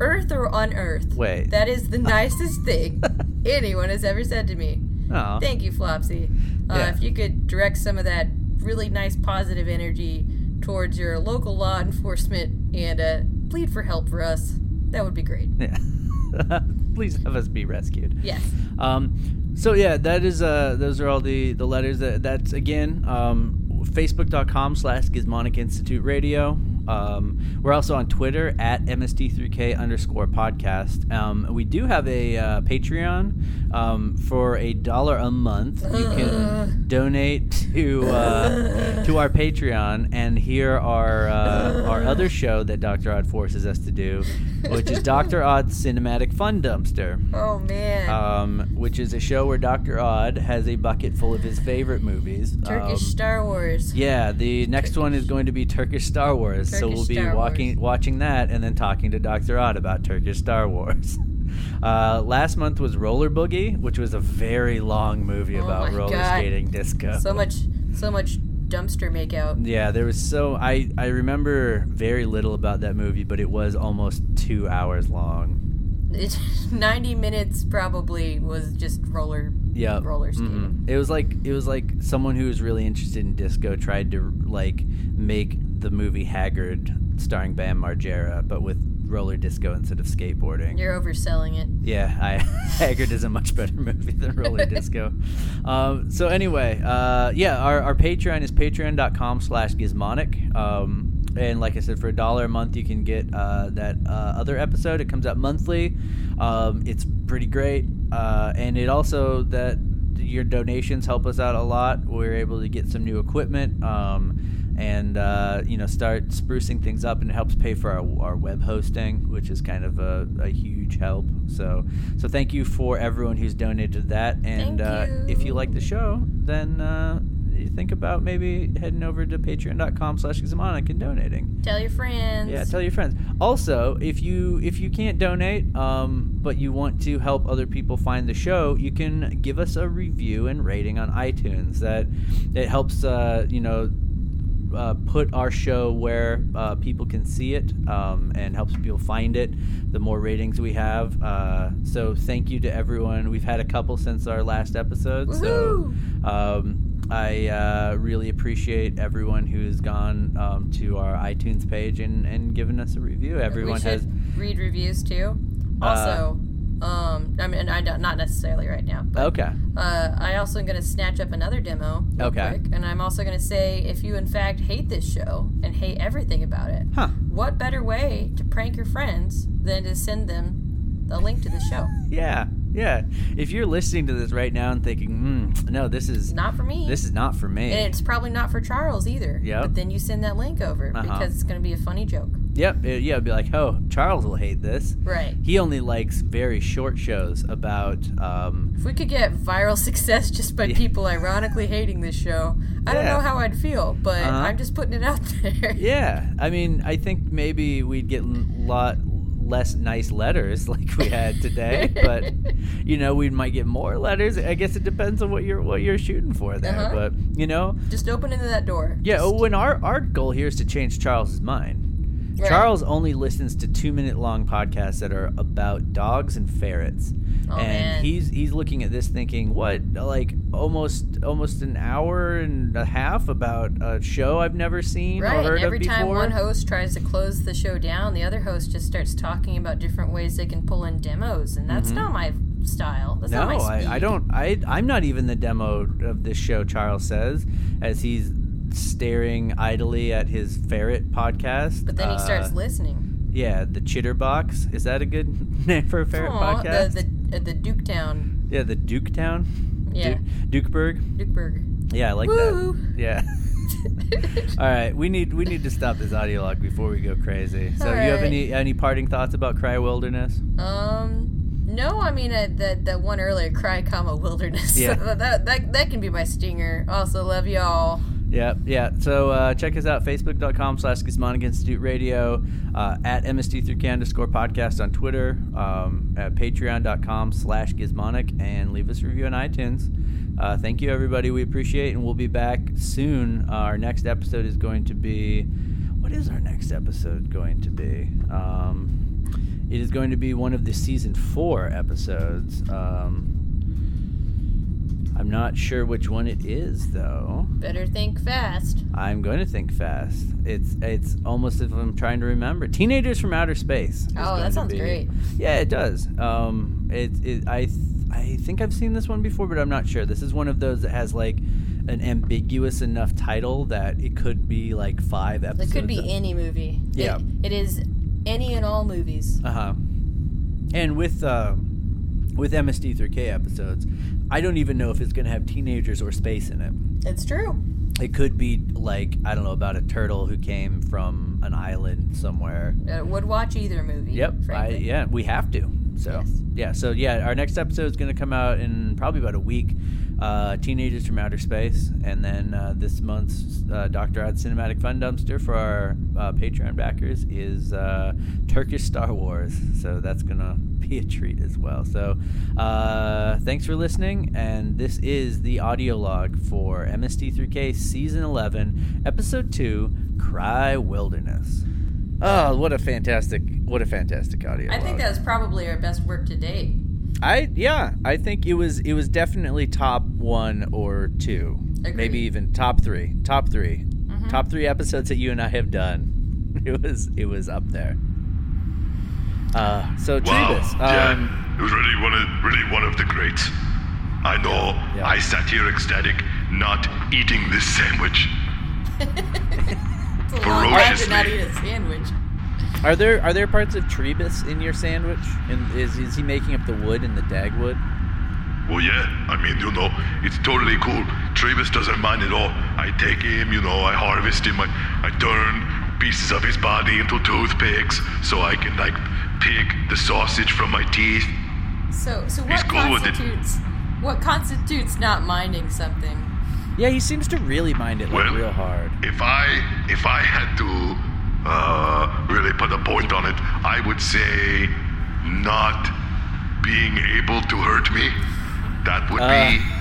Speaker 4: Earth or on Earth?
Speaker 3: Wait.
Speaker 4: That is
Speaker 3: [LAUGHS]
Speaker 4: the nicest thing anyone has ever said to me.
Speaker 3: Oh,
Speaker 4: Thank you, Flopsy. Uh,
Speaker 3: Yeah.
Speaker 4: If you could direct some of that really nice positive energy towards your local law enforcement and uh, plead for help for us, that would be great.
Speaker 3: yeah. [LAUGHS] Please have us be rescued.
Speaker 4: Yes.
Speaker 3: Um, so yeah, that is uh, those are all the the letters that that's again um, facebook.com slash Gizmonic Institute Radio. Um, we're also on Twitter at MSD3K underscore podcast. Um, we do have a uh, Patreon um, for a dollar a month. You can donate to uh, to our Patreon and hear our uh, our other show that Dr. Odd forces us to do, which is Dr. Odd's Cinematic Fun Dumpster
Speaker 4: Oh man,
Speaker 3: um, which is a show where Dr. Odd has a bucket full of his favorite movies.
Speaker 4: Turkish
Speaker 3: Um,
Speaker 4: Star Wars.
Speaker 3: yeah, the next one is going to be Turkish Star Wars. so
Speaker 4: Turkish
Speaker 3: we'll be
Speaker 4: Star
Speaker 3: walking, watching that and then talking to Dr. Odd about Turkish Star Wars. [LAUGHS] Uh, last month was Roller Boogie, which was a very long movie
Speaker 4: Oh
Speaker 3: about
Speaker 4: my
Speaker 3: roller
Speaker 4: God.
Speaker 3: skating disco.
Speaker 4: So much, so much dumpster makeout.
Speaker 3: Yeah, there was so I I remember very little about that movie, but it was almost two hours long.
Speaker 4: [LAUGHS] It's ninety minutes probably was just roller.
Speaker 3: Yeah,
Speaker 4: Roller skating.
Speaker 3: Mm-hmm. It was like it was like someone who was really interested in disco tried to like make the movie Haggard starring Bam Margera, but with roller disco instead of skateboarding.
Speaker 4: You're overselling it.
Speaker 3: Yeah, I, [LAUGHS] Haggard is a much better movie than
Speaker 4: [LAUGHS]
Speaker 3: Roller Disco. Um, so anyway, uh, yeah, our, our Patreon is patreon.com slash gizmonic. Um, and like I said, for a dollar a month, you can get uh, that uh, other episode. It comes out monthly. Um, it's pretty great. Uh, and it also, that your donations help us out a lot. We're able to get some new equipment. Um, and uh, you know start sprucing things up and it helps pay for our, our web hosting which is kind of a, a huge help so so thank you for everyone who's donated that and
Speaker 4: Thank
Speaker 3: uh, if you
Speaker 4: you.
Speaker 3: like the show then uh, you think about maybe heading over to patreon.com slash Xamonic and donating
Speaker 4: Tell your friends.
Speaker 3: yeah, tell your friends. Also, if you if you can't donate, um, but you want to help other people find the show, you can give us a review and rating on iTunes. That it helps, uh, you know, uh, put our show where uh, people can see it um, and helps people find it. The more ratings we have, uh, so thank you to everyone. We've had a couple since our last episode, so.
Speaker 4: Woohoo!
Speaker 3: Um, I uh, really appreciate everyone who's gone um, to our iTunes page and, and given us a review. Everyone Uh,
Speaker 4: we should
Speaker 3: has.
Speaker 4: read reviews too. Also, um, I mean, I don't, not necessarily right now, but
Speaker 3: Okay.
Speaker 4: uh, I also am going to snatch up another demo. real
Speaker 3: Okay.
Speaker 4: Quick, and I'm also going to say, if you in fact hate this show and hate everything about it,
Speaker 3: Huh.
Speaker 4: what better way to prank your friends than to send them the link to the show?
Speaker 3: Yeah. Yeah. If you're listening to this right now and thinking, hmm, no, this is
Speaker 4: not for me.
Speaker 3: this is not for me.
Speaker 4: and it's probably not for Charles either.
Speaker 3: Yep.
Speaker 4: But then you send that link over
Speaker 3: Uh-huh.
Speaker 4: because it's going to be a funny joke.
Speaker 3: yep. It, yeah. It'd be like, oh, Charles will hate this.
Speaker 4: Right.
Speaker 3: He only likes very short shows about. Um,
Speaker 4: If we could get viral [LAUGHS] success just by people ironically hating this show, I don't
Speaker 3: Yeah.
Speaker 4: know how I'd feel, but
Speaker 3: Uh-huh.
Speaker 4: I'm just putting it out [LAUGHS] there.
Speaker 3: yeah. I mean, I think maybe we'd get a lot less nice letters [LAUGHS] like we had
Speaker 4: [LAUGHS]
Speaker 3: today, but. you know we might get more letters i guess it depends on what you're what you're shooting for there
Speaker 4: Uh-huh.
Speaker 3: but you know
Speaker 4: Just open into that door.
Speaker 3: yeah
Speaker 4: Just-
Speaker 3: oh, and our our goal here is to change charles's mind
Speaker 4: Right.
Speaker 3: charles only listens to two minute long podcasts that are about dogs and ferrets
Speaker 4: Oh,
Speaker 3: and
Speaker 4: man.
Speaker 3: he's he's looking at this thinking what like almost almost an hour and a half about a show i've never seen
Speaker 4: Right.
Speaker 3: or heard
Speaker 4: and every
Speaker 3: of before
Speaker 4: time one host tries to close the show down, the other host just starts talking about different ways they can pull in demos, and that's not my style. That's
Speaker 3: Mm-hmm. No,
Speaker 4: not my speed.
Speaker 3: I, I don't. I I'm not even the demo of this show. Charles says as he's staring idly at his ferret podcast.
Speaker 4: But then he
Speaker 3: Uh,
Speaker 4: starts listening.
Speaker 3: Yeah, the Chitterbox. Is that a good [LAUGHS] name for a ferret
Speaker 4: Aw,
Speaker 3: podcast?
Speaker 4: the the uh, the Duketown,
Speaker 3: yeah, the Duketown.
Speaker 4: Yeah.
Speaker 3: Duke, Dukeburg.
Speaker 4: Dukeburg.
Speaker 3: Yeah, I like
Speaker 4: Woo. [LAUGHS]
Speaker 3: that. Yeah. [LAUGHS] All right, we need we need to stop this audio log before we go crazy. So,
Speaker 4: All
Speaker 3: you have
Speaker 4: right.
Speaker 3: any any parting thoughts about Cry Wilderness?
Speaker 4: Um, no, I mean uh, that that one earlier, cry, comma wilderness.
Speaker 3: Yeah.
Speaker 4: [LAUGHS] that, that that can be my stinger. Also, love y'all.
Speaker 3: Yeah, yeah. So uh, check us out, facebook.com slash Gizmonic Institute Radio, uh, at MSD3K underscore podcast on Twitter, um, at patreon.com slash Gizmonic, and leave us a review on iTunes. Uh, thank you, everybody. We appreciate it, and we'll be back soon. Uh, our next episode is going to be... What is our next episode going to be? Um, it is going to be one of the season four episodes. Um, I'm not sure which one it is, though.
Speaker 4: Better think fast.
Speaker 3: I'm going to think fast. It's it's almost if I'm trying to remember. Teenagers from Outer Space. is
Speaker 4: Oh,
Speaker 3: going
Speaker 4: that
Speaker 3: to
Speaker 4: sounds
Speaker 3: be-
Speaker 4: great.
Speaker 3: Yeah, it does. Um, it, it I th- I think I've seen this one before, but I'm not sure. This is one of those that has like an ambiguous enough title that it could be like five episodes.
Speaker 7: It could be any movie. It-
Speaker 3: Yeah.
Speaker 7: it is any and all movies.
Speaker 3: Uh huh. And with um, with MSD3K episodes, I don't even know if it's going to have teenagers or space in it.
Speaker 7: It's true.
Speaker 3: It could be like I don't know about a turtle who came from an island somewhere.
Speaker 7: Uh, would watch either movie.
Speaker 3: Yep. I,
Speaker 7: frankly.
Speaker 3: yeah, we have to. So
Speaker 7: Yes.
Speaker 3: yeah. So yeah, our next episode is going to come out in probably about a week. Uh, Teenagers from Outer Space, and then uh, this month's uh, Doctor Odd Cinematic Fun Dumpster for our uh, Patreon backers is uh, Turkish Star Wars. So that's gonna [LAUGHS] be a treat as well. So uh, thanks for listening, and this is the audio log for MST3K Season 11, Episode 2, Cry Wilderness. Oh, what a fantastic, what a fantastic audio.
Speaker 4: I think
Speaker 3: log.
Speaker 4: that was probably our best work to date.
Speaker 3: I yeah, I think it was it was definitely top one or two,
Speaker 4: Agreed. Mm-hmm.
Speaker 3: maybe even top three, top 3 top three episodes that you and I have done. [LAUGHS] It was it was up there. Uh, so
Speaker 6: Wow.
Speaker 3: Trebus, um,
Speaker 6: yeah. It was really one of really one of the greats. I know.
Speaker 3: Yeah.
Speaker 6: I sat here ecstatic, not eating this sandwich.
Speaker 4: It's a long time to not
Speaker 6: Ferociously.
Speaker 4: eat a sandwich.
Speaker 3: are there are there parts of Trebus in your sandwich? And is is he making up the wood and the dagwood?
Speaker 6: Well, yeah. I mean, you know, it's totally cool. Travis doesn't mind at all. I take him, you know, I harvest him, I, I turn pieces of his body into toothpicks so I can, like, pick the sausage from my teeth.
Speaker 4: So, so
Speaker 6: He's
Speaker 4: what
Speaker 6: cool with it.
Speaker 4: constitutes what constitutes not minding something?
Speaker 3: Yeah, he seems to really mind it like
Speaker 6: Well-
Speaker 3: real hard.
Speaker 6: If I, if I had to uh, really put a point on it, I would say not being able to hurt me. That would be
Speaker 4: Ah.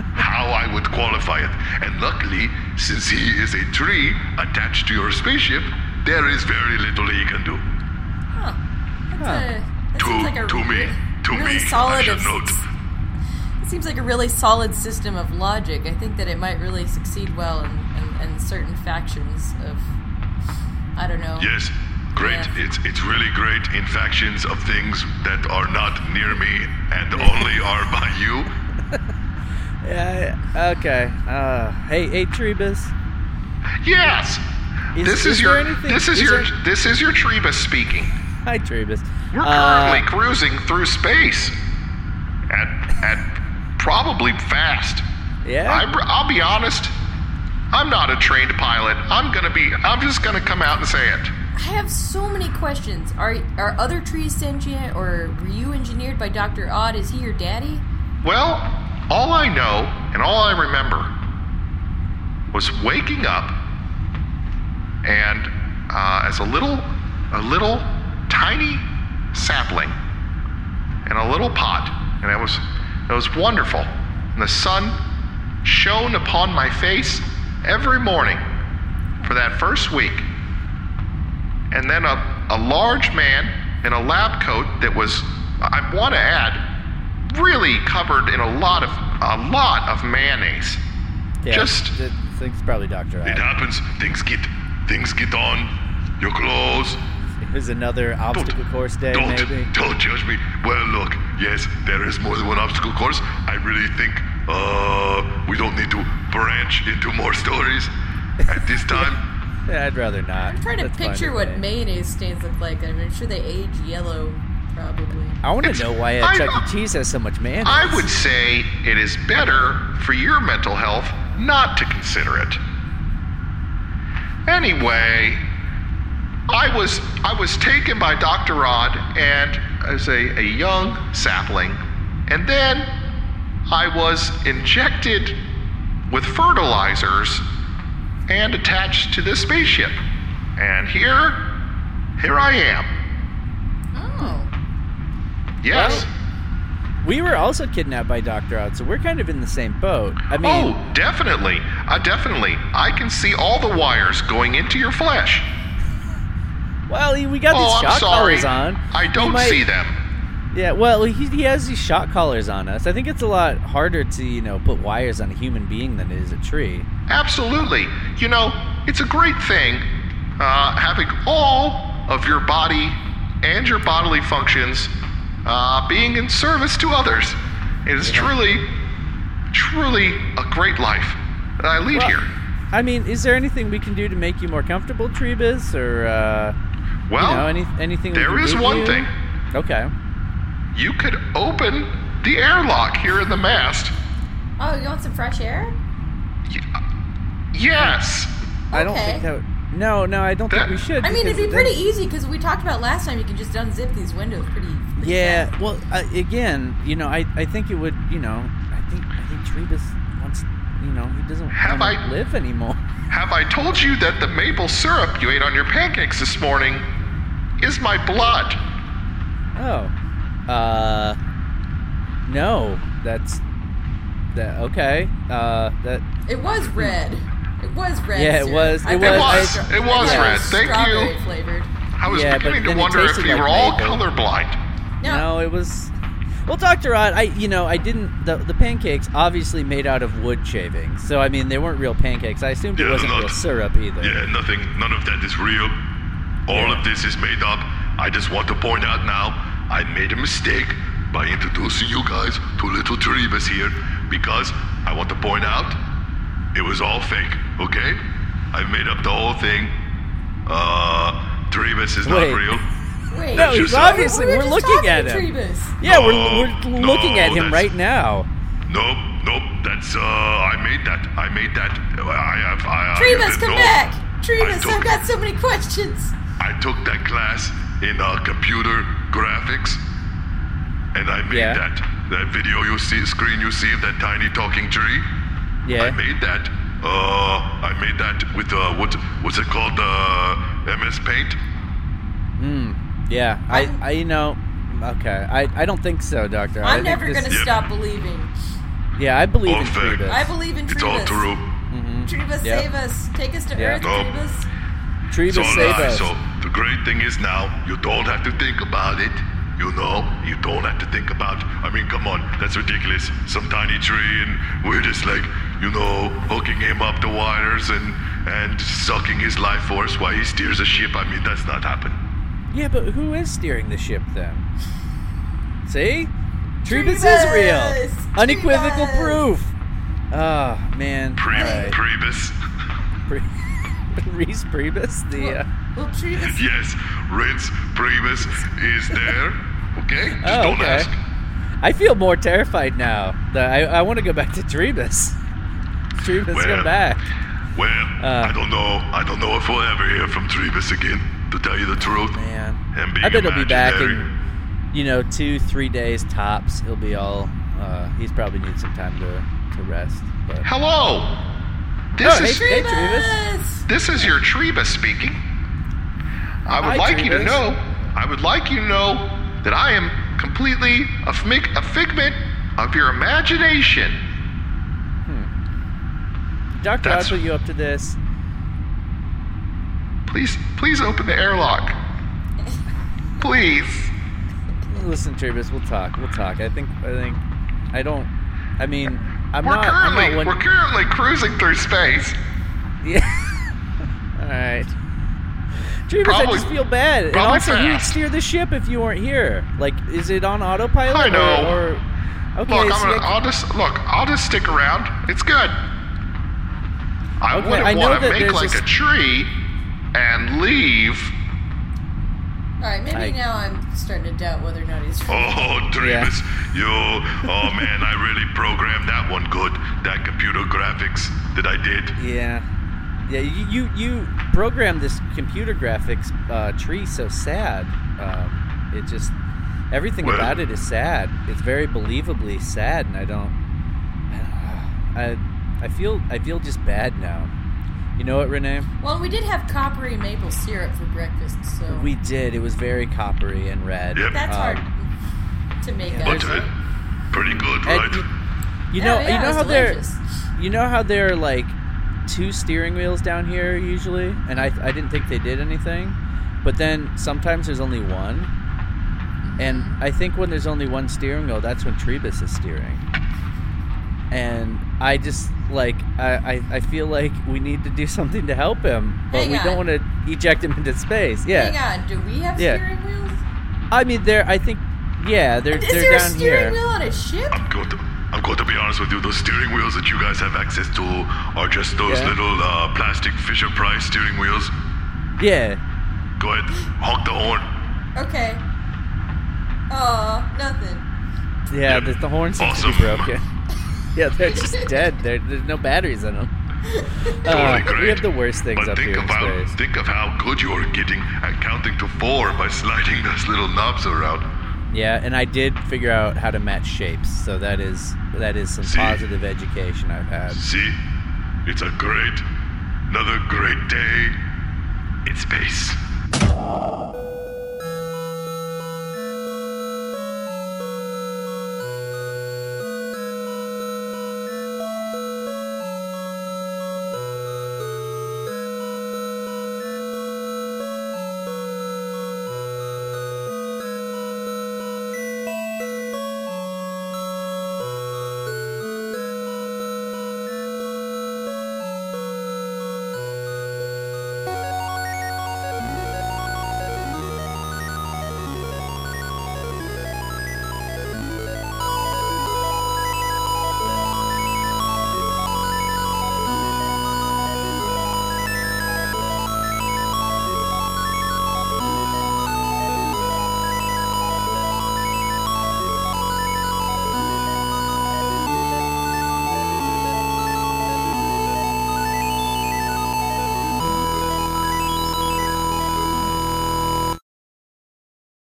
Speaker 6: [LAUGHS] how I would qualify it. And luckily, since he is a tree attached to your spaceship, there is very little he can do.
Speaker 4: Huh? That's a, that
Speaker 6: To,
Speaker 4: seems like a
Speaker 6: to me,
Speaker 4: re-
Speaker 6: to
Speaker 4: really
Speaker 6: me, I
Speaker 4: solid.
Speaker 6: should
Speaker 4: of-
Speaker 6: note.
Speaker 4: it seems like a really solid system of logic. I think that it might really succeed well in, in, in certain factions of I don't know.
Speaker 6: Yes, great.
Speaker 4: Yeah.
Speaker 6: It's it's really great in factions of things that are not near me
Speaker 4: [LAUGHS]
Speaker 6: and only are by you.
Speaker 3: Yeah. I- Okay. Uh, hey, hey, Trebus.
Speaker 5: Yes.
Speaker 3: Is-
Speaker 5: this is,
Speaker 3: is there
Speaker 5: your
Speaker 3: anything-
Speaker 5: this is,
Speaker 3: is
Speaker 5: your
Speaker 3: there-
Speaker 5: this is your Treba speaking.
Speaker 3: Hi, Trebus.
Speaker 5: We're
Speaker 3: Uh,
Speaker 5: currently cruising through space at at probably fast.
Speaker 3: yeah.
Speaker 5: I, I'll be honest. I'm not a trained pilot. I'm gonna be. I'm just gonna come out and say it.
Speaker 4: I have so many questions. Are are other trees sentient, or were you engineered by Doctor Odd? Is he your daddy?
Speaker 5: Well, all I know and all I remember was waking up and uh, as a little, a little tiny sapling in a little pot, and it was, it was wonderful. And the sun shone upon my face every morning for that first week and then a, a large man in a lab coat that was, I want to add, really covered in a lot of a lot of mayonnaise.
Speaker 3: Yeah,
Speaker 5: Just-
Speaker 3: th- things probably Doctor
Speaker 6: It
Speaker 3: Odd.
Speaker 6: happens. Things get things get on your clothes.
Speaker 3: It was another obstacle course day,
Speaker 6: Don't
Speaker 3: maybe.
Speaker 6: don't judge me. Well, look. Yes, there is more than one obstacle course. I really think uh we don't need to branch into more stories at
Speaker 3: [LAUGHS]
Speaker 6: this time.
Speaker 3: Yeah, I'd rather not.
Speaker 4: I'm trying to picture what mayonnaise stains look like. I mean, I'm sure they age yellow, probably.
Speaker 3: I want to
Speaker 5: It's-
Speaker 3: know why a
Speaker 5: I-
Speaker 3: Chuck E. Cheese has so much mayonnaise.
Speaker 5: I would say it is better for your mental health not to consider it. Anyway, I was I was taken by Dr. Rod and as a, a young sapling, and then I was injected with fertilizers and attached to this spaceship. And here here I am.
Speaker 4: Oh,
Speaker 5: Yes.
Speaker 3: We were also kidnapped by Doctor Odd, so we're kind of in the same boat. I mean,
Speaker 5: oh, definitely. I definitely. I can see all the wires going into your flesh.
Speaker 3: well, he- we got
Speaker 5: oh,
Speaker 3: these
Speaker 5: I'm
Speaker 3: shock
Speaker 5: sorry.
Speaker 3: collars on.
Speaker 5: I
Speaker 3: We
Speaker 5: don't
Speaker 3: might-
Speaker 5: see them.
Speaker 3: Yeah, well, he, he has these shock collars on us. I think it's a lot harder to you know put wires on a human being than it is a tree.
Speaker 5: Absolutely. You know, it's a great thing uh, having all of your body and your bodily functions uh, being in service to others. It is truly, truly a great life.
Speaker 8: I lead
Speaker 3: Well,
Speaker 8: here.
Speaker 3: I mean, is there anything we can do to make you more comfortable, Trebus, or uh,
Speaker 8: Well,
Speaker 3: you know, any, anything? we
Speaker 8: there
Speaker 3: can
Speaker 8: is
Speaker 3: do for
Speaker 8: one
Speaker 3: you?
Speaker 8: thing.
Speaker 3: Okay.
Speaker 8: You could open the airlock here in the mast.
Speaker 9: Oh, you want some fresh air?
Speaker 8: Y- Yes.
Speaker 3: I don't
Speaker 9: Okay.
Speaker 3: think that. Would, no, no, I don't think we should.
Speaker 4: I mean,
Speaker 3: because
Speaker 4: it'd be
Speaker 3: then-
Speaker 4: pretty easy because we talked about last time. You can just unzip these windows pretty. pretty
Speaker 3: Yeah. Well, uh, again, you know, I, I think it would. You know, I think I think Trebus wants. You know, he doesn't
Speaker 8: Have
Speaker 3: want
Speaker 8: I-
Speaker 3: to live anymore. [LAUGHS]
Speaker 8: Have I told you that the maple syrup you ate on your pancakes this morning is my blood?
Speaker 3: Oh. Uh. No, that's that. Okay. Uh. That.
Speaker 4: fast. It was red. It was red.
Speaker 3: Yeah, it
Speaker 4: syrup.
Speaker 3: was-
Speaker 4: I
Speaker 3: it
Speaker 4: thought
Speaker 8: was-
Speaker 4: stra-
Speaker 8: it was
Speaker 4: I thought it
Speaker 8: red. Thank you.
Speaker 4: strawberry flavored.
Speaker 8: I was
Speaker 3: Yeah, but
Speaker 8: beginning to
Speaker 3: then it
Speaker 8: wonder if
Speaker 3: tasted
Speaker 8: we
Speaker 3: like
Speaker 8: were all
Speaker 3: maple.
Speaker 8: colorblind.
Speaker 4: No.
Speaker 3: No, it was. Well, Doctor Odd, I you know I didn't the the pancakes obviously made out of wood shavings, so I mean they weren't real pancakes. I assumed it
Speaker 5: Yeah,
Speaker 3: wasn't
Speaker 5: not-
Speaker 3: real syrup either.
Speaker 5: Yeah, nothing, none of that is real. All of this is made up. I just want to point out now, I made a mistake by introducing you guys to Little Trebus here because I want to point out it was all fake, okay? I made up the whole thing. Uh, Trebus is
Speaker 3: Wait.
Speaker 5: not real.
Speaker 4: Wait.
Speaker 3: No, he's
Speaker 5: yourself.
Speaker 3: obviously
Speaker 4: We
Speaker 3: we're,
Speaker 4: were just
Speaker 3: looking at him.
Speaker 4: talking to Trebus.
Speaker 3: Yeah,
Speaker 5: No,
Speaker 3: we're, we're
Speaker 5: Oh, no,
Speaker 3: looking at him
Speaker 5: that's-
Speaker 3: right now.
Speaker 5: Nope, nope, that's, uh, I made that. I made that. I have, I, I
Speaker 4: Trebus, come
Speaker 5: no.
Speaker 4: back. Trebus,
Speaker 5: told-
Speaker 4: I've got so many questions.
Speaker 5: I took that class in uh, computer graphics, and I made
Speaker 3: Yeah.
Speaker 5: that that video you see, screen you see of that tiny talking tree. I
Speaker 3: Yeah.
Speaker 5: made that. Uh, I made that with uh, what what's it called? Uh, MS Paint.
Speaker 3: Yeah. I I you know. Okay. I I don't think so, Doctor. I
Speaker 4: I'm
Speaker 3: think
Speaker 4: never
Speaker 3: this-
Speaker 4: going to
Speaker 5: Yep.
Speaker 4: stop believing.
Speaker 3: Yeah, I believe in
Speaker 5: All fair.
Speaker 3: Trebus.
Speaker 4: I believe in Trebus.
Speaker 5: It's all true. Um,
Speaker 4: Trebus,
Speaker 3: Mm-hmm. Yep.
Speaker 4: save us. Take us to
Speaker 3: Yeah.
Speaker 4: Earth,
Speaker 5: Nope.
Speaker 4: Trebus.
Speaker 5: It's all
Speaker 3: Trebus save us.
Speaker 5: lies. So the great thing is now you don't have to think about it. You know, you don't have to think about. I mean, come on, that's ridiculous. Some tiny tree, and we're just like, you know, hooking him up to wires and and sucking his life force while he steers a ship. I mean, that's not happening.
Speaker 3: Yeah, but who is steering the ship then? See? Trebus is
Speaker 4: Trebus!
Speaker 3: real. Unequivocal
Speaker 4: Trebus!
Speaker 3: proof. Oh, man.
Speaker 5: Pre-
Speaker 3: All right.
Speaker 5: Priebus. [LAUGHS]
Speaker 3: Pre- [LAUGHS] Reese Priebus, the uh,
Speaker 4: Well, Trebus,
Speaker 5: yes, Rince Priebus
Speaker 3: [LAUGHS]
Speaker 5: is there. Okay, just
Speaker 3: Oh,
Speaker 5: don't
Speaker 3: okay.
Speaker 5: ask.
Speaker 3: I feel more terrified now. The- I, I want to go back to [LAUGHS] Trebus. Trebus,
Speaker 5: Well.
Speaker 3: come back.
Speaker 5: Well,
Speaker 3: Uh.
Speaker 5: I don't know. I don't know if we'll ever hear from Trebus again. To tell you the truth.
Speaker 3: Man,
Speaker 5: And being
Speaker 3: I bet he'll be back
Speaker 5: imaginary.
Speaker 3: in, you know, two, three days tops. He'll be all. Uh, he's probably needs some time to to rest. But
Speaker 8: Hello.
Speaker 3: Oh,
Speaker 8: This
Speaker 3: hey,
Speaker 8: is
Speaker 3: hey, Trebus.
Speaker 8: This is your Treba speaking. I would
Speaker 3: Hi,
Speaker 8: like you to
Speaker 3: Trebus.
Speaker 8: know. I would like you to know that I am completely a, fmi- a figment of your imagination.
Speaker 3: Doctor, I'll
Speaker 8: That's-
Speaker 3: put you up to this.
Speaker 8: Please, please open the airlock. Please.
Speaker 3: Listen, Travis, we'll talk. We'll talk. I think. I think. I don't. I mean, I'm
Speaker 8: we're
Speaker 3: not. I'm
Speaker 8: currently
Speaker 3: not one.
Speaker 8: we're currently cruising through space.
Speaker 3: Yeah. [LAUGHS] All right. Travis, I
Speaker 8: Probably-
Speaker 3: just feel bad. And
Speaker 8: probably
Speaker 3: also, who'd
Speaker 8: fast.
Speaker 3: steer the ship if you weren't here? Like, is it on autopilot?
Speaker 8: I know.
Speaker 3: Or, or okay.
Speaker 8: Look,
Speaker 3: see,
Speaker 8: I'm gonna,
Speaker 3: I-
Speaker 8: I'll just look. I'll just stick around. It's good. I
Speaker 3: Okay, I
Speaker 8: wouldn't
Speaker 3: know
Speaker 8: want
Speaker 3: that
Speaker 8: to make
Speaker 3: there's
Speaker 8: like
Speaker 3: this-
Speaker 8: a tree and leave.
Speaker 4: all right, maybe
Speaker 3: I-
Speaker 4: now I'm starting to doubt whether or not he's real.
Speaker 5: Oh, Dreamus, you. Oh, man, I really programmed that one good. That computer graphics that I did.
Speaker 3: yeah. Yeah. You you you programmed this computer graphics uh, tree so sad. Um, it just everything
Speaker 5: Well-
Speaker 3: about it is sad. It's very believably sad, and I don't. I I feel I feel just bad now. You know what, Renee?
Speaker 4: Well, we did have coppery maple syrup for breakfast, so
Speaker 3: We did. It was very coppery and red.
Speaker 5: Yep.
Speaker 4: that's
Speaker 3: Um,
Speaker 4: hard to make
Speaker 3: yeah,
Speaker 5: But
Speaker 4: up.
Speaker 3: there's
Speaker 5: uh, pretty
Speaker 3: and
Speaker 5: good, right?
Speaker 3: you, you know,
Speaker 4: Oh, yeah,
Speaker 3: you
Speaker 4: it
Speaker 3: know
Speaker 4: was
Speaker 3: how there,
Speaker 4: delicious.
Speaker 3: you know how there are like two steering wheels down here usually, and I I didn't think they did anything, but then sometimes there's only one, and I think when there's only one steering wheel, that's when Trebus is steering, and I just like I I, I feel like we need to do [LAUGHS] something to help him, but
Speaker 4: Hang
Speaker 3: we
Speaker 4: on.
Speaker 3: don't want to eject him into space. Yeah.
Speaker 4: Hang on, do we have
Speaker 3: Yeah.
Speaker 4: steering wheels?
Speaker 3: I mean, they're. I think. Yeah, they're.
Speaker 4: Is
Speaker 3: they're
Speaker 4: there a
Speaker 3: down
Speaker 4: steering
Speaker 3: here.
Speaker 4: wheel on a ship?
Speaker 5: I'm good. I'm going to be honest with you, those steering wheels that you guys have access to are just those
Speaker 3: Yeah.
Speaker 5: little uh, plastic Fisher Price steering wheels.
Speaker 3: Yeah.
Speaker 5: Go ahead, honk the horn.
Speaker 4: Okay. Oh, nothing.
Speaker 3: Yeah, the, the horn seems to be
Speaker 5: Awesome.
Speaker 3: broken. [LAUGHS] yeah, they're just
Speaker 5: [LAUGHS]
Speaker 3: dead. There there's no batteries in them.
Speaker 5: Totally
Speaker 3: Uh,
Speaker 5: great.
Speaker 3: we have the worst things
Speaker 5: but
Speaker 3: up
Speaker 5: think
Speaker 3: here
Speaker 5: about,
Speaker 3: in space.
Speaker 5: Think of how good you are getting at counting to four by sliding [LAUGHS] those little knobs around.
Speaker 3: Yeah, and I did figure out how to match shapes, so that is that is some
Speaker 5: See?
Speaker 3: positive education I've had.
Speaker 5: See? It's a great, another great day in space.